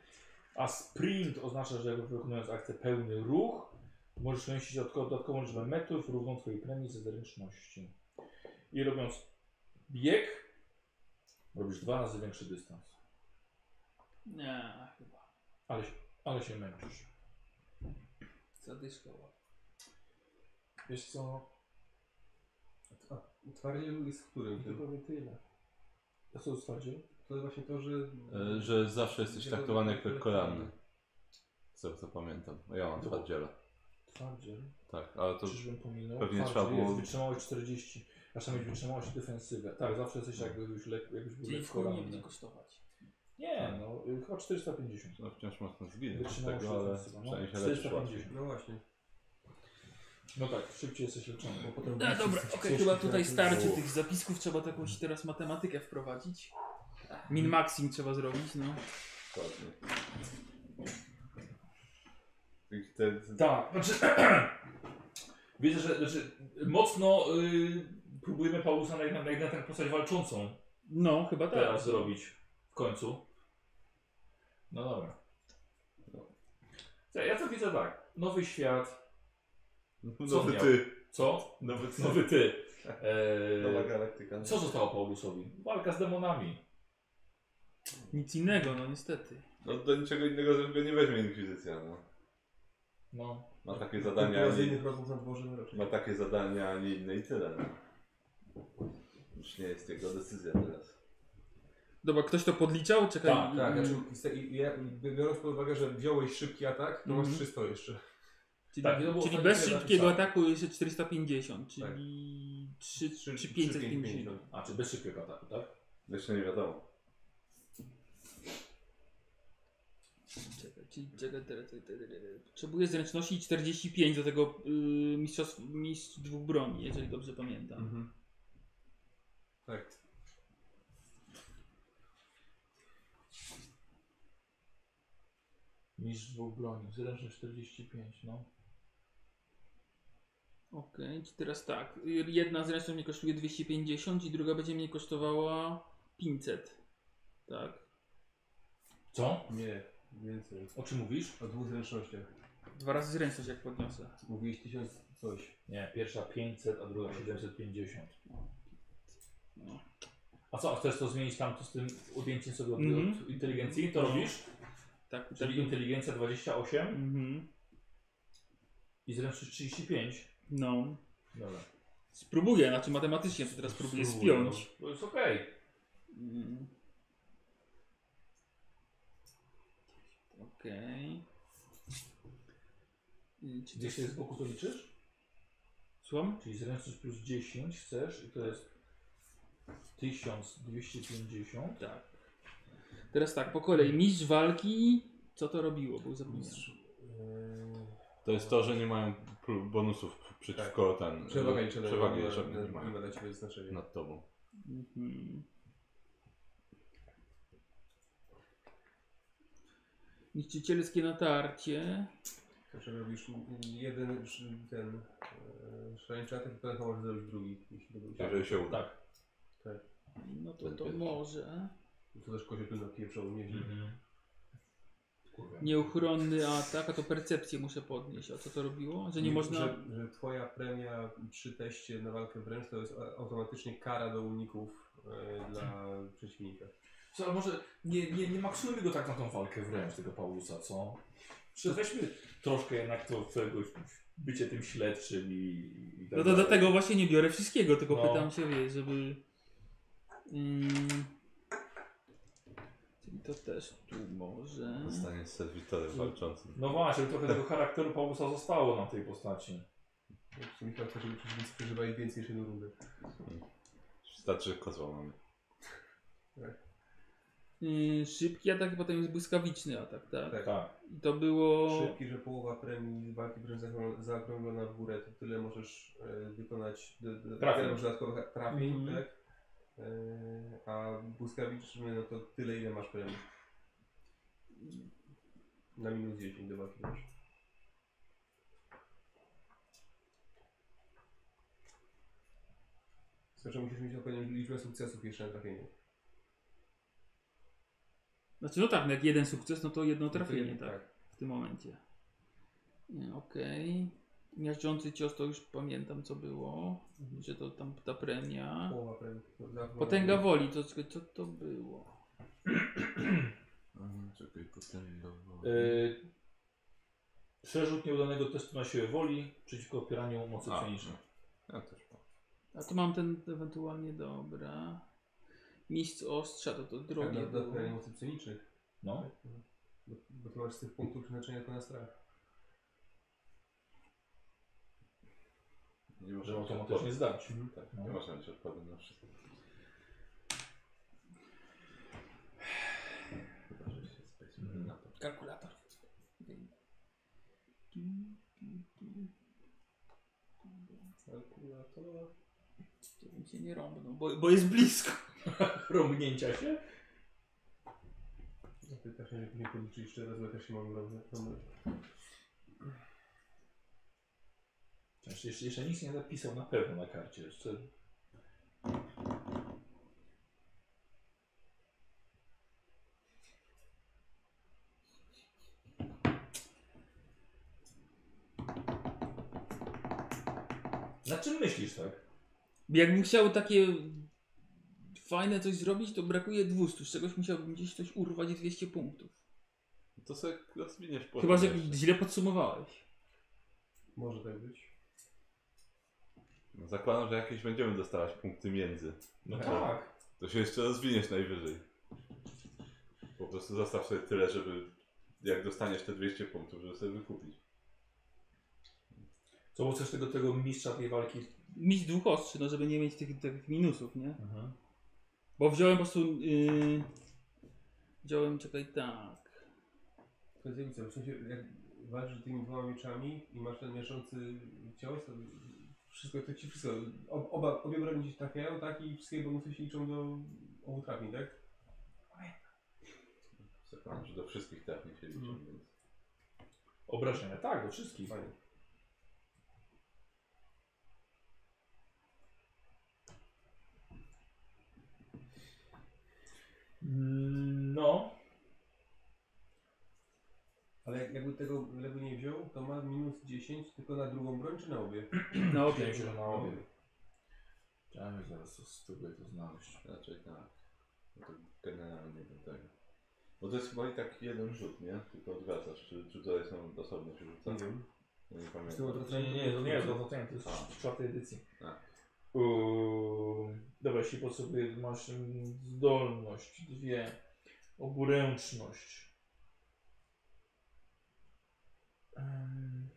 Speaker 1: A sprint oznacza, że wykonując akcję pełny ruch, możesz przynosić dodatkowo- dodatkową liczbę metrów równą Twojej premii ze zręczności. i robiąc bieg, robisz dwa razy większy dystans.
Speaker 3: Nie, chyba.
Speaker 1: Ale, się- ale się męczysz.
Speaker 3: Zadyszka łapie.
Speaker 5: Wiesz co? A twardziel jest którym?
Speaker 7: I to
Speaker 5: tym?
Speaker 7: powiem tyle.
Speaker 1: A co stwardził?
Speaker 5: To jest właśnie to, że...
Speaker 8: E, Że zawsze jesteś
Speaker 5: że-
Speaker 8: traktowany jako lekkoranny. Z tego co pamiętam. Ja mam twardziela.
Speaker 1: Twardziel.
Speaker 8: Tak, ale to...
Speaker 1: Czyżbym pominął?
Speaker 8: pewnie
Speaker 1: Twardziel
Speaker 8: trzeba było-
Speaker 1: jest wytrzymałość 40. Aż tam jest wytrzymałość i defensywę. Tak, zawsze jesteś
Speaker 8: No.
Speaker 1: jakby już lek, jakbyś był
Speaker 3: Czyli w
Speaker 1: lekko
Speaker 3: chuj nie
Speaker 1: ranny.
Speaker 3: będzie kosztować.
Speaker 8: Tak.
Speaker 1: Nie, no y, chyba 450.
Speaker 8: No wciąż można zginąć z
Speaker 1: Wytrzymałość
Speaker 8: tego, ale
Speaker 1: defensywa, no.
Speaker 8: przynajmniej się leczysz łatwiej.
Speaker 1: 450.
Speaker 5: No właśnie.
Speaker 1: No tak, szybciej jesteś leczony.
Speaker 5: Bo potem
Speaker 3: No dobra,
Speaker 5: wszyscy
Speaker 3: okej,
Speaker 5: ciężki
Speaker 3: chyba tutaj
Speaker 1: tak,
Speaker 5: trening-
Speaker 3: starczy tych zapisków, trzeba jakąś teraz matematykę wprowadzić. Min-maxing trzeba zrobić, no.
Speaker 8: Dokładnie. I Te, te,
Speaker 1: Tak, znaczy. <clears throat> Widzę, że znaczy, mocno y, próbujemy Paulusa na, na, na tę postać walczącą
Speaker 3: No, chyba tak.
Speaker 1: teraz zrobić w końcu. No dobra.
Speaker 3: No.
Speaker 1: Słuchaj, Ja to widzę tak. Nowy świat.
Speaker 8: No, nowy
Speaker 1: miał?
Speaker 8: ty.
Speaker 1: Co?
Speaker 8: Nowy ty.
Speaker 1: Nowy ty.
Speaker 6: Nowa
Speaker 1: E,
Speaker 6: galaktyka.
Speaker 1: co zostało Paulusowi? Walka z demonami.
Speaker 3: Nic innego, no niestety.
Speaker 8: No do niczego innego żeby nie weźmie Inkwizycja, no.
Speaker 1: No.
Speaker 8: Ma takie
Speaker 5: Zadania.
Speaker 8: zadania, ani,
Speaker 5: innych rozmów na dworze na raczej.
Speaker 8: ma takie zadania, a nie inne i tyle. No. Już nie jest jego decyzja teraz.
Speaker 3: Dobra, ktoś to podliczał? Czekaj.
Speaker 1: Tak,
Speaker 5: Tak,
Speaker 3: mm,
Speaker 5: znaczy, i- i- i- ja- biorąc pod uwagę, że wziąłeś szybki atak, to masz
Speaker 3: Mhm.
Speaker 5: 300 jeszcze.
Speaker 3: Czyli,
Speaker 1: tak, i to było
Speaker 3: czyli
Speaker 1: ostatnie,
Speaker 3: bez
Speaker 1: które
Speaker 3: szybkiego
Speaker 1: napisałem.
Speaker 3: ataku jest 450, czyli trzy 3, czy 550.
Speaker 1: A, czy bez szybkiego ataku, tak?
Speaker 8: Jeszcze nie wiadomo.
Speaker 3: Czekaj, czyli czekaj, teraz- teraz- teraz- teraz. Potrzebuję zręczności 45 do tego y, mistrzostw, mistrz dwóch broni, jeżeli dobrze pamiętam.
Speaker 5: Mhm. Tak.
Speaker 1: Mistrz dwóch broni. Zręczność 45, no.
Speaker 3: Okej, czy teraz tak. y, Jedna zręczność mnie kosztuje 250 i druga będzie mnie kosztowała 500. Tak.
Speaker 1: Co?
Speaker 5: Nie, więcej.
Speaker 1: O czym mówisz?
Speaker 5: O dwóch zręcznościach.
Speaker 3: Dwa razy zręczność jak podniosę.
Speaker 5: Mówiłeś 1000 coś.
Speaker 1: Nie, pierwsza 500, a druga 750.
Speaker 3: No.
Speaker 1: A co, a chcesz to zmienić tam to z tym odjęciem sobie od,
Speaker 3: Mhm.
Speaker 1: od inteligencji? To robisz?
Speaker 3: Tak, tak.
Speaker 1: Czyli inteligencja 28
Speaker 3: Mhm.
Speaker 1: i zręczność 35.
Speaker 3: No.
Speaker 1: Dobra.
Speaker 3: Spróbuję, znaczy matematycznie to teraz próbuję spiąć.
Speaker 1: No, to jest okej.
Speaker 3: Mm. Okej. Y, Czy
Speaker 1: Gdzieś
Speaker 3: coś
Speaker 1: się z boku to liczysz?
Speaker 3: Słucham?
Speaker 1: Czyli zręczność plus 10 chcesz i to jest 1250.
Speaker 3: Tak. Teraz tak, po kolei. Mistrz walki. Co to robiło? Był zapomniany.
Speaker 5: e,
Speaker 8: To jest to, że nie mają pró- bonusów przeciwko ten.
Speaker 5: Przewaga
Speaker 8: e,
Speaker 5: liczebna.
Speaker 8: przewagi
Speaker 5: nie ma-
Speaker 8: liczebnej nie No.
Speaker 5: nie ma
Speaker 8: mają
Speaker 5: dla ciebie znaczenia.
Speaker 8: nad tobą.
Speaker 3: Mhm. Niszczycielskie natarcie.
Speaker 5: Znaczy robisz m- jeden sz- ten e, szaleńczy atak i potem możesz zrobić drugi, jeśli to będzie.
Speaker 8: Jeżeli się uda.
Speaker 1: Tak.
Speaker 3: No to
Speaker 8: Ten
Speaker 3: to
Speaker 8: pierwszy.
Speaker 3: może.
Speaker 5: To też kozie tu napieprzał nieźle.
Speaker 1: Mhm. Kurwa.
Speaker 3: Nieuchronny atak, a to percepcję muszę podnieść. A co to robiło? Że nie można.
Speaker 5: Że, że twoja premia przy teście na walkę wręcz to jest a- automatycznie kara do uników e, dla przeciwnika.
Speaker 1: Co, ale może nie, nie, nie maksujmy go tak na tą walkę wręcz, tego Paulusa, co? Czy weźmy troszkę jednak to czegoś, bycie tym śledczym i, i tak
Speaker 3: No to
Speaker 1: dalej.
Speaker 3: dlatego właśnie nie biorę wszystkiego, tylko
Speaker 1: No.
Speaker 3: pytam się, wie, żeby. Mm. Czyli to też tu może.
Speaker 8: Zostanie serwitorem walczącym.
Speaker 1: No właśnie, żeby trochę tego charakteru Paulusa zostało na tej postaci.
Speaker 5: Znaczy, Michał chce, żeby przeciwnicy przeżywali więcej niż jedną rundę.
Speaker 8: Wystarczy, że kozła mamy.
Speaker 3: Yy, szybki atak i potem jest błyskawiczny atak, tak?
Speaker 5: Tak.
Speaker 1: Tak.
Speaker 3: I to było.
Speaker 5: Szybki, że połowa premii walki wręcz zaokrą- zaokrąglona w górę, to tyle możesz e, wykonać do, do,
Speaker 1: Trafień.
Speaker 5: tyle możesz dodatkowych trafień,
Speaker 3: Mhm.
Speaker 5: tak? E, a błyskawiczny, no to tyle ile masz premii. Na minus 10 do walki masz. Znaczy musisz mieć odpowiednią liczbę sukcesów jeszcze na trafienie.
Speaker 3: Znaczy, no tak, no jak
Speaker 5: tak.
Speaker 3: tak. jeden sukces, no to jedno trafienie, tak? W tym momencie. Nie, Okej. Miażdżący cios to już pamiętam co było, że to tam ta premia.
Speaker 5: tak, Połowa premii. Tak,
Speaker 3: Potęga woli, to czekaj, co to było?
Speaker 8: Mhm,
Speaker 2: Aha, Czekaj, potem do...
Speaker 1: Yy, przerzut nieudanego testu na siłę woli przeciwko opieraniu mocy
Speaker 2: A.
Speaker 1: psionicznej.
Speaker 2: Ja też mam.
Speaker 3: A tu mam ten ewentualnie, dobra. Mistrz ostrza, to to drogie
Speaker 5: Drogie do
Speaker 3: było.
Speaker 5: premii mocy psionicznych.
Speaker 1: No.
Speaker 5: Bo, bo ty masz z tych punktów przeznaczenia to na strach.
Speaker 8: Nie można
Speaker 1: Żeby
Speaker 8: być
Speaker 1: automatycznie zdać.
Speaker 5: Mhm.
Speaker 8: odpornym. Tak,
Speaker 1: No.
Speaker 8: nie można być odpornym na wszystko. Chyba, że się specjalnie
Speaker 1: Mhm. No.
Speaker 8: na to.
Speaker 3: Kalkulator.
Speaker 5: Tak, no Kalkulator.
Speaker 3: To mi się nie rąbną, bo, bo jest
Speaker 1: <laughs>
Speaker 3: blisko.
Speaker 1: Rąbnięcia się?
Speaker 5: No Ty też nie, nie policzy jeszcze raz, bo ja też się mam robić.
Speaker 1: Znaczy, jeszcze, jeszcze nic nie napisał na pewno na karcie. Jeszcze... Na czym myślisz tak?
Speaker 3: Jakbym chciał takie fajne coś zrobić, to brakuje 200. Z czegoś musiałbym gdzieś coś urwać 200 punktów.
Speaker 8: To sobie rozwiniesz po
Speaker 3: Chyba, że źle podsumowałeś.
Speaker 5: Może tak być.
Speaker 8: No, zakładam, że jakieś będziemy dostawać punkty między.
Speaker 1: No
Speaker 8: tak. To się jeszcze rozwiniesz najwyżej. Po prostu zostaw sobie tyle, żeby jak dostaniesz te 200 punktów, żeby sobie wykupić.
Speaker 1: Co bo chcesz tego, tego mistrza tej walki?
Speaker 3: Mieć dwóch ostrzy, no żeby nie mieć tych, tych minusów, nie? Bo wziąłem po prostu... Yy... Wziąłem, czekaj, tak. <clears throat>
Speaker 5: To jest różnica. W sensie, jak walczysz tymi dwoma mieczami i masz ten mieszący cios, to wszystko, to ci wszystko, ob, oba, obie broni ci trafiają, tak? I wszystkie bonusy się liczą do obu trafień, tak?
Speaker 8: Zakładam, że do wszystkich tak nie się liczy,
Speaker 5: Mhm.
Speaker 8: więc...
Speaker 1: Obrażenia, tak, do wszystkich.
Speaker 5: Fajnie.
Speaker 1: Mm, No,
Speaker 5: Ale jak, jakby tego lewy nie wziął, to ma minus 10 tylko na drugą broń czy na obie?
Speaker 3: No,
Speaker 1: Wydaje mi się, że na obie.
Speaker 5: Obie.
Speaker 1: Chciałem zaraz to spróbuję to znaleźć.
Speaker 8: Raczej tak. No to generalnie do tego. Bo to jest chyba i tak jeden rzut, nie? Tylko odwracasz. Czy, czy tutaj są osobne się rzuca?
Speaker 5: Nie wiem.
Speaker 8: Ja nie
Speaker 5: Z tym
Speaker 8: pamiętam.
Speaker 1: Nie,
Speaker 5: odwracaniem
Speaker 1: nie, nie, to nie jest
Speaker 5: to...
Speaker 1: odwrotnie, to jest
Speaker 8: A.
Speaker 1: z czwartej edycji.
Speaker 8: A.
Speaker 1: Um, dobra, jeśli po sobie masz mm, zdolność, dwie, oburęczność. Em.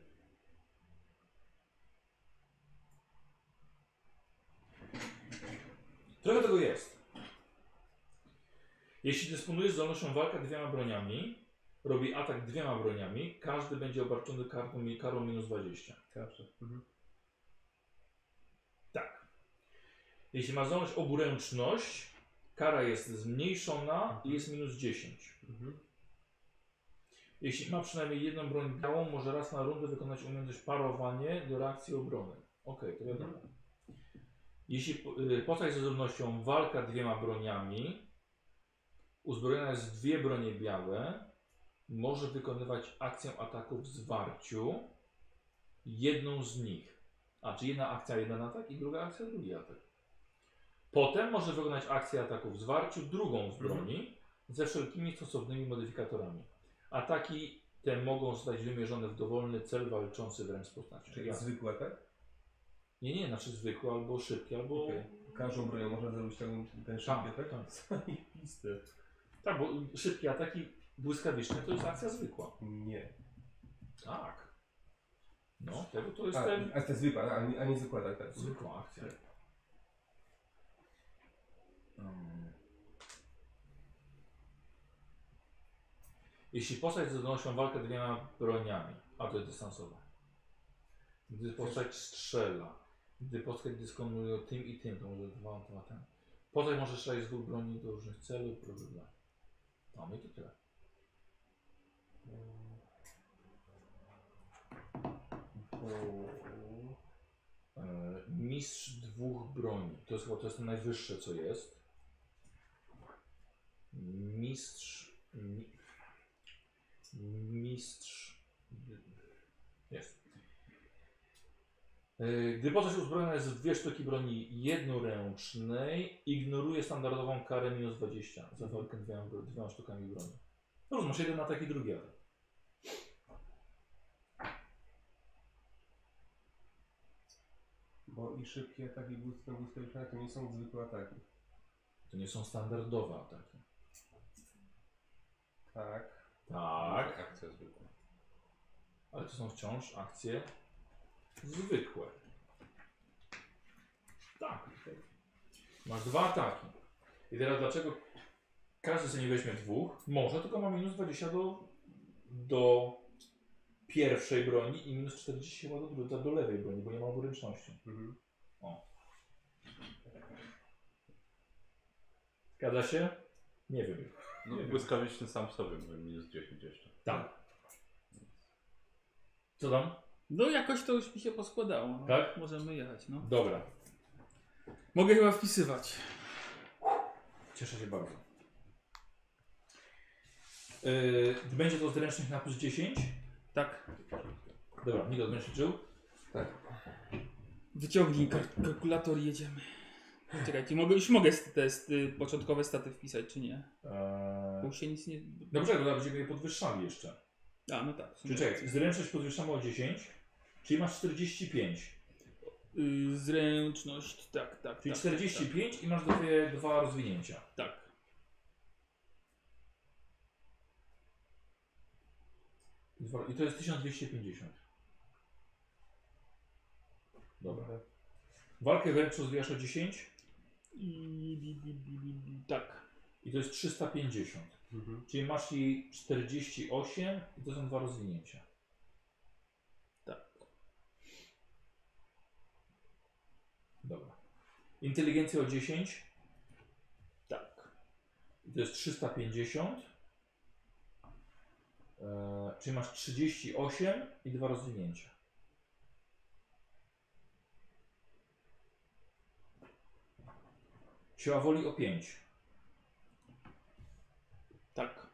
Speaker 1: Trochę tego jest. Jeśli dysponujesz zdolnością walka dwiema broniami, robi atak dwiema broniami, każdy będzie obarczony karą, karą minus 20.
Speaker 5: Zawsze. Mhm.
Speaker 1: Tak. Jeśli ma zdolność oburęczność, kara jest zmniejszona i jest minus 10.
Speaker 5: Mhm.
Speaker 1: Jeśli ma przynajmniej jedną broń białą, może raz na rundę wykonać umiejętność parowanie do reakcji obrony. Okej, to wiadomo. Jeśli po- y, postać ze zdolnością walka dwiema broniami, uzbrojona jest w dwie bronie białe, może wykonywać akcję ataku w zwarciu, jedną z nich. A, czy jedna akcja, jeden atak i druga akcja, drugi atak. Potem może wykonać akcję ataku w zwarciu, drugą w broni, ze wszelkimi stosownymi modyfikatorami. Ataki te mogą zostać wymierzone w dowolny cel walczący wręcz z postacią.
Speaker 5: Czyli zwykła, tak?
Speaker 1: Nie, nie, znaczy zwykły, albo szybki, albo...
Speaker 5: Okej. Każdą bronią można zrobić ten, ten szybkie, tak?
Speaker 1: tak.
Speaker 5: <laughs> Zajebiste.
Speaker 1: Tak, bo y, szybkie ataki błyskawiczne to jest akcja zwykła.
Speaker 5: Nie.
Speaker 1: Tak. No, tego to jest
Speaker 5: A,
Speaker 1: ten...
Speaker 5: a to jest zwykła, a nie, a nie zwykła, tak, tak.
Speaker 1: zwykła akcja. Mm. Jeśli postać zdolnością walkę dwiema broniami, a to jest dystansowa. Gdy postać strzela, gdy postać dysponuje tym i tym, to może dwa, dwa ten. Postać może strzelać z dwóch broni do różnych celów, bla, bla, bla. No i to tyle.
Speaker 5: O.
Speaker 1: E, Mistrz dwóch broni. To jest chyba to jest to najwyższe, co jest. Mistrz. mi- Mistrz. Jest. Y, Gdy postać uzbrojona jest w dwie sztuki broni jednoręcznej, ignoruje standardową karę minus 20 za walkę dwiema, dwiema sztukami broni. No masz jeden atak i drugi atak.
Speaker 5: Bo i szybkie ataki błysk na błyskawiczne to nie są zwykłe ataki.
Speaker 1: To nie są standardowe ataki.
Speaker 5: Tak.
Speaker 1: Tak.
Speaker 8: Akcja zwykła.
Speaker 1: Ale to są wciąż akcje zwykłe. Tak. Masz dwa ataki. I teraz dlaczego każdy sobie nie weźmie dwóch? Może, tylko ma minus 20 do, do pierwszej broni i minus 40 chyba do, dru- do, do lewej broni, bo nie ma oburęczności.
Speaker 5: Mhm.
Speaker 1: Zgadza się? Nie wiem.
Speaker 8: No błyskawiczny sam w sobie, mówię, minus 10 jeszcze.
Speaker 1: Tak. Co tam?
Speaker 3: No jakoś to już mi się poskładało. No.
Speaker 1: Tak?
Speaker 3: Możemy jechać, no.
Speaker 1: Dobra.
Speaker 3: Mogę chyba wpisywać.
Speaker 1: Cieszę się bardzo. Yy, będzie to zręcznik na plus 10?
Speaker 3: Tak.
Speaker 1: Dobra, Miguel będziesz liczył.
Speaker 3: Wyciągnij kalk- kalkulator i jedziemy. Czekajcie, mogę, już mogę st- te st- początkowe staty wpisać, czy nie? Bo
Speaker 1: Eee,
Speaker 3: już się nic nie...
Speaker 1: dobrze, bo będziemy je podwyższali jeszcze.
Speaker 3: A, no tak. w sumie.
Speaker 1: Czyli czekaj, zręczność podwyższamy o 10, czyli masz 45.
Speaker 3: Y, zręczność, tak, tak,
Speaker 1: Czyli
Speaker 3: tak,
Speaker 1: 45 i masz dwie, dwa rozwinięcia.
Speaker 3: Tak, tak.
Speaker 1: Dwa- I to jest 1250. Dobra.
Speaker 3: Tak.
Speaker 1: Walkę wręcz rozwijasz o 10
Speaker 3: I, bi, bi, bi, bi, bi, tak.
Speaker 1: i to jest 350.
Speaker 5: Mhm.
Speaker 1: Czyli masz i 48 i to są dwa rozwinięcia.
Speaker 3: Tak.
Speaker 1: Dobra. Inteligencja o 10
Speaker 3: Tak.
Speaker 1: I to jest 350. Eee, czyli masz 38 i dwa rozwinięcia. Siła woli o 5.
Speaker 3: Tak.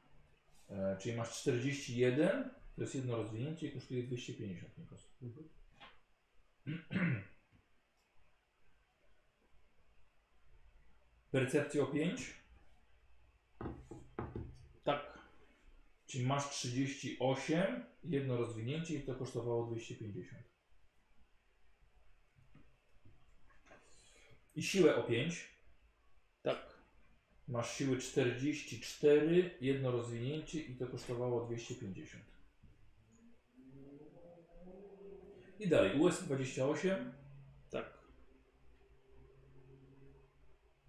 Speaker 1: Eee, czyli masz 41. To jest jedno rozwinięcie i kosztuje 250 po prostu. <clears throat> Percepcja o 5.
Speaker 3: Tak.
Speaker 1: Czyli masz 38, jedno rozwinięcie i to kosztowało 250. I siłę o 5.
Speaker 3: Tak.
Speaker 1: Masz siły 44, jedno rozwinięcie i to kosztowało 250. I dalej, US 28,
Speaker 3: Tak.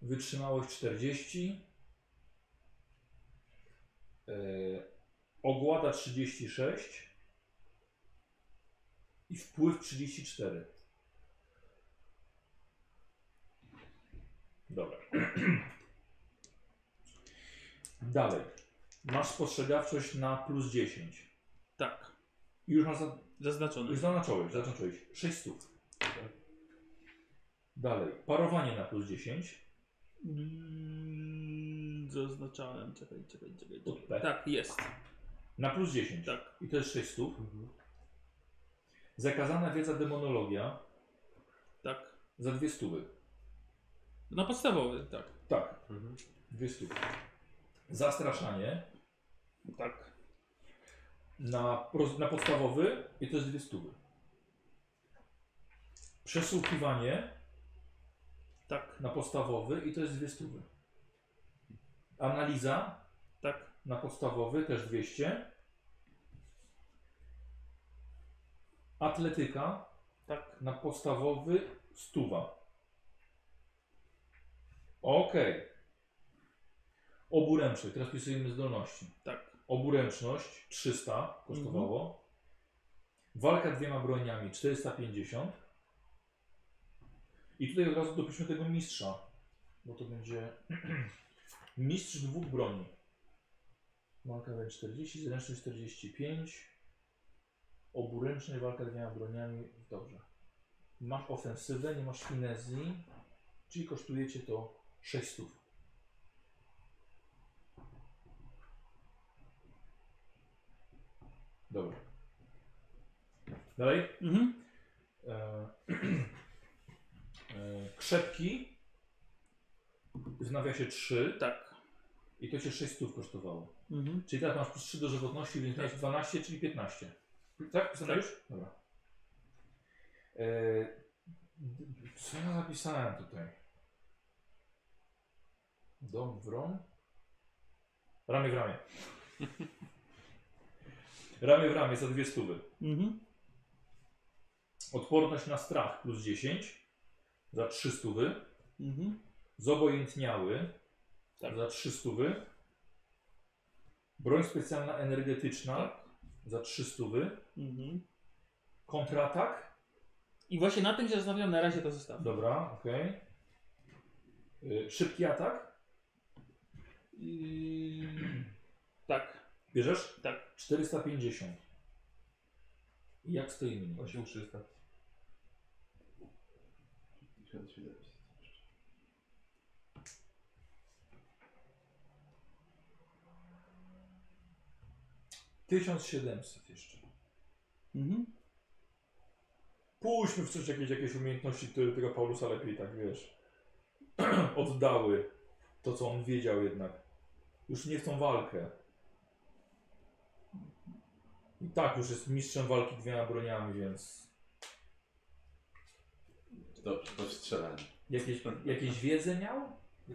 Speaker 1: wytrzymałość 40, yy, ogłada 36 i wpływ 34. Dobra. <clears throat> Dalej. Masz spostrzegawczość na plus 10.
Speaker 3: Tak.
Speaker 1: I Już masz za-
Speaker 3: Zaznaczone.
Speaker 1: już zaznaczyłeś, zaznaczyłeś. 6 stów. Dalej. Parowanie na plus 10.
Speaker 3: Mm, Zaznaczałem, czekaj, czekaj, czekaj.
Speaker 1: Pod
Speaker 3: czekaj.
Speaker 1: P.
Speaker 3: Tak, jest.
Speaker 1: Na plus 10.
Speaker 3: Tak.
Speaker 1: I to jest 6 stóp. Zakazana wiedza demonologia
Speaker 3: Tak.
Speaker 1: za dwie stówy.
Speaker 3: Na podstawowy, tak.
Speaker 1: Tak. Dwie stówy. Zastraszanie
Speaker 3: Tak.
Speaker 1: na, roz- na podstawowy i to jest dwie stówy. Przesłuchiwanie
Speaker 3: Tak.
Speaker 1: na podstawowy i to jest dwie stówy. Analiza
Speaker 3: Tak.
Speaker 1: na podstawowy też 200. Atletyka
Speaker 3: Tak.
Speaker 1: na podstawowy stuwa. Okej. Oburęczny, teraz pisujemy zdolności.
Speaker 3: Tak.
Speaker 1: Oburęczność 300 kosztowało. Walka dwiema broniami 450. I tutaj od razu dopiszmy tego mistrza, bo to będzie <clears throat> mistrz dwóch broni. Walka wręcz 40, zręczność 45. Oburęczny, walka dwiema broniami. Dobrze. Masz ofensywę, nie masz finezji, czyli kosztuje cię to 600. Dobra. Dalej.
Speaker 3: Mhm.
Speaker 1: E, <clears throat> E, Krzepki w nawiasie 3
Speaker 3: Tak.
Speaker 1: i to cię 6 stów kosztowało.
Speaker 3: Mhm.
Speaker 1: Czyli teraz masz plus 3 do żywotności, więc miałeś 12, czyli 15. Tak? Pisałem już? Dobra. E, d- d- co ja napisałem tutaj? Dom w rom? Ramię w ramię. Ramię w ramię za dwie stówy.
Speaker 3: Mhm.
Speaker 1: Odporność na strach plus 10 za 3 stówy.
Speaker 3: Mhm.
Speaker 1: Zobojętniały za 3 stówy. Broń specjalna energetyczna za 3 stówy.
Speaker 3: Mhm.
Speaker 1: Kontratak.
Speaker 3: I właśnie na tym się zastanawiam, na razie to zostawię.
Speaker 1: Dobra, okej. Y, Szybki atak.
Speaker 3: Yy, tak.
Speaker 1: Bierzesz?
Speaker 3: Tak.
Speaker 1: 450. I Jak stoimy?
Speaker 5: 8300.
Speaker 1: Tysiąc 1700 jeszcze.
Speaker 3: Mhm.
Speaker 1: Pójdźmy w coś, jakieś, jakieś umiejętności, które tego Paulusa lepiej tak, wiesz, <clears throat> oddały to, co on wiedział jednak. Już nie chcą walkę. I tak już jest mistrzem walki dwiema broniami, więc
Speaker 8: Dobrze, to strzelanie.
Speaker 1: jakieś, jakieś wiedzę miał? Y,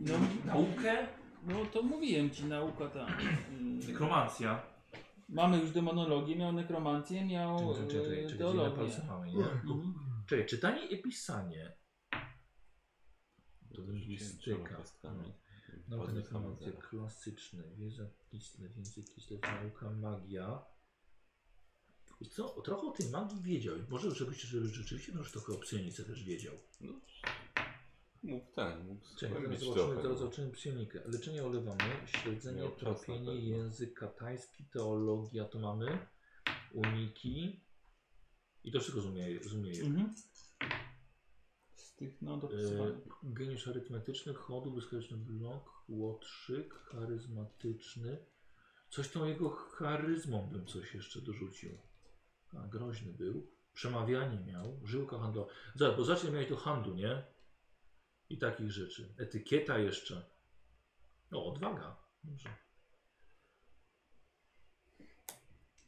Speaker 3: No.
Speaker 1: Naukę?
Speaker 3: No to mówiłem ci, nauka ta. Yy,
Speaker 7: Nekromancja.
Speaker 3: mamy już demonologię, miał nekromancję, miał yy, teologię. Mhm.
Speaker 1: Czekaj, czytanie i pisanie. To
Speaker 8: bym się trzymał
Speaker 6: no.
Speaker 8: kostkami.
Speaker 1: Nauka
Speaker 8: Wchodzę w
Speaker 1: nekromancja
Speaker 8: samodziela.
Speaker 1: klasyczne, wiedza, kislew, język, kislew, nauka, magia. I co, o, trochę o tej magii wiedział. I Może rzeczywiście, że- rzeczywiście no, że trochę o psionice też wiedział.
Speaker 8: Mógł ten, mógł
Speaker 1: Czekaj, teraz
Speaker 8: skłębić
Speaker 1: zobaczymy,
Speaker 8: trochę. no.
Speaker 1: teraz zobaczymy psionikę. Leczenie olewamy, śledzenie,
Speaker 8: Miał czas na
Speaker 1: tropienie,
Speaker 8: pewno.
Speaker 1: język katański, teologia to mamy, uniki. I to wszystko rozumieje. rozumieje.
Speaker 3: Mhm. Z tych, no dopisywanych.
Speaker 1: E, Geniusz arytmetyczny, chodu, błyskawiczny blok, łotrzyk, charyzmatyczny. Coś tą jego charyzmą bym coś jeszcze dorzucił. A, groźny był. Przemawianie miał, żyłka handlowa. Zobacz, bo zacznie miał tu handlu, nie? I takich rzeczy. Etykieta jeszcze. No, odwaga. Dobrze.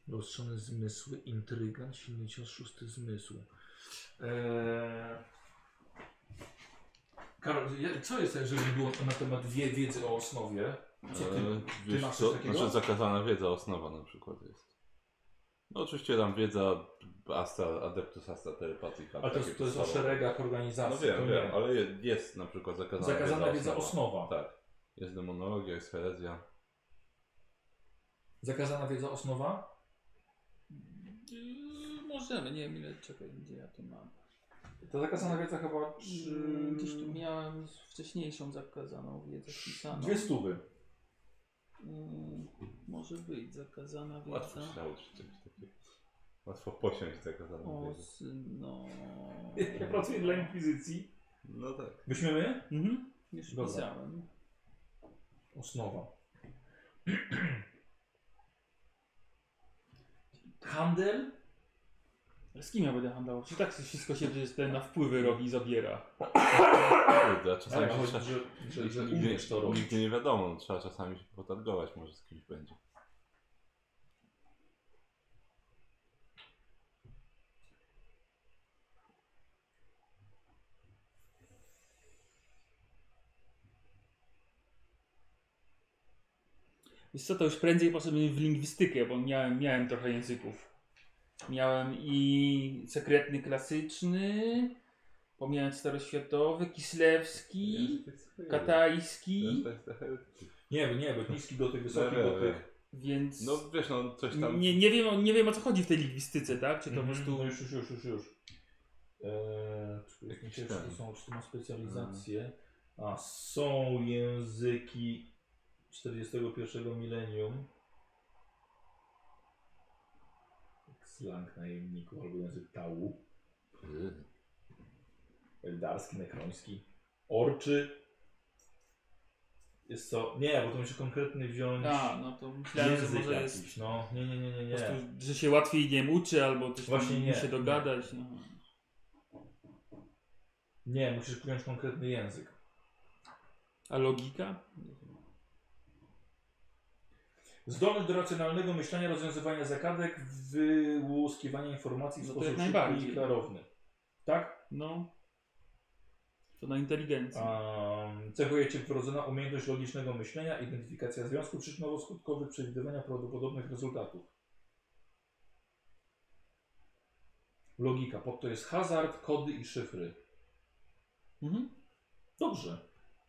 Speaker 1: Rozstrzone zmysły, intrygan, silny cios, szósty zmysł. Eee... Karol, ja- co jest, jeżeli było to na temat wie, wiedzy o osnowie? Co ty?
Speaker 6: Eee,
Speaker 8: E,
Speaker 1: ty masz
Speaker 8: Wiesz
Speaker 1: coś
Speaker 8: co,
Speaker 1: takiego?
Speaker 8: znaczy zakazana wiedza osnowa na przykład jest. No oczywiście tam wiedza Astra, Adeptus Astra Telepathica.
Speaker 6: Tak,
Speaker 1: Ale to
Speaker 8: takie
Speaker 1: jest, to jest o
Speaker 8: podstawowe.
Speaker 1: szeregach organizacji.
Speaker 8: No wiem,
Speaker 1: to nie.
Speaker 8: wiem, ale je- jest na przykład zakazana,
Speaker 1: Zakazana
Speaker 8: wiedza,
Speaker 1: wiedza osnowa.
Speaker 8: Tak. Jest demonologia, jest herezja.
Speaker 1: Zakazana wiedza osnowa?
Speaker 3: Yy, możemy, nie wiem ile, czekaj, gdzie ja tu mam.
Speaker 1: To zakazana wiedza chyba... Mm.
Speaker 3: Yy, Gdzieś tu miałem wcześniejszą zakazaną wiedzę pisaną.
Speaker 1: Dwie stówy.
Speaker 3: Mm, może być zakazana
Speaker 8: Łatwo się
Speaker 3: wiedza.
Speaker 8: nauczyć czegoś takiego. Łatwo posiąść zakazaną
Speaker 3: O,
Speaker 8: wiedzę.
Speaker 3: s- no.
Speaker 1: Ja pracuję dla Inkwizycji.
Speaker 8: No tak.
Speaker 1: Myśmy my?
Speaker 3: Mhm. Już
Speaker 1: Dobra.
Speaker 3: pisałem.
Speaker 1: Osnowa. Handel?
Speaker 3: Z kim ja będę handlował? Czy tak wszystko się przez te na wpływy robi i zabiera?
Speaker 8: Kurde, a
Speaker 6: Tak,
Speaker 1: Ale
Speaker 8: czasami się
Speaker 1: chodzi,
Speaker 8: trzeba...
Speaker 1: że, że, że
Speaker 8: nigdy-
Speaker 1: umiesz to robić.
Speaker 8: Nigdy nie wiadomo, no, trzeba czasami się potargować, może z kimś będzie.
Speaker 3: Wiesz co, to już prędzej poszedłbym w lingwistykę, bo miałem, miałem trochę języków. Miałem i sekretny klasyczny, pomijając staroświatowy, kislewski,
Speaker 1: tak
Speaker 3: katajski,
Speaker 8: To jest trochę-
Speaker 1: Nie, nie, bo niski dotyk, tak wysoki
Speaker 8: Dobra,
Speaker 1: dotyk.
Speaker 3: więc
Speaker 8: No wiesz, no coś tam...
Speaker 3: nie, nie, wiem, o- nie wiem o co chodzi w tej lingwistyce, tak? Czy to po
Speaker 1: Mhm,
Speaker 3: prostu...
Speaker 1: no już, już, już, już, już. Eee, czy
Speaker 8: Jakiś
Speaker 1: jakieś jeszcze
Speaker 8: ten.
Speaker 1: są, czy to ma
Speaker 3: Mhm.
Speaker 1: specjalizacje? A, są języki 41 milenium. Slang najemników albo język tału.
Speaker 8: Yy,
Speaker 1: Eldarski, nekroński. Orczy. Jest co? Nie, bo to musi konkretny wziąć
Speaker 3: A, no to myślałem, że
Speaker 1: język
Speaker 3: może
Speaker 1: jakiś.
Speaker 3: jest
Speaker 1: No, nie, nie, nie, nie.
Speaker 3: po prostu,
Speaker 1: nie.
Speaker 3: że się łatwiej nie uczy albo coś
Speaker 1: Właśnie
Speaker 3: tam
Speaker 1: nie.
Speaker 3: się dogadać. No.
Speaker 1: Nie, musisz przyjąć konkretny język.
Speaker 3: A logika?
Speaker 1: Zdolny do racjonalnego myślenia, rozwiązywania zagadek, wyłuskiwania informacji w
Speaker 3: No to
Speaker 1: sposób
Speaker 3: jak
Speaker 1: szybki
Speaker 3: najbardziej.
Speaker 1: i klarowny. Tak?
Speaker 3: No. To na inteligencję.
Speaker 1: Um, cechuje Cię wrodzona umiejętność logicznego myślenia, identyfikacja związków przyczynowo-skutkowych, przewidywania prawdopodobnych rezultatów. Logika. Pod to jest hazard, kody i szyfry.
Speaker 3: Mhm.
Speaker 1: Dobrze.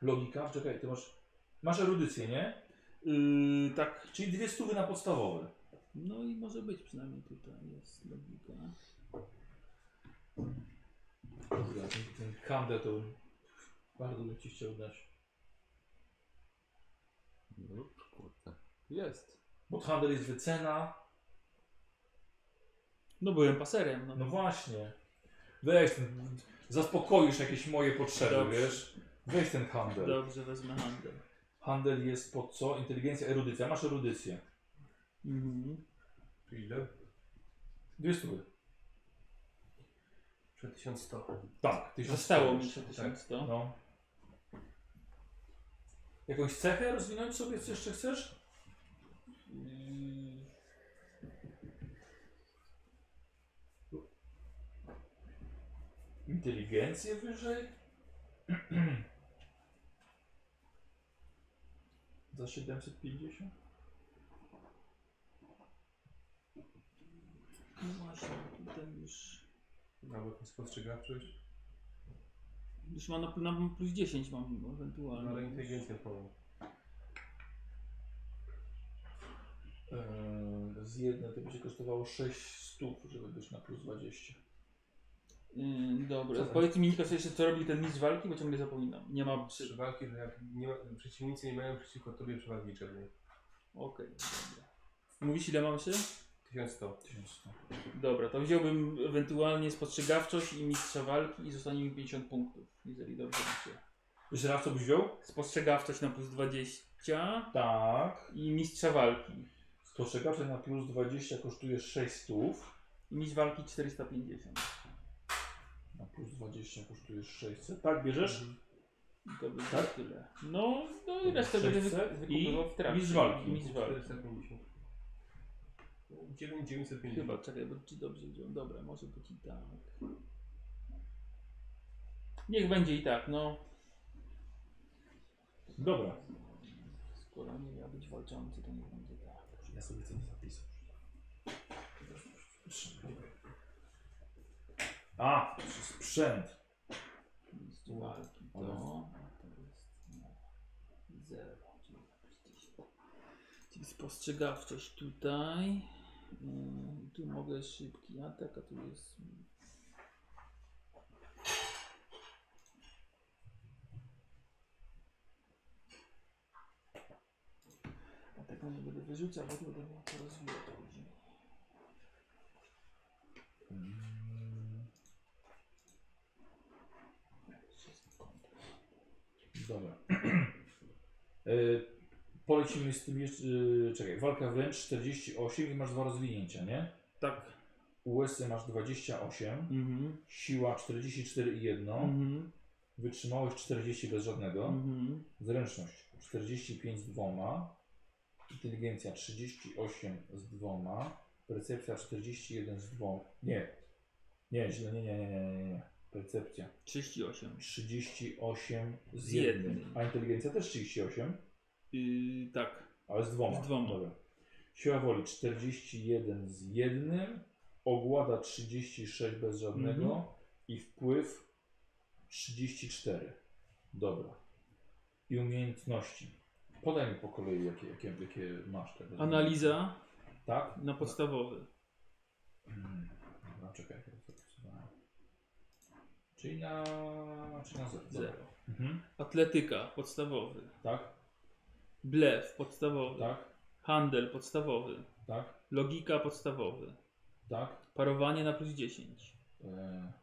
Speaker 1: Logika. Czekaj, Ty masz, masz erudycję, nie?
Speaker 3: Yy, tak.
Speaker 1: Czyli dwie stówy na podstawowe.
Speaker 3: No i może być przynajmniej tutaj jest logika.
Speaker 1: Dobra, ten, ten handel to bardzo bym ci chciał dać.
Speaker 6: No, kurde. Jest.
Speaker 1: Bo handel jest wycena.
Speaker 3: No byłem paserem. No.
Speaker 1: No właśnie. Weź ten, zaspokoisz jakieś moje potrzeby,
Speaker 3: Dobrze.
Speaker 1: wiesz? Weź ten handel.
Speaker 3: Dobrze, wezmę handel.
Speaker 1: Handel jest pod co? Inteligencja, erudycja. Masz erudycję.
Speaker 3: Mhm.
Speaker 5: Czy ile?
Speaker 1: Dwie stówy.
Speaker 5: Czy 1100.
Speaker 1: Tak, tysiąc
Speaker 3: Zostało
Speaker 1: sto.
Speaker 3: mi się 1100.
Speaker 1: No. Jakąś cechę rozwinąć sobie co jeszcze chcesz? Yy. Inteligencję wyżej? <clears throat> Za 750?
Speaker 3: No właśnie, tutaj już...
Speaker 5: Albo jakąś spostrzegawczość.
Speaker 3: Już mam na, pl- na plus 10 mam
Speaker 1: No,
Speaker 3: ewentualnie.
Speaker 5: No, Ale inteligencja pomogła.
Speaker 1: Yy, z jednej to będzie kosztowało 600, żeby być na plus 20.
Speaker 3: Yy, dobra.
Speaker 1: Co?
Speaker 3: Powiedz mi Niko, co jeszcze co robi ten mistrz walki, bo ciągle zapominam. Nie ma
Speaker 5: Przy
Speaker 3: przy...
Speaker 5: walki, że jak nie ma, przeciwnicy nie mają przeciwko tobie przewagi liczebnej.
Speaker 3: Okej, dobra. Mówisz ile mam się?
Speaker 5: 1100.
Speaker 1: 1100.
Speaker 3: Dobra, to wziąłbym ewentualnie spostrzegawczość i mistrza walki i zostanie mi 50 punktów, jeżeli dobrze mi się.
Speaker 1: Jeszcze raz co byś wziął?
Speaker 3: Spostrzegawczość na plus 20
Speaker 1: Tak.
Speaker 3: i mistrza walki.
Speaker 1: Spostrzegawczy na plus 20 kosztuje 600.
Speaker 3: I mistrz walki 450.
Speaker 1: Na plus 20 kosztuje 600. Tak, bierzesz?
Speaker 3: I to by było
Speaker 1: Tak?
Speaker 3: tyle. No, no i resztę
Speaker 1: 600
Speaker 3: będę wy- wykupywał w trakcie.
Speaker 1: mistrz walki.
Speaker 3: I mistrz walki.
Speaker 5: 450. 9950.
Speaker 3: Chyba, czekaj, bo czy dobrze wziąłem? Dobra, może być i tak. Niech będzie i tak, no.
Speaker 1: Dobra.
Speaker 3: Skoro nie miał być walczący, to niech będzie tak.
Speaker 1: Ja sobie chcę zapisać. A, sprzęt.
Speaker 3: Mistrz walki to... a to jest... no, Zero. czyli jakieś- Czyli spostrzegawczość tutaj. Yy, tu mogę szybki atak, a tu jest... A tak nie będę wyrzucał, bo to będę miał to rozwijać później.
Speaker 1: Dobra. <clears throat> Y, Polecimy z tym jeszcze. y, Czekaj, walka wręcz 48 i masz dwa rozwinięcia, nie?
Speaker 3: Tak.
Speaker 1: USC masz 28,
Speaker 3: Mhm.
Speaker 1: siła 44 i 1,
Speaker 3: Mhm.
Speaker 1: wytrzymałość 40 bez żadnego.
Speaker 3: Mhm.
Speaker 1: Zręczność 45 z dwoma, inteligencja 38 z dwoma, percepcja 41 z dwoma. Nie, nie, źle, nie, nie, nie, nie, nie, nie. Percepcja
Speaker 3: 38.
Speaker 1: 38 z
Speaker 3: Z
Speaker 1: jednym,
Speaker 3: jednym.
Speaker 1: a inteligencja też 38,
Speaker 3: Yy, tak.
Speaker 1: ale z dwoma.
Speaker 3: Z dwoma.
Speaker 1: Dobra. Siła woli 41 z jednym, ogłada 36 bez żadnego
Speaker 3: Mhm.
Speaker 1: i wpływ 34. Dobra. I umiejętności. Podaj mi po kolei, jakie, jakie, jakie masz. Te
Speaker 3: Analiza
Speaker 1: Tak?
Speaker 3: na podstawowy.
Speaker 1: Mm, Dobra, czekaj. jak ja to zapisywałem. Czyli na... Czyli na zero. Dobra.
Speaker 3: Zero.
Speaker 1: Mhm.
Speaker 3: Atletyka podstawowy.
Speaker 1: Tak?
Speaker 3: Blef podstawowy.
Speaker 1: Tak?
Speaker 3: Handel podstawowy.
Speaker 1: Tak?
Speaker 3: Logika podstawowy.
Speaker 1: Tak?
Speaker 3: Parowanie na plus 10.
Speaker 1: E,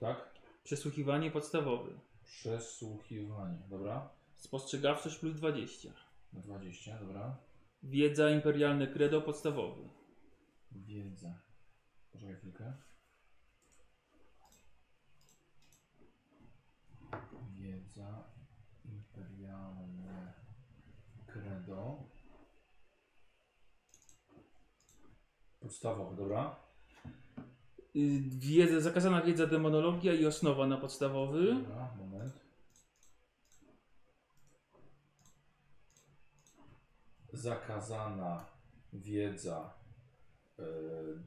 Speaker 1: tak?
Speaker 3: Przesłuchiwanie podstawowy.
Speaker 1: Przesłuchiwanie. Dobra.
Speaker 3: Spostrzegawczość plus 20.
Speaker 1: Na 20, dobra.
Speaker 3: Wiedza imperialne credo podstawowy.
Speaker 1: Wiedza. Poczekaj chwilkę. Akcja imperialne credo. Podstawowe, dobra?
Speaker 3: Y, Wiedza, zakazana wiedza demonologia i osnowa na podstawowy.
Speaker 1: Dobra, moment. Zakazana wiedza, e,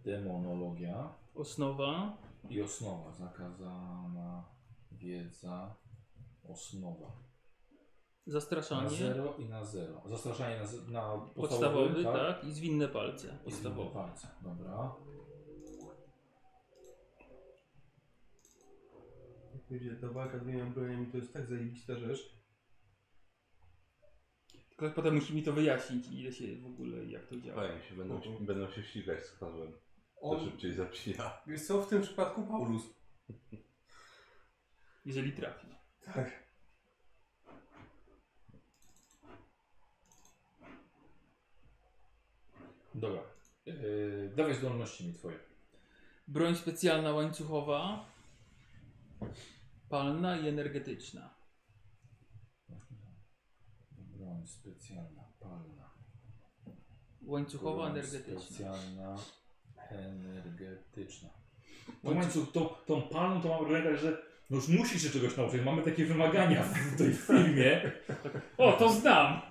Speaker 1: demonologia
Speaker 3: Osnowa.
Speaker 1: i osnowa. Zakazana wiedza, osnowa. Na
Speaker 3: Zastraszanie.
Speaker 1: zero i na zero. Zastraszanie na, z- na
Speaker 3: Podstawowy, tak? I zwinne palce.
Speaker 1: I znowu
Speaker 3: Podstawowy.
Speaker 1: palce. Dobra.
Speaker 5: Jak będzie ta walka z moimi broniami, to jest tak zajebista rzecz.
Speaker 7: Tylko potem musi mi to wyjaśnić, ile się w ogóle, jak to działa.
Speaker 1: Tak.
Speaker 8: Fajnie się będą,
Speaker 1: Mhm.
Speaker 8: będą się ścigać z kozłem. To
Speaker 1: Znaczy-
Speaker 5: On,
Speaker 8: szybciej zapija.
Speaker 5: wiesz co, w tym przypadku Paulus.
Speaker 7: Jeżeli trafi.
Speaker 5: Tak.
Speaker 1: Dobra. Yy, dawaj zdolności mi twoje.
Speaker 3: Broń specjalna łańcuchowa. Palna i energetyczna.
Speaker 1: Broń specjalna, palna.
Speaker 3: Łańcuchowa,
Speaker 1: Broń
Speaker 3: energetyczna.
Speaker 1: Specjalna, energetyczna. To łańcuch, to, tą palną to mam wrażenie, tak, że no już musisz się czegoś nauczyć. Mamy takie wymagania w <laughs> tej firmie.
Speaker 7: O, to znam!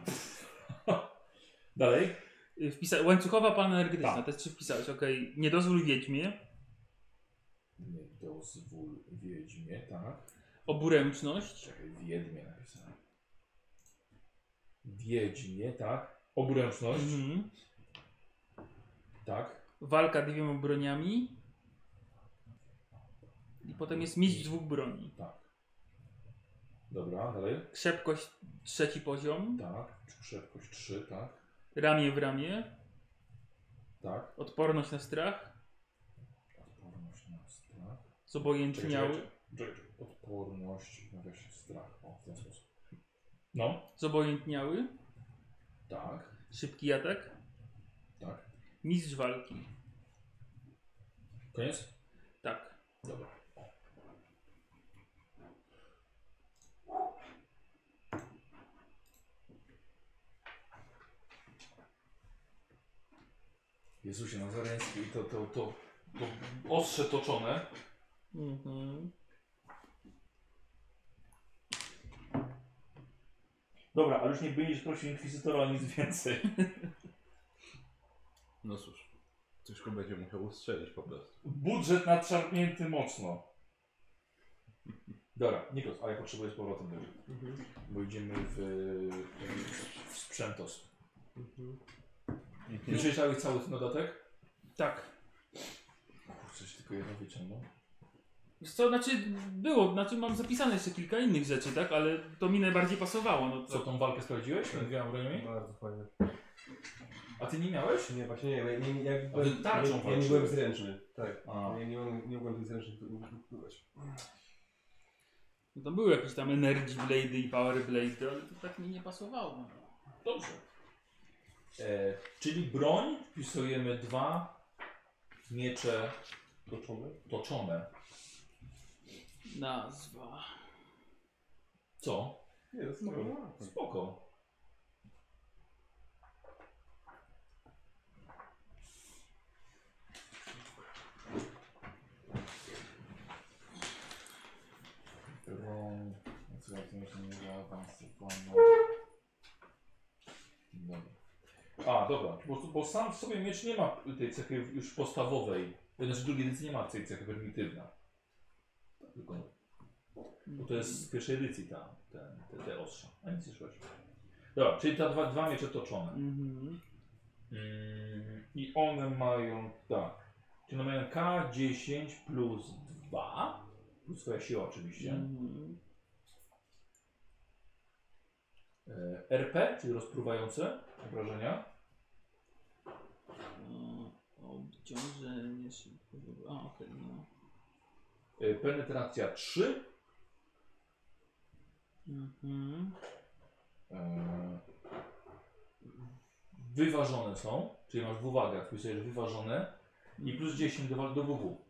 Speaker 1: Dalej.
Speaker 3: Y, Wpisa... Łańcuchowa, palna, energetyczna.
Speaker 1: Tak.
Speaker 3: Te trzy wpisałeś, okej. Nie dozwól wiedźmie.
Speaker 1: Nie dozwól wiedźmie, tak?
Speaker 3: Oburęczność.
Speaker 1: Czekaj, wiedźmie napisane. Wiedźmie, tak? Oburęczność,
Speaker 3: Mhm.
Speaker 1: tak?
Speaker 3: Walka dwiema broniami. I potem jest mistrz dwóch broni.
Speaker 1: Tak. Dobra, dalej.
Speaker 3: Krzepkość trzeci poziom.
Speaker 1: Tak. Szybkość 3, tak?
Speaker 3: Ramię w ramię.
Speaker 1: Tak.
Speaker 3: Odporność na strach.
Speaker 1: Odporność na strach. Czekaj,
Speaker 3: Zobojętniały.
Speaker 1: czekaj, czekaj, czekaj. Odporność na właśnie strach. O, w ten sposób. No.
Speaker 3: Zobojętniały.
Speaker 1: Tak.
Speaker 3: Szybki atak.
Speaker 1: Tak.
Speaker 3: Mistrz walki.
Speaker 1: Koniec?
Speaker 3: Tak.
Speaker 1: Dobra. Jezusie Nazareński, to, to, to, to ostrze toczone.
Speaker 3: Mhm.
Speaker 1: Dobra, ale już nie będziesz prosił inkwizytora o nic więcej.
Speaker 8: No cóż, ktoś go będzie musiał ustrzelić po prostu.
Speaker 1: Budżet nadszarpnięty mocno. Dobra, Nikos, ale potrzebuję z powrotem tego. Bo idziemy w, w sprzętos. Wyczytałeś cały ten dodatek?
Speaker 3: Tak.
Speaker 1: Kurczę, się tylko jedno wyciągnął.
Speaker 3: Wiesz co, znaczy było, znaczy mam zapisane jeszcze kilka innych rzeczy, tak? Ale to mi najbardziej pasowało. No
Speaker 1: Co,
Speaker 3: to...
Speaker 1: tą walkę sprawdziłeś? Tak. Mówiłam broniami?
Speaker 5: Bardzo fajne.
Speaker 1: A ty nie miałeś?
Speaker 5: Nie, właśnie nie, bo ja nie, ja,
Speaker 1: A ty
Speaker 5: byłem-
Speaker 1: tarczą
Speaker 5: ja, ja nie
Speaker 1: walczyłeś.
Speaker 5: byłem zręczny. Tak.
Speaker 1: A,
Speaker 5: Ja nie, mogłem- nie mogłem tych zręcznych wpływać.
Speaker 3: No tam były jakieś tam Energy Blade i Power Blade, ale to tak mi nie pasowało. no.
Speaker 1: dobrze. E, czyli broń wpisujemy dwa miecze
Speaker 5: Toczone?
Speaker 1: toczone.
Speaker 3: Nazwa.
Speaker 1: Co?
Speaker 5: Nie, to jest
Speaker 1: No.
Speaker 5: no.
Speaker 1: Spoko. Broń. Co ja tym jeszcze nie zaawansowana. Dobra. A, dobra, bo, bo sam w sobie miecz nie ma tej cechy już podstawowej. Znaczy drugiej edycji nie ma tej cechy prymitywna. Tylko bo
Speaker 3: Mhm.
Speaker 1: to jest z pierwszej edycji ta, te, te, te ostrza. A nic nie szłeś. Dobra, czyli te dwa, dwa miecze toczone.
Speaker 3: Mhm.
Speaker 1: Mm, I one mają tak. Czyli one mają K10 plus 2. Plus twoja siła oczywiście.
Speaker 3: Mhm.
Speaker 1: E, RP, czyli rozpruwające obrażenia.
Speaker 3: O, Obciążenie szybko. A, okej, no.
Speaker 1: E, penetracja 3.
Speaker 3: Mhm.
Speaker 1: E, wyważone są. Czyli masz w uwagę, wpisujesz wyważone. I plus 10 do, wal- do WW.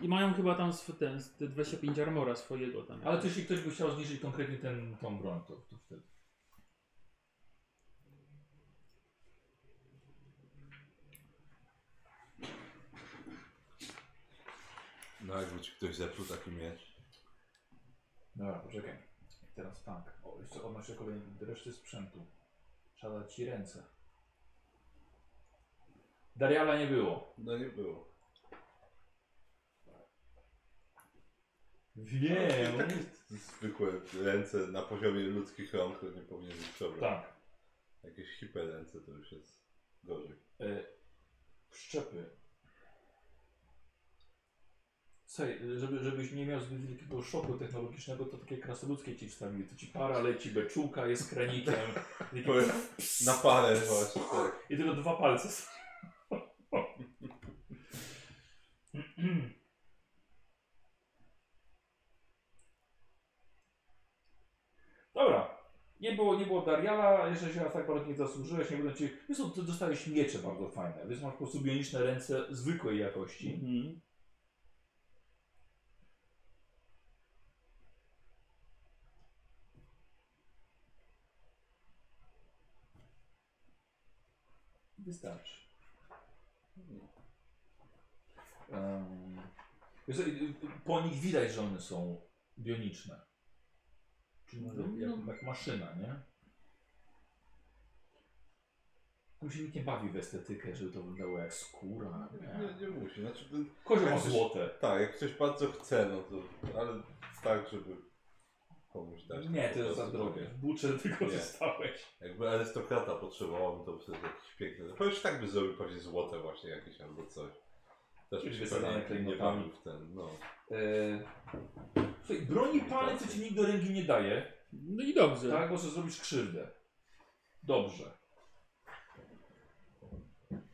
Speaker 3: I mają chyba tam sw- ten, te 25 armora swojego tam.
Speaker 1: Ale to jeśli ktoś by chciał zniszczyć konkretnie ten, tą broń, to, to wtedy.
Speaker 6: No jakby ci ktoś zepsuł taki miecz.
Speaker 1: Dobra, poczekaj. Teraz tak. O, jeszcze odnośnie kolejnej do reszty sprzętu. Trzeba dać ci ręce. Dariala nie było.
Speaker 6: No nie było.
Speaker 8: No,
Speaker 1: Wiem.
Speaker 8: tak
Speaker 6: Takie zwykłe ręce na poziomie ludzkich rąk to nie powinien być problem.
Speaker 1: <laughs> Tak.
Speaker 6: Jakieś hiper ręce to już jest gorzej.
Speaker 1: Y, wszczepy. Słuchaj, żeby, żebyś nie miał zbyt wielkiego szoku technologicznego, to takie krasoludzkie ci wstawili. To ci para leci, beczułka jest kranikiem. Takie-
Speaker 6: Powiem, Na parę właśnie. Tak.
Speaker 1: I tylko dwa palce są. Dobra. Nie było, nie było Dariala, jeszcze się raz tak bardzo nie zasłużyłeś, nie będę ci... Wiesz co, ty dostałeś miecze bardzo fajne, więc masz po prostu bioniczne ręce zwykłej jakości.
Speaker 3: Mhm.
Speaker 1: Wystarczy. Um, wiesz co, y, y, po nich widać, że one są bioniczne. Czyli może jak, jak maszyna, nie? Tam się nikt nie bawi w estetykę, żeby to wyglądało jak skóra.
Speaker 6: Nie, nie musi. Znaczy, ten,
Speaker 1: Kozioł ma
Speaker 6: Jak coś-
Speaker 1: złote.
Speaker 6: tak, jak ktoś bardzo chce, no to. Ale tak, żeby komuś dać.
Speaker 1: Nie, Tak, to
Speaker 6: po
Speaker 1: jest za
Speaker 6: prostu.
Speaker 1: drogie. Bucze tylko
Speaker 6: Nie.
Speaker 1: dostałeś.
Speaker 6: Jakby arystokrata potrzebował, to by sobie jakiś piękny. To już tak by zrobił pewnie złote właśnie jakieś albo coś. Też by
Speaker 1: Jakieś
Speaker 6: się
Speaker 1: wysadzone
Speaker 6: pewnie nie
Speaker 1: klejnotami.
Speaker 6: bawił w ten, no.
Speaker 1: Eee, słuchaj, broni palę, co ci nikt do ręki nie daje,
Speaker 3: No i dobrze.
Speaker 1: tak? Bo sobie zrobisz krzywdę. Dobrze.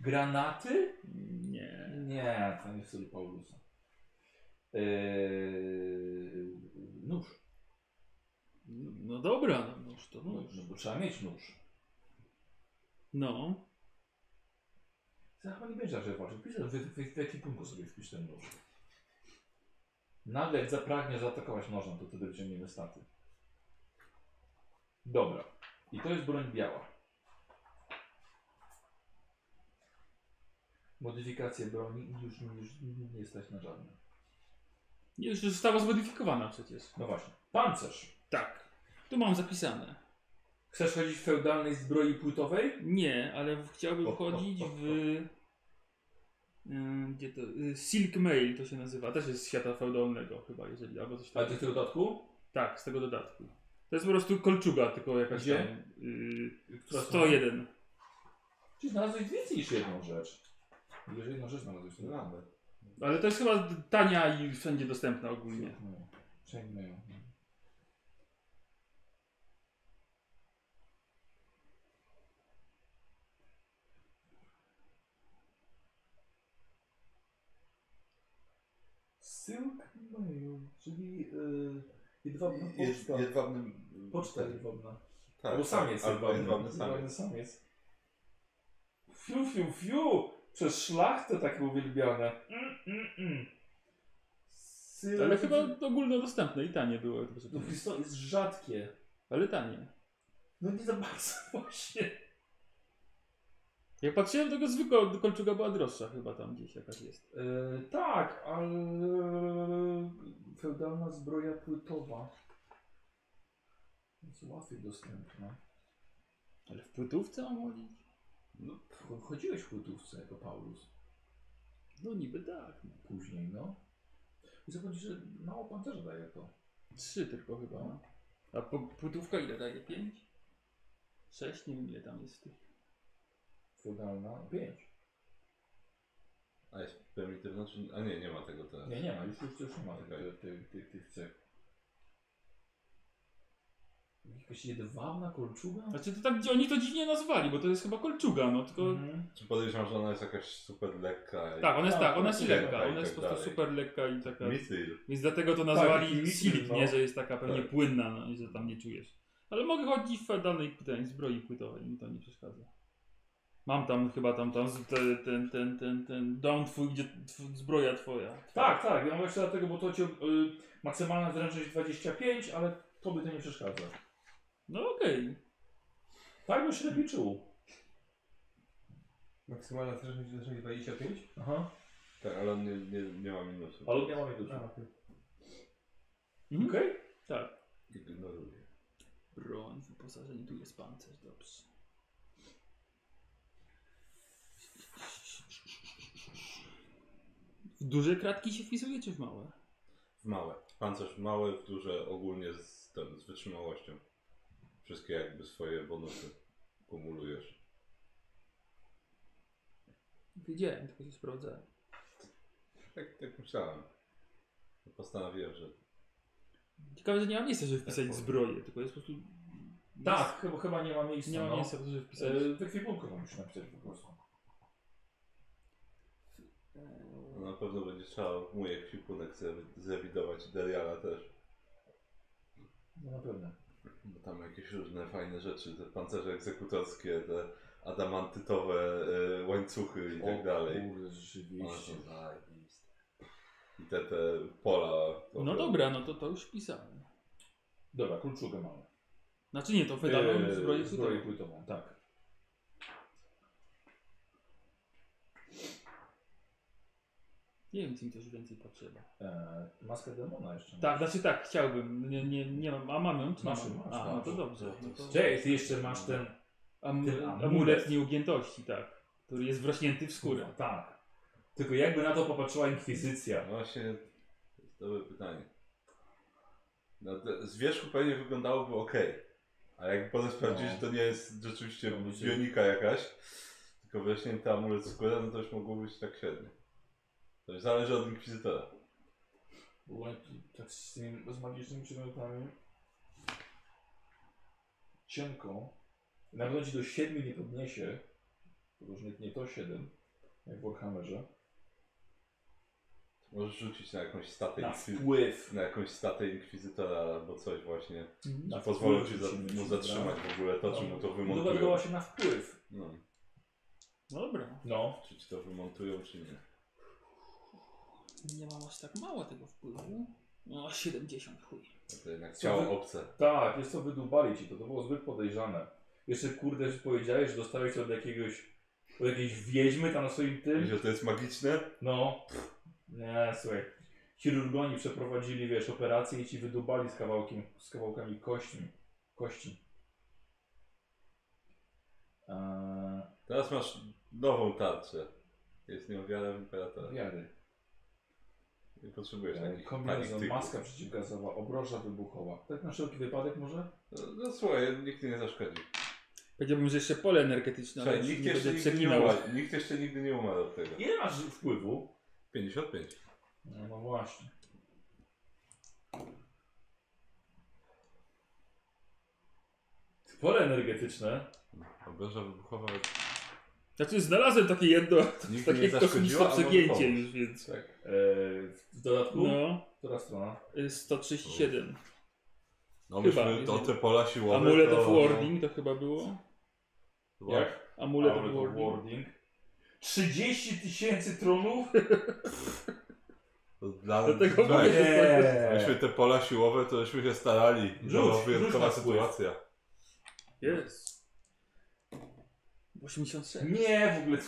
Speaker 1: Granaty?
Speaker 3: Nie.
Speaker 1: Nie, to nie w stylu Paulusa. Eee, nóż.
Speaker 3: No dobra, no już to
Speaker 1: No,
Speaker 3: nóż.
Speaker 1: no bo trzeba mieć nóż.
Speaker 3: No.
Speaker 1: Ty chyba nie będziesz zawsze walczył. Pisz, w, w, w ekipunku sobie wpisz ten nóż. Nagle jak zapragnie zaatakować nożem, to wtedy wyciągniemy staty. Dobra. I to jest broń biała. Modyfikacje broni już, już nie stać na żadne.
Speaker 3: Już została zmodyfikowana przecież.
Speaker 1: No właśnie. Pancerz.
Speaker 3: Tak. Tu mam zapisane.
Speaker 1: Chcesz chodzić w feudalnej zbroi płytowej?
Speaker 3: Nie, ale w- chciałbym chodzić w. y, Gdzie to? y, Silk Mail to się nazywa. Też jest z świata feudalnego chyba, jeżeli. Albo coś
Speaker 1: Ale
Speaker 3: takiego.
Speaker 1: ty w tym dodatku?
Speaker 3: Tak, z tego dodatku. To jest po prostu kolczuga, tylko jakaś
Speaker 1: Gdzie?
Speaker 3: tam. y,
Speaker 1: Która strona?
Speaker 3: 101.
Speaker 1: Czyli znalazłeś więcej niż jedną rzecz. Wiesz, jedną rzecz znalazłeś, to nawet.
Speaker 3: Ale to jest chyba d- tania i wszędzie dostępna ogólnie.
Speaker 1: No, Przejmę ją. Silk mail, czyli yy, jedwabna
Speaker 6: Jest
Speaker 1: poczta.
Speaker 6: jedwabny.
Speaker 1: Poczta jedwabna.
Speaker 6: Tak,
Speaker 1: Albo samiec
Speaker 6: albo
Speaker 1: jedwabny.
Speaker 6: jedwabny samiec.
Speaker 1: samiec. Fiu, fiu, fiu! Przez szlachtę takie uwielbiane. Mm, mm, mm. Syl...
Speaker 3: Ale chyba ogólnodostępne i tanie były. po prostu.
Speaker 1: No to jest rzadkie.
Speaker 3: Ale tanie.
Speaker 1: No nie za bardzo
Speaker 8: <laughs>
Speaker 1: właśnie.
Speaker 3: Jak patrzyłem, tego zwykła kolczuga była droższa chyba tam gdzieś jakaś jest.
Speaker 1: E, tak, ale... Feudalna zbroja płytowa. Jest łatwiej dostępna.
Speaker 3: Ale w płytówce mam chodzić?
Speaker 1: No, ch- chodziłeś w płytówce jako Paulus.
Speaker 3: No niby tak. No.
Speaker 1: Później, no. I zapomnij, że mało pancerza daje to.
Speaker 3: Trzy tylko chyba. no. A po, płytówka ile daje? Pięć? Sześć? Nie wiem ile tam jest tych.
Speaker 1: Feudalna 5.
Speaker 6: A jest prymitywna, czy... A nie, nie ma tego teraz.
Speaker 1: Nie, nie ma, już, już, już nie ma
Speaker 6: Okej.
Speaker 1: tych, tych, tych, tych cech. Jakaś jedwabna kolczuga?
Speaker 3: Znaczy to tak, oni to dziwnie nazwali, bo to jest chyba kolczuga, no tylko...
Speaker 1: Mhm.
Speaker 6: Czy podejrzewam, że ona jest jakaś super lekka i...
Speaker 3: Tak, ona jest
Speaker 1: Tak,
Speaker 3: tak, ona jest
Speaker 6: lekka
Speaker 3: lekka,
Speaker 6: i
Speaker 3: ona jest
Speaker 6: No, tak
Speaker 3: po prostu
Speaker 6: dalej.
Speaker 3: super lekka i taka...
Speaker 6: Mithril.
Speaker 3: Więc dlatego to nazwali
Speaker 1: taki
Speaker 3: silk,
Speaker 1: mitryl,
Speaker 3: nie?
Speaker 1: no.
Speaker 3: Że jest taka pewnie
Speaker 6: Tak.
Speaker 3: płynna, no i że tam nie czujesz. Ale mogę chodzić w feudalnej ten, zbroi płytowej, mi to nie przeszkadza. Mam tam chyba tam, tam z- te, ten, ten, ten, ten dom twój, gdzie tw- zbroja twoja.
Speaker 8: Tak, tak, ja mam jeszcze dlatego, bo to cię, y, maksymalna zręczność 25, ale tobie to nie przeszkadza.
Speaker 3: No okej.
Speaker 8: Tak byś się lepiej czuł.
Speaker 5: Maksymalna straszność zaczyna 25?
Speaker 8: Aha.
Speaker 6: Tak, ale on nie, nie, nie ma minusu.
Speaker 8: Ale ja mam jedno.
Speaker 5: A, okej.
Speaker 8: Okej?
Speaker 6: Ignoruje.
Speaker 3: Broń, wyposażenie, tu jest pancerz, dobrze. W duże kratki się wpisuje, czy w małe?
Speaker 6: W małe. Pancerz w małe, w duże ogólnie z, ten, z wytrzymałością. Wszystkie jakby swoje bonusy kumulujesz.
Speaker 3: Wiedziałem, tylko się sprawdzałem.
Speaker 6: Tak, tak myślałem. Postanowiłem, że
Speaker 3: Ciekawe, że nie mam miejsca, żeby wpisać
Speaker 6: Tak,
Speaker 3: zbroję, tylko jest po prostu...
Speaker 8: Tak, chyba, chyba nie ma miejsca.
Speaker 3: Nie
Speaker 8: no.
Speaker 3: mam miejsca, żeby wpisać.
Speaker 8: Y, w ekwipunku wam się napisać po prostu.
Speaker 6: no, na pewno będzie trzeba mój ekwipunek zre- zrewidować i Dariana też.
Speaker 8: No na pewno.
Speaker 6: Bo tam jakieś różne fajne rzeczy, te pancerze egzekutorskie, te adamantytowe e, łańcuchy i tak dalej.
Speaker 8: Kurde,
Speaker 6: One
Speaker 8: rzeczywiście.
Speaker 6: są zajebiste. I te, te pola.
Speaker 3: No dobra, no to to już wpisałem.
Speaker 8: Dobra, kluczugę mamy.
Speaker 3: Znaczy nie, to wydałem
Speaker 8: Eee,
Speaker 1: Yy,
Speaker 3: zbroję
Speaker 8: zbroję
Speaker 3: tutaj.
Speaker 8: płytową, tak.
Speaker 3: Nie wiem, czy mi też więcej potrzeba.
Speaker 1: E,
Speaker 8: Eee, maskę demona jeszcze.
Speaker 3: Tak, znaczy tak, chciałbym. Nie, nie, nie mam. A mam ją? Czy
Speaker 8: Masz,
Speaker 3: mam ją?
Speaker 8: masz,
Speaker 3: A, no
Speaker 8: masz.
Speaker 3: to dobrze. No to...
Speaker 8: Cześć, ty jeszcze masz ten
Speaker 3: Am,
Speaker 8: Ten amulet.
Speaker 3: amulet nieugiętości, tak. Który jest wrośnięty w
Speaker 8: skórę.
Speaker 3: skórę.
Speaker 8: Tak. Tylko jakby na to popatrzyła inkwizycja.
Speaker 6: Właśnie, to jest dobre pytanie. No, te, z wierzchu pewnie wyglądałoby ok, ale jak potem sprawdzić, że to nie jest rzeczywiście
Speaker 8: No, myślę, że-
Speaker 6: bionika jakaś, tylko wyjaśnięty amulet skóra, no to już mogło być tak średnio. To już zależy od inkwizytora.
Speaker 8: Bo tak z, tymi, z magicznymi przedmiotami cienko. Na pewno ci do 7 nie podniesie. Różnych nie to 7, jak w Warhammerze.
Speaker 6: Możesz rzucić na jakąś statę
Speaker 8: Na
Speaker 6: inkwi-
Speaker 8: wpływ.
Speaker 6: na jakąś statę inkwizytora albo coś właśnie.
Speaker 8: Na
Speaker 6: Na pozwolę ci
Speaker 8: wpływ
Speaker 6: za,
Speaker 8: rzucimy, tak.
Speaker 6: mu
Speaker 8: dobra.
Speaker 6: zatrzymać w ogóle to, czy mu to
Speaker 8: No to była
Speaker 6: wymontują.
Speaker 8: się na wpływ.
Speaker 6: No,
Speaker 3: Dobra.
Speaker 8: No.
Speaker 6: czy ci to wymontują, czy nie.
Speaker 3: Nie mam aż tak mało tego wpływu. No, 70 chuj.
Speaker 6: A No To jednak
Speaker 8: Co
Speaker 6: ciało
Speaker 8: wy-
Speaker 6: obce.
Speaker 8: Tak, jest co wydubali ci to, to było zbyt podejrzane. Jeszcze kurde, że powiedziałeś, że dostałeś to od jakiegoś, od jakiejś wiedźmy tam na swoim tym.
Speaker 6: Wiesz, że to jest magiczne?
Speaker 8: No. Nie, słuchaj. Chirurgoni przeprowadzili, wiesz, operację i ci wydubali z, kawałkiem, z kawałkami kości. kości. Eee,
Speaker 6: Teraz masz nową tarczę. Jest nią wiara w imperatora.
Speaker 8: wiary.
Speaker 6: Nie potrzebujesz
Speaker 3: E,
Speaker 8: Eee,
Speaker 6: takich
Speaker 8: Kombinezon,
Speaker 6: panik
Speaker 8: maska przeciwgazowa, obroża wybuchowa. Tak na wszelki wypadek może?
Speaker 6: No, no słuchaj, nikt nie zaszkodzi.
Speaker 3: Powiedziałbym, że jeszcze pole energetyczne, ale
Speaker 6: Słuchaj,
Speaker 3: już
Speaker 6: nikt
Speaker 3: No, nie
Speaker 6: jeszcze,
Speaker 3: będę
Speaker 6: nigdy nie
Speaker 3: przeklinał.
Speaker 6: umarł, nikt jeszcze nigdy nie umarł od tego.
Speaker 8: Ile masz wpływu?
Speaker 6: 55.
Speaker 8: No, no właśnie. Pole energetyczne.
Speaker 6: Obraża wybuchowa
Speaker 3: Znaczy znalazłem takie jedno,
Speaker 6: nigdy nie
Speaker 3: takie kosmiczne
Speaker 6: zaszkodziła, a może
Speaker 3: przegięcie
Speaker 6: pomóc.
Speaker 3: już, więc...
Speaker 6: Tak.
Speaker 8: Eee, w dodatku?
Speaker 3: No,
Speaker 8: Która strona?
Speaker 3: y, 137.
Speaker 6: No
Speaker 3: Chyba,
Speaker 6: myśmy to
Speaker 3: jeżeli-
Speaker 6: te pola siłowe...
Speaker 3: Amulet
Speaker 6: to,
Speaker 3: of Warding to chyba było?
Speaker 6: No,
Speaker 8: Jak?
Speaker 3: Amulet
Speaker 8: Amulet
Speaker 3: of
Speaker 8: of
Speaker 3: Warding.
Speaker 8: Warding. 30 tysięcy
Speaker 6: <laughs>
Speaker 8: tronów?
Speaker 6: to dla,
Speaker 3: Dlatego
Speaker 6: dla,
Speaker 3: mówię, że to jest...
Speaker 6: Myśmy te pola siłowe, to żeśmy się starali.
Speaker 8: Rzuć,
Speaker 6: Była
Speaker 8: rzuć
Speaker 6: wyjątkowa
Speaker 8: na wpływ.
Speaker 6: sytuacja.
Speaker 3: Jest. 86.
Speaker 8: Nie, w ogóle.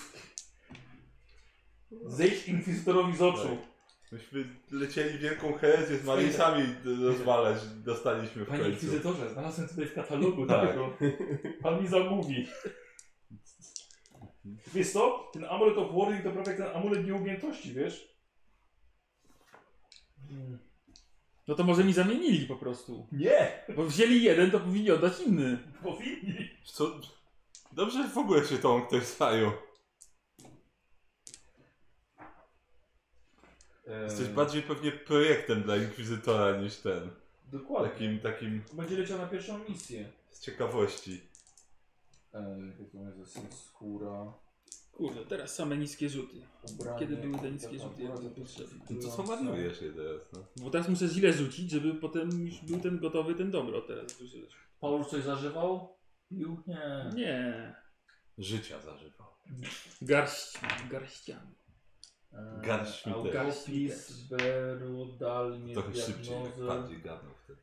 Speaker 8: Zejdź inkwizytorowi z oczu.
Speaker 6: Tak, Myśmy lecieli wielką herezję z Marisami rozwalać, dostaliśmy w
Speaker 8: Panie
Speaker 6: końcu.
Speaker 8: inkwizytorze, znalazłem tutaj w katalogu
Speaker 6: Tak.
Speaker 8: tego. Pan mi zamówi. Wiesz co? Ten amulet of warning to prawie jak ten amulet nieugiętości, wiesz?
Speaker 3: No to może mi zamienili po prostu.
Speaker 8: Nie!
Speaker 3: Bo wzięli jeden, to powinni oddać inny.
Speaker 8: Powinni.
Speaker 6: Co? Dobrze że w ogóle się tą ktoś zajął.
Speaker 1: E,
Speaker 6: Jesteś bardziej pewnie projektem dla Inkwizytora niż ten.
Speaker 8: Dokładnie.
Speaker 6: Takim, takim
Speaker 8: Będzie leciał na pierwszą misję.
Speaker 6: z ciekawości.
Speaker 8: Eee, jak to jest? Skóra,
Speaker 3: Kurde, teraz same niskie rzuty.
Speaker 8: ubranie. Tak,
Speaker 3: Kiedy były te niskie rzuty? Ja to
Speaker 6: No to co marnujesz je teraz, no.
Speaker 3: Bo teraz muszę źle rzucić, żeby potem już był ten gotowy, ten dobry. O, teraz duży.
Speaker 8: Paulus coś zażywał? Pił? Nie.
Speaker 3: Nie.
Speaker 6: Życia zażywał.
Speaker 8: Garść, garściami. E,
Speaker 1: Eee,
Speaker 6: Garść mi też.
Speaker 1: Autopis, Berodal,
Speaker 6: Trochę szybciej, tak
Speaker 1: diagnozę,
Speaker 6: bardziej gadnął wtedy.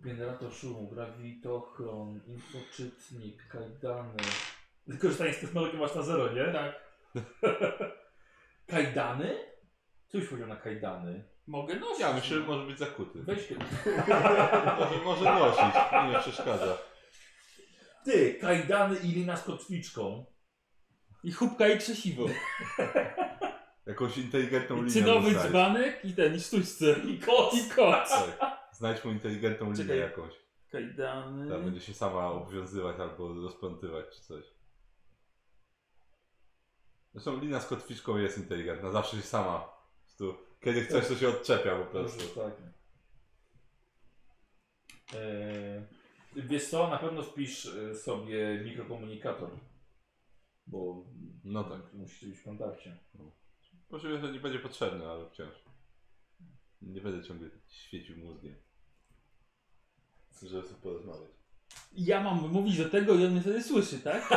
Speaker 1: generator szumu, grawitochron, infoczytnik, kajdany. Korzystanie z technologii No, masz na zero, nie? Tak. kajdany? Coś powiedział na kajdany.
Speaker 3: Mogę nosić.
Speaker 6: Ja myślę, że może być zakuty.
Speaker 1: Weź się.
Speaker 6: Może, może nosić, nie przeszkadza.
Speaker 1: Ty, kajdany i lina z kotwiczką.
Speaker 3: I chubka i krzesiwo.
Speaker 6: Jakąś inteligentną
Speaker 3: I
Speaker 6: linię
Speaker 3: cynowy
Speaker 6: mu znajdź.
Speaker 3: dzbanek i ten, i sztućce. I kot. I kot.
Speaker 6: Tak. Znajdź mu inteligentną linię
Speaker 3: Czekaj.
Speaker 6: jakąś.
Speaker 3: Kajdany.
Speaker 6: Ta będzie się sama obwiązywać albo rozplątywać czy coś. Zresztą lina z kotwiczką jest inteligentna, zawsze się sama. po prostu, Kiedy chcesz, to się odczepia po prostu.
Speaker 1: Dobrze, tak. Eee, wiesz co, na pewno wpisz e, sobie mikrokomunikator. Bo
Speaker 6: No tak.
Speaker 1: musicie być w kontakcie.
Speaker 6: Możliwe, że nie będzie potrzebny, ale wciąż. Nie będę ciągle świecił mózgiem. Chcę, żeby sobie porozmawiać.
Speaker 3: Ja mam mówić do tego i on mnie wtedy słyszy, tak?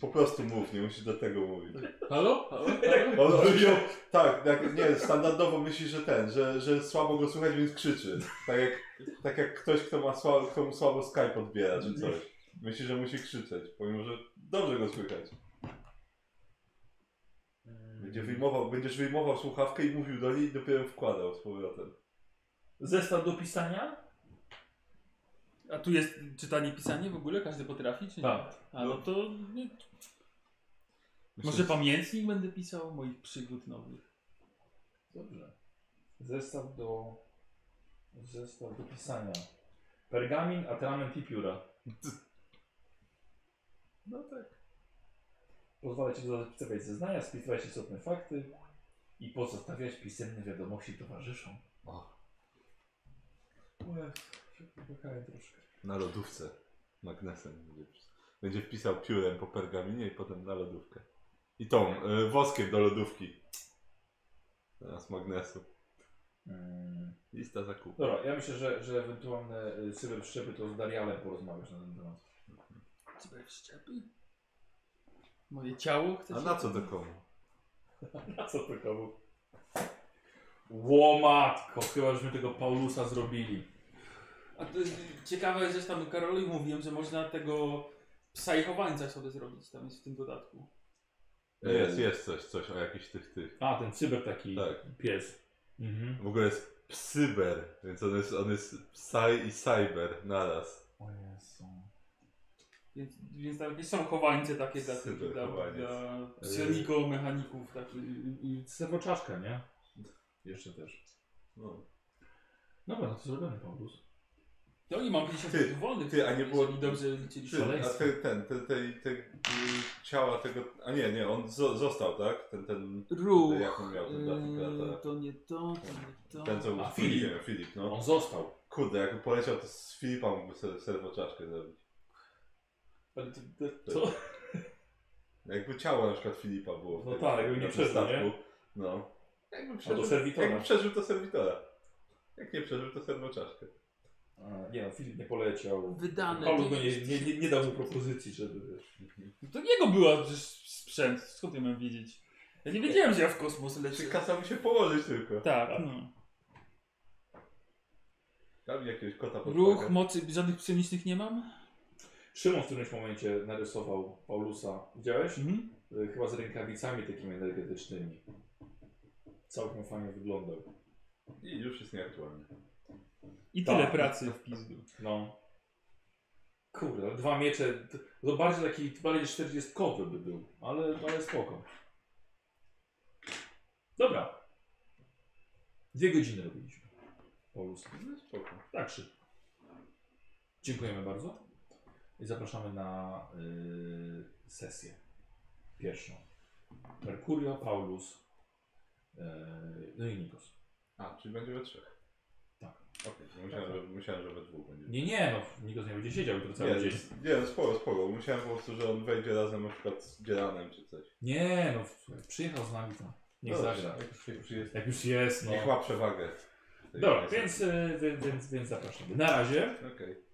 Speaker 6: Po prostu mów, nie musisz do tego mówić.
Speaker 3: Halo? Halo?
Speaker 6: On, on ją, No tak, tak, nie, standardowo myśli, że ten, że, że słabo go słychać, więc krzyczy. Tak jak, tak jak ktoś, kto ma słabo, komu słabo Skype odbiera, czy coś. Myśli, że musi krzyczeć, pomimo, że dobrze go słychać. Będzie wyjmował, będziesz wyjmował słuchawkę i mówił do niej i dopiero wkładał z powrotem.
Speaker 1: Zestaw do pisania?
Speaker 3: A tu jest czytanie, pisanie w ogóle? Każdy potrafi, czy nie?
Speaker 1: Tak.
Speaker 3: A no to... Nie. Może
Speaker 6: Myślę,
Speaker 3: pamiętnik będę pisał moich przygód nowych.
Speaker 1: Dobrze. Zestaw do... Zestaw do pisania. Pergamin, atrament i pióra. No tak. Pozwala ci zapisywać zeznania, spisywać istotne fakty i pozostawiać pisemne wiadomości towarzyszom.
Speaker 6: Na lodówce. Magnesem będzie pisał. Będzie wpisał piórem po pergaminie i potem na lodówkę. I tą, y, woskiem do lodówki. Teraz magnesu.
Speaker 1: Mm.
Speaker 6: Lista zakupu.
Speaker 1: Dobra, ja myślę, że, że ewentualne y, cyberszczepy to z Darialem porozmawiasz na ten temat.
Speaker 8: Cyber szczepy? Moje ciało chce
Speaker 6: A
Speaker 8: się-
Speaker 6: na co do komu?
Speaker 1: Na co to komu? Łomatko, chyba żeśmy tego Paulusa zrobili.
Speaker 3: A to jest ciekawe jest, że tam Karolowi mówiłem, że można tego psa i chowańca sobie zrobić, tam jest w tym dodatku.
Speaker 6: Jest, jest coś, coś o jakichś tych, tych.
Speaker 1: A, ten cyber taki
Speaker 6: Tak.
Speaker 1: pies. Mhm.
Speaker 6: W ogóle jest psyber, więc on jest, on jest psy i cyber naraz.
Speaker 1: O Jezu.
Speaker 3: Więc, więc tam jakieś są chowańce takie dla, tych- dla,
Speaker 6: Cyberchowaniec.
Speaker 3: dla
Speaker 6: Yy.
Speaker 3: psionikomechaników. Tak.
Speaker 1: I, i serwoczaszka, nie? Jeszcze też.
Speaker 6: No.
Speaker 1: Dobra, no to zrobiony Paulus.
Speaker 3: No i mam 50
Speaker 6: Ty,
Speaker 3: minut wolnych.
Speaker 6: ty, a nie było-
Speaker 3: jeżeli dobrze liczyliśmy.
Speaker 6: Ty, a te, ten, te, te, te y, ciała tego. A nie, nie, on zo, został, tak? Ten, ten.
Speaker 8: Ruch.
Speaker 6: Jak on miał ten
Speaker 8: Yy,
Speaker 6: datek,
Speaker 8: to nie to, to nie to.
Speaker 6: tak. Ten co
Speaker 1: No. A,
Speaker 6: był
Speaker 1: Filip.
Speaker 6: Filip. Filip, no.
Speaker 1: On został.
Speaker 6: Kurde, jakby poleciał, to z Filipa mógłby sobie serwoczaszkę zrobić.
Speaker 3: Ale to, to,
Speaker 1: Co?
Speaker 6: Jakby ciało na przykład Filipa było. w
Speaker 1: No
Speaker 6: tym-
Speaker 1: tak, jakby
Speaker 6: na
Speaker 1: nie
Speaker 6: tym
Speaker 1: przeżył,
Speaker 6: statku.
Speaker 1: nie?
Speaker 6: No. Jakby
Speaker 1: Albo serwitora.
Speaker 6: Jakby przeżył, to serwitora. Jak nie przeżył, to serwoczaszkę.
Speaker 1: A, nie no, Filip nie poleciał.
Speaker 8: Wydane.
Speaker 1: Paulus go nie, nie, nie, nie dał mu propozycji, żeby...
Speaker 3: to jego była przecież sprzęt, skąd ja mam wiedzieć? Ja nie wiedziałem, że ja w kosmos
Speaker 6: Czy
Speaker 3: lecę.
Speaker 6: kasa mu się położyć tylko?
Speaker 3: Tak, no.
Speaker 6: Tam jakiegoś kota pod
Speaker 3: Ruch,
Speaker 6: pachą.
Speaker 3: mocy, żadnych psionicznych nie mam?
Speaker 1: Szymon w którymś momencie narysował Paulusa. Widziałeś?
Speaker 3: Mhm.
Speaker 1: Y, Chyba z rękawicami takimi energetycznymi. Całkiem fajnie wyglądał.
Speaker 6: I już jest nieaktualny.
Speaker 3: I
Speaker 1: Tak.
Speaker 3: tyle pracy w pizdu.
Speaker 1: No. Kurde, ale dwa miecze. t- To bardziej taki, bardziej czterdziestkowy by był, ale, ale spoko. Dobra. Dwie godziny robiliśmy. Paulus.
Speaker 6: No spoko.
Speaker 1: Tak szybko. Dziękujemy bardzo. I zapraszamy na y, sesję pierwszą. Mercurio, Paulus, y, no i Nikos.
Speaker 6: A, czyli będzie we trzech.
Speaker 1: Tak.
Speaker 6: Okej, okay, myślałem, że- myślałem, że we dwóch będzie.
Speaker 1: Nie, nie, no Nikos nie będzie siedział jutro cały
Speaker 6: Nie,
Speaker 1: dzień.
Speaker 6: nie, no spoko, spoko. Myślałem po prostu, że on wejdzie razem na przykład z Dzielanem czy coś.
Speaker 1: Nie, no słuchaj, przyjechał z nami tam. Niech
Speaker 6: Dobrze.
Speaker 1: zagra.
Speaker 9: Jak już się przyjeżdża.
Speaker 1: Jak już jest, no.
Speaker 6: Niech ma przewagę.
Speaker 1: Dobra, więc, y, więc, więc, więc zapraszamy. Na razie.
Speaker 6: Okej.